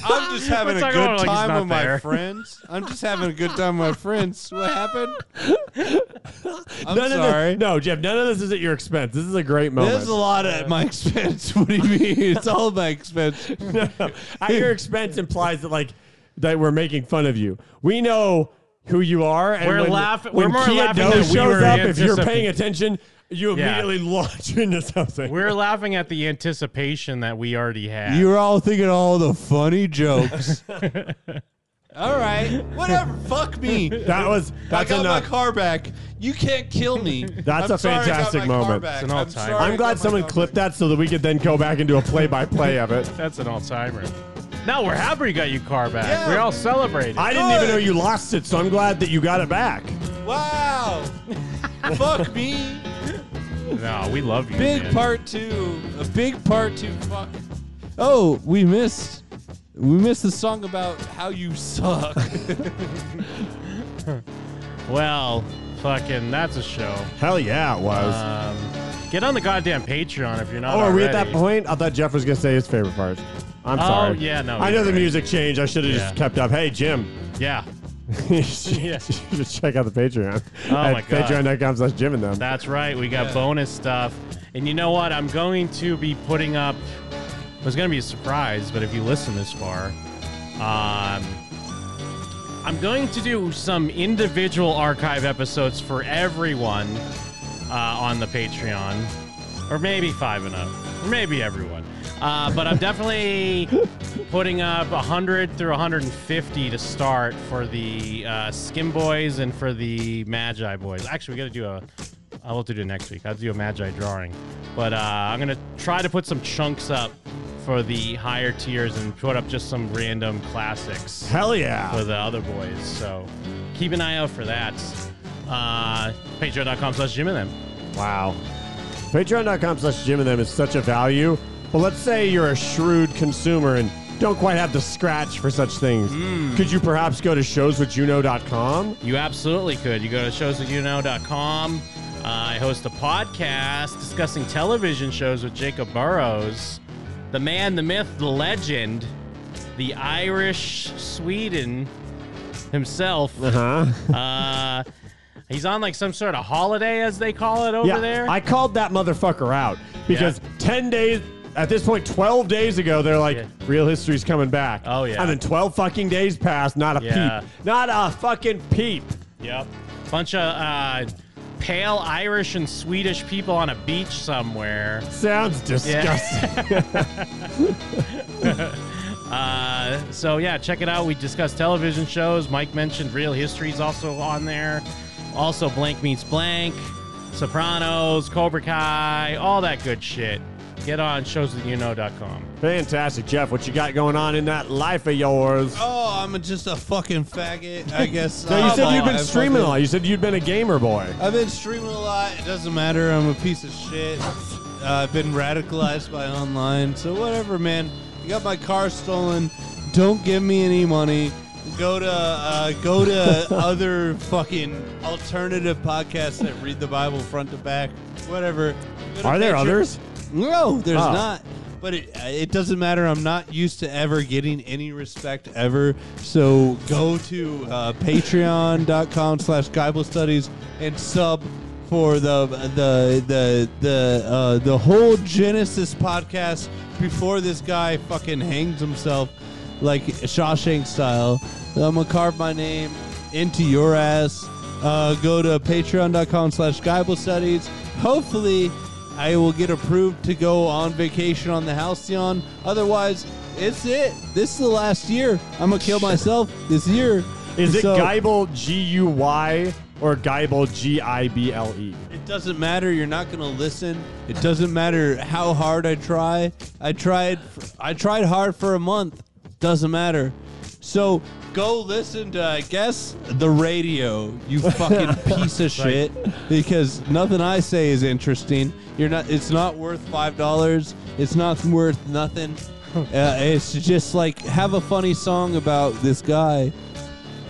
I'm just having We're a talking about good it like he's time not with my there. friends. I'm just having a good time with my friends. What happened? I'm none sorry. Of this, no, Jeff. None of this is at your expense. This is a great moment. Oh, There's a lot at my expense. What do you mean? It's all at my expense. no, at your expense implies that like that we're making fun of you. We know who you are, and We're when, laughing- When we're more Kia laughing Doe that we shows were up, if you're anticipating- paying attention, you Yeah. immediately launch into something. We're laughing at the anticipation that we already had. You're all thinking all the funny jokes. all right, whatever. Fuck me. That was- that's I got enough. my car back. You can't kill me. That's I'm a sorry I got fantastic my car moment. back. It's an I'm all-timer. sorry I I'm glad got my someone car clipped that so that we could then go back and do a play-by-play of it. That's an all timer. Now we're happy you got your car back. Yeah. We're all celebrating. I didn't even know you lost it, so I'm glad that you got it back. back. Wow. Fuck me. no, we love you. Big man. part two. A big part two. Fuck. Oh, we missed. We missed the song about how you suck. Well, fucking, that's a show. Hell yeah, it was. Um, get on the goddamn Patreon if you're not. oh, are we at that already. point? I thought Jeff was gonna say his favorite part. I'm Oh, sorry. yeah, no, I know you're the right. music changed. I should have just Yeah. kept up. Hey, Jim. Yeah, you should just check out the Patreon. Oh, at my God. Patreon.com slash Jim and them. that's right. We got Yeah. bonus stuff, and you know what? I'm going to be putting up. It was gonna be a surprise, but if you listen this far, um, I'm going to do some individual archive episodes for everyone uh, on the Patreon, or maybe five and up, or maybe everyone. Uh, but I'm definitely putting up 100 through 150 to start for the uh, Skim Boys and for the Magi Boys. Actually, we got to do a. I'll have to do it next week. I'll do a Magi drawing, but uh, I'm gonna try to put some chunks up for the higher tiers and put up just some random classics Hell yeah. for the other boys. So keep an eye out for that. Uh, Patreon.com slash Jim and them. Wow. Patreon.com slash Jim and them is such a value. But let's say you're a shrewd consumer and don't quite have the scratch for such things. Could you perhaps go to showswhatyouknow.com? You absolutely could. You go to showsthatyouknow.com. Uh, I host a podcast discussing television shows with Jacob Burrows, the man, the myth, the legend, the Irish Sweden himself. Uh-huh. Uh, he's on like some sort of holiday, as they call it over yeah, there. I called that motherfucker out because 10 days, at this point, 12 days ago, they're like, real history's coming back. Oh, yeah. And then 12 fucking days passed, not a Yeah. peep. Not a fucking peep. Yep. Bunch of uh, pale Irish and Swedish people on a beach somewhere. Sounds disgusting. uh, so, yeah, check it out. We discussed television shows. Mike mentioned Real History's also on there. Also, Blank Meets Blank, Sopranos, Cobra Kai, all that good shit. Get on showsthatyouknow.com. Fantastic, Jeff. What you got going on in that life of yours? Oh, I'm just a fucking faggot. I guess. No, you uh, said you've been I streaming a fucking- lot. You said you'd been a gamer boy. I've been streaming a lot. It doesn't matter. I'm a piece of shit. Uh, I've been radicalized by online. So whatever, man. I got my car stolen. Don't give me any money. Go to uh, go to other fucking alternative podcasts that read the Bible front to back. Whatever. Go to Are there Patreon. others? No, there's Oh. not. But it, it doesn't matter. I'm not used to ever getting any respect ever. So go to uh, patreon.com slash Bible studies and sub for the the the the uh, the whole Genesis podcast before this guy fucking hangs himself like Shawshank style. I'm gonna carve my name into your ass. Uh, go to patreon.com slash Bible studies. Hopefully I will get approved to go on vacation on the Halcyon. Otherwise, it's it. This is the last year. I'm gonna kill myself this year. Is it So- Geibel G U Y or Geibel G I B L E? It doesn't matter. You're not gonna listen. It doesn't matter how hard I try. I tried. I tried hard for a month. Doesn't matter. So go listen to I guess the radio. You fucking piece of shit. Because nothing I say is interesting. You're not. It's not worth five dollars. It's not worth nothing. Uh, it's just like have a funny song about this guy.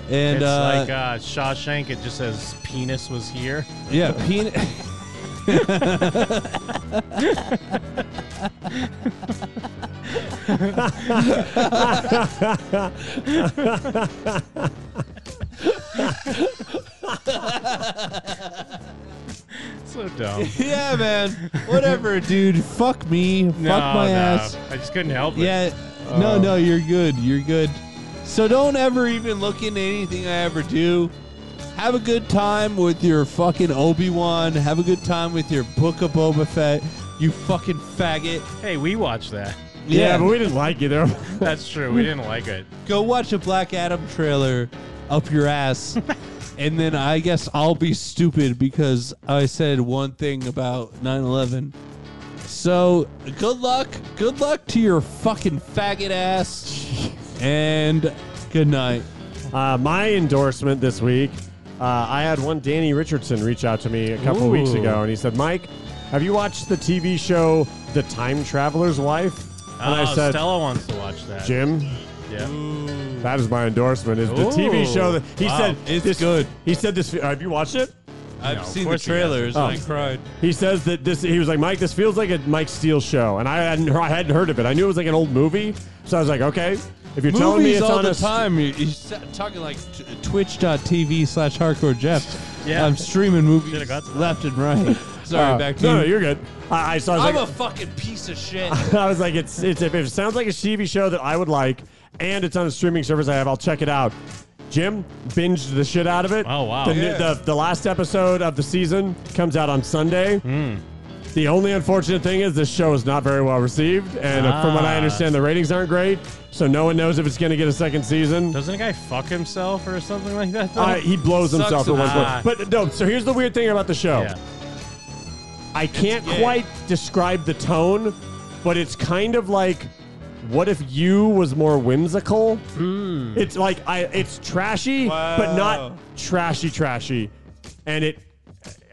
And it's uh, like uh, Shawshank. It just says penis was here. Yeah, peanut. so dumb. yeah, man. Whatever, dude. Fuck me. Fuck No, my no. ass. I just couldn't help it. Yeah. no, Uh, no, you're good. You're good. So don't ever even look into anything I ever do. Have a good time with your fucking Obi Wan. Have a good time with your Book of Boba Fett. You fucking faggot. Hey, we watched that. Yeah, but we didn't like either. That's true. We didn't like it. Go watch a Black Adam trailer up your ass. and then I guess I'll be stupid because I said one thing about 9 11. So good luck. Good luck to your fucking faggot ass. And good night. Uh, my endorsement this week, uh, I had one Danny Richardson reach out to me a couple of weeks Ooh. ago, and he said, "Mike, have you watched the TV show The Time Traveler's Wife?" And I Uh, Oh, said, Stella wants to watch that. "Jim." Yeah. That is my endorsement. Is the TV Ooh. show that he Wow. said it's this, good. He said this. Have you watched it? I've No, of seen the course he trailers. Oh. and I cried. He says that this. He was like, Mike, this feels like a Mike Steele show, and I hadn't, I hadn't heard of it. I knew it was like an old movie, so I was like, okay, if you're telling me Movies it's all on the a time. You- You're s- talking like t- twitch.tv slash hardcore Jeff. Yeah. I'm streaming movies left and right. Sorry, Uh, back to no, you. No, you're good. I, I saw. I was I'm like, a fucking piece of shit. I was like, it's, it's if it sounds like a TV show that I would like, and it's on a streaming service I have, I'll check it out. Jim binged the shit out of it. Oh wow. The, Yeah. the, the last episode of the season comes out on Sunday. Hmm. The only unfortunate thing is this show is not very well received, and uh, from what I Ah. understand, the ratings aren't great. So no one knows if it's going to get a second season. Doesn't the guy fuck himself or something like that? though? Uh, he blows Sucks himself at one Ah. point. But no, so here's the weird thing about the show. I can't gay. quite describe the tone, but it's kind of like what if you was more whimsical? It's like I it's trashy, but not trashy trashy. And it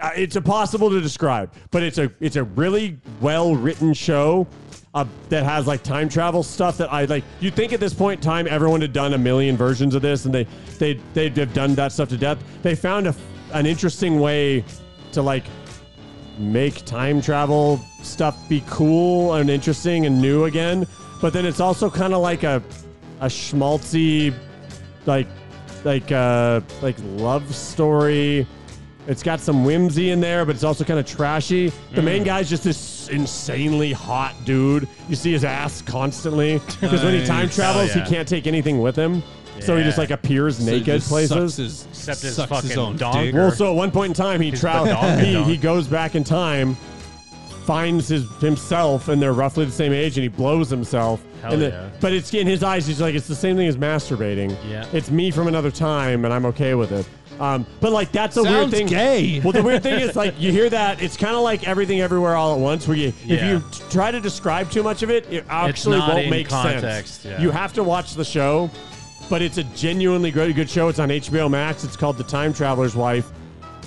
uh, it's impossible to describe, but it's a it's a really well-written show. Uh, that has like time travel stuff that I like. You think at this point in time everyone had done a million versions of this, and they they they'd have done that stuff to death. They found a, an interesting way to like make time travel stuff be cool and interesting and new again. But then it's also kind of like a a schmaltzy, like like uh, like love story. It's got some whimsy in there, but it's also kind of trashy. The Mm. main guy's just this insanely hot dude. You see his ass constantly because when he time Nice. travels, Hell yeah. he can't take anything with him. So he just Yeah. like appears So he naked just places. sucks his- Except his sucks his fucking own dong. dick. Well, so at one point in time, he His travels. badonk. He, he goes back in time, finds his himself, and they're roughly the same age, and he blows himself. Hell and the- yeah. But it's in his eyes. He's like, it's the same thing as masturbating. Yeah. It's me from another time, and I'm okay with it. Um, but like that's a weird Sounds thing. gay. Well, the weird thing is like you hear that. It's kind of like everything, everywhere, all at once. Where you, if Yeah. you t- try to describe too much of it, it actually not won't in make context, sense. yeah. You have to watch the show, but it's a genuinely good, good show. It's on HBO Max. It's called The Time Traveler's Wife.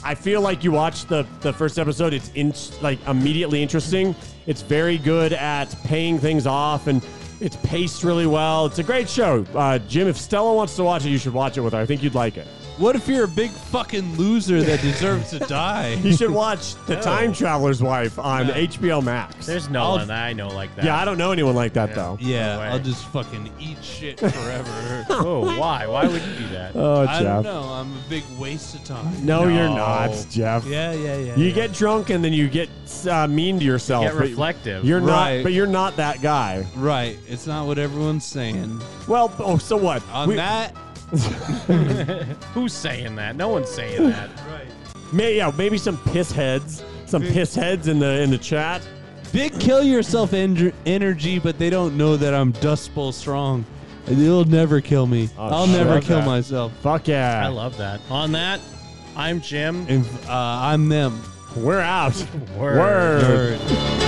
I feel like you watch the the first episode. It's in, like immediately interesting. It's very good at paying things off and. It's paced really well. It's a great show, uh, Jim. If Stella wants to watch it, you should watch it with her. I think you'd like it. What if you're a big fucking loser that deserves to die? You should watch The No. Time Traveler's Wife on HBO Max. There's no I'll- one that I know like that. Yeah, I don't know anyone like that though. Yeah, I'll just fucking eat shit forever. oh, why? Why would you do that? Oh, I don't Jeff. know. I'm a big waste of time. No, you're not, Jeff. Yeah, yeah, yeah. You yeah. get drunk and then you get uh, mean to yourself. You get but reflective. You're Right. not, but you're not that guy. right. It's not what everyone's saying. Well, oh, so what? On that, Who's saying that? No one's saying that. right. May, yeah, maybe some piss heads, some Hmm. piss heads in the in the chat. big kill yourself en- energy, but they don't know that I'm Dust Bowl strong. It'll never kill me. I'll shit. never Love kill that. myself. Fuck yeah. I love that. On that, I'm Jim. And uh, I'm them. We're out. Word. Word.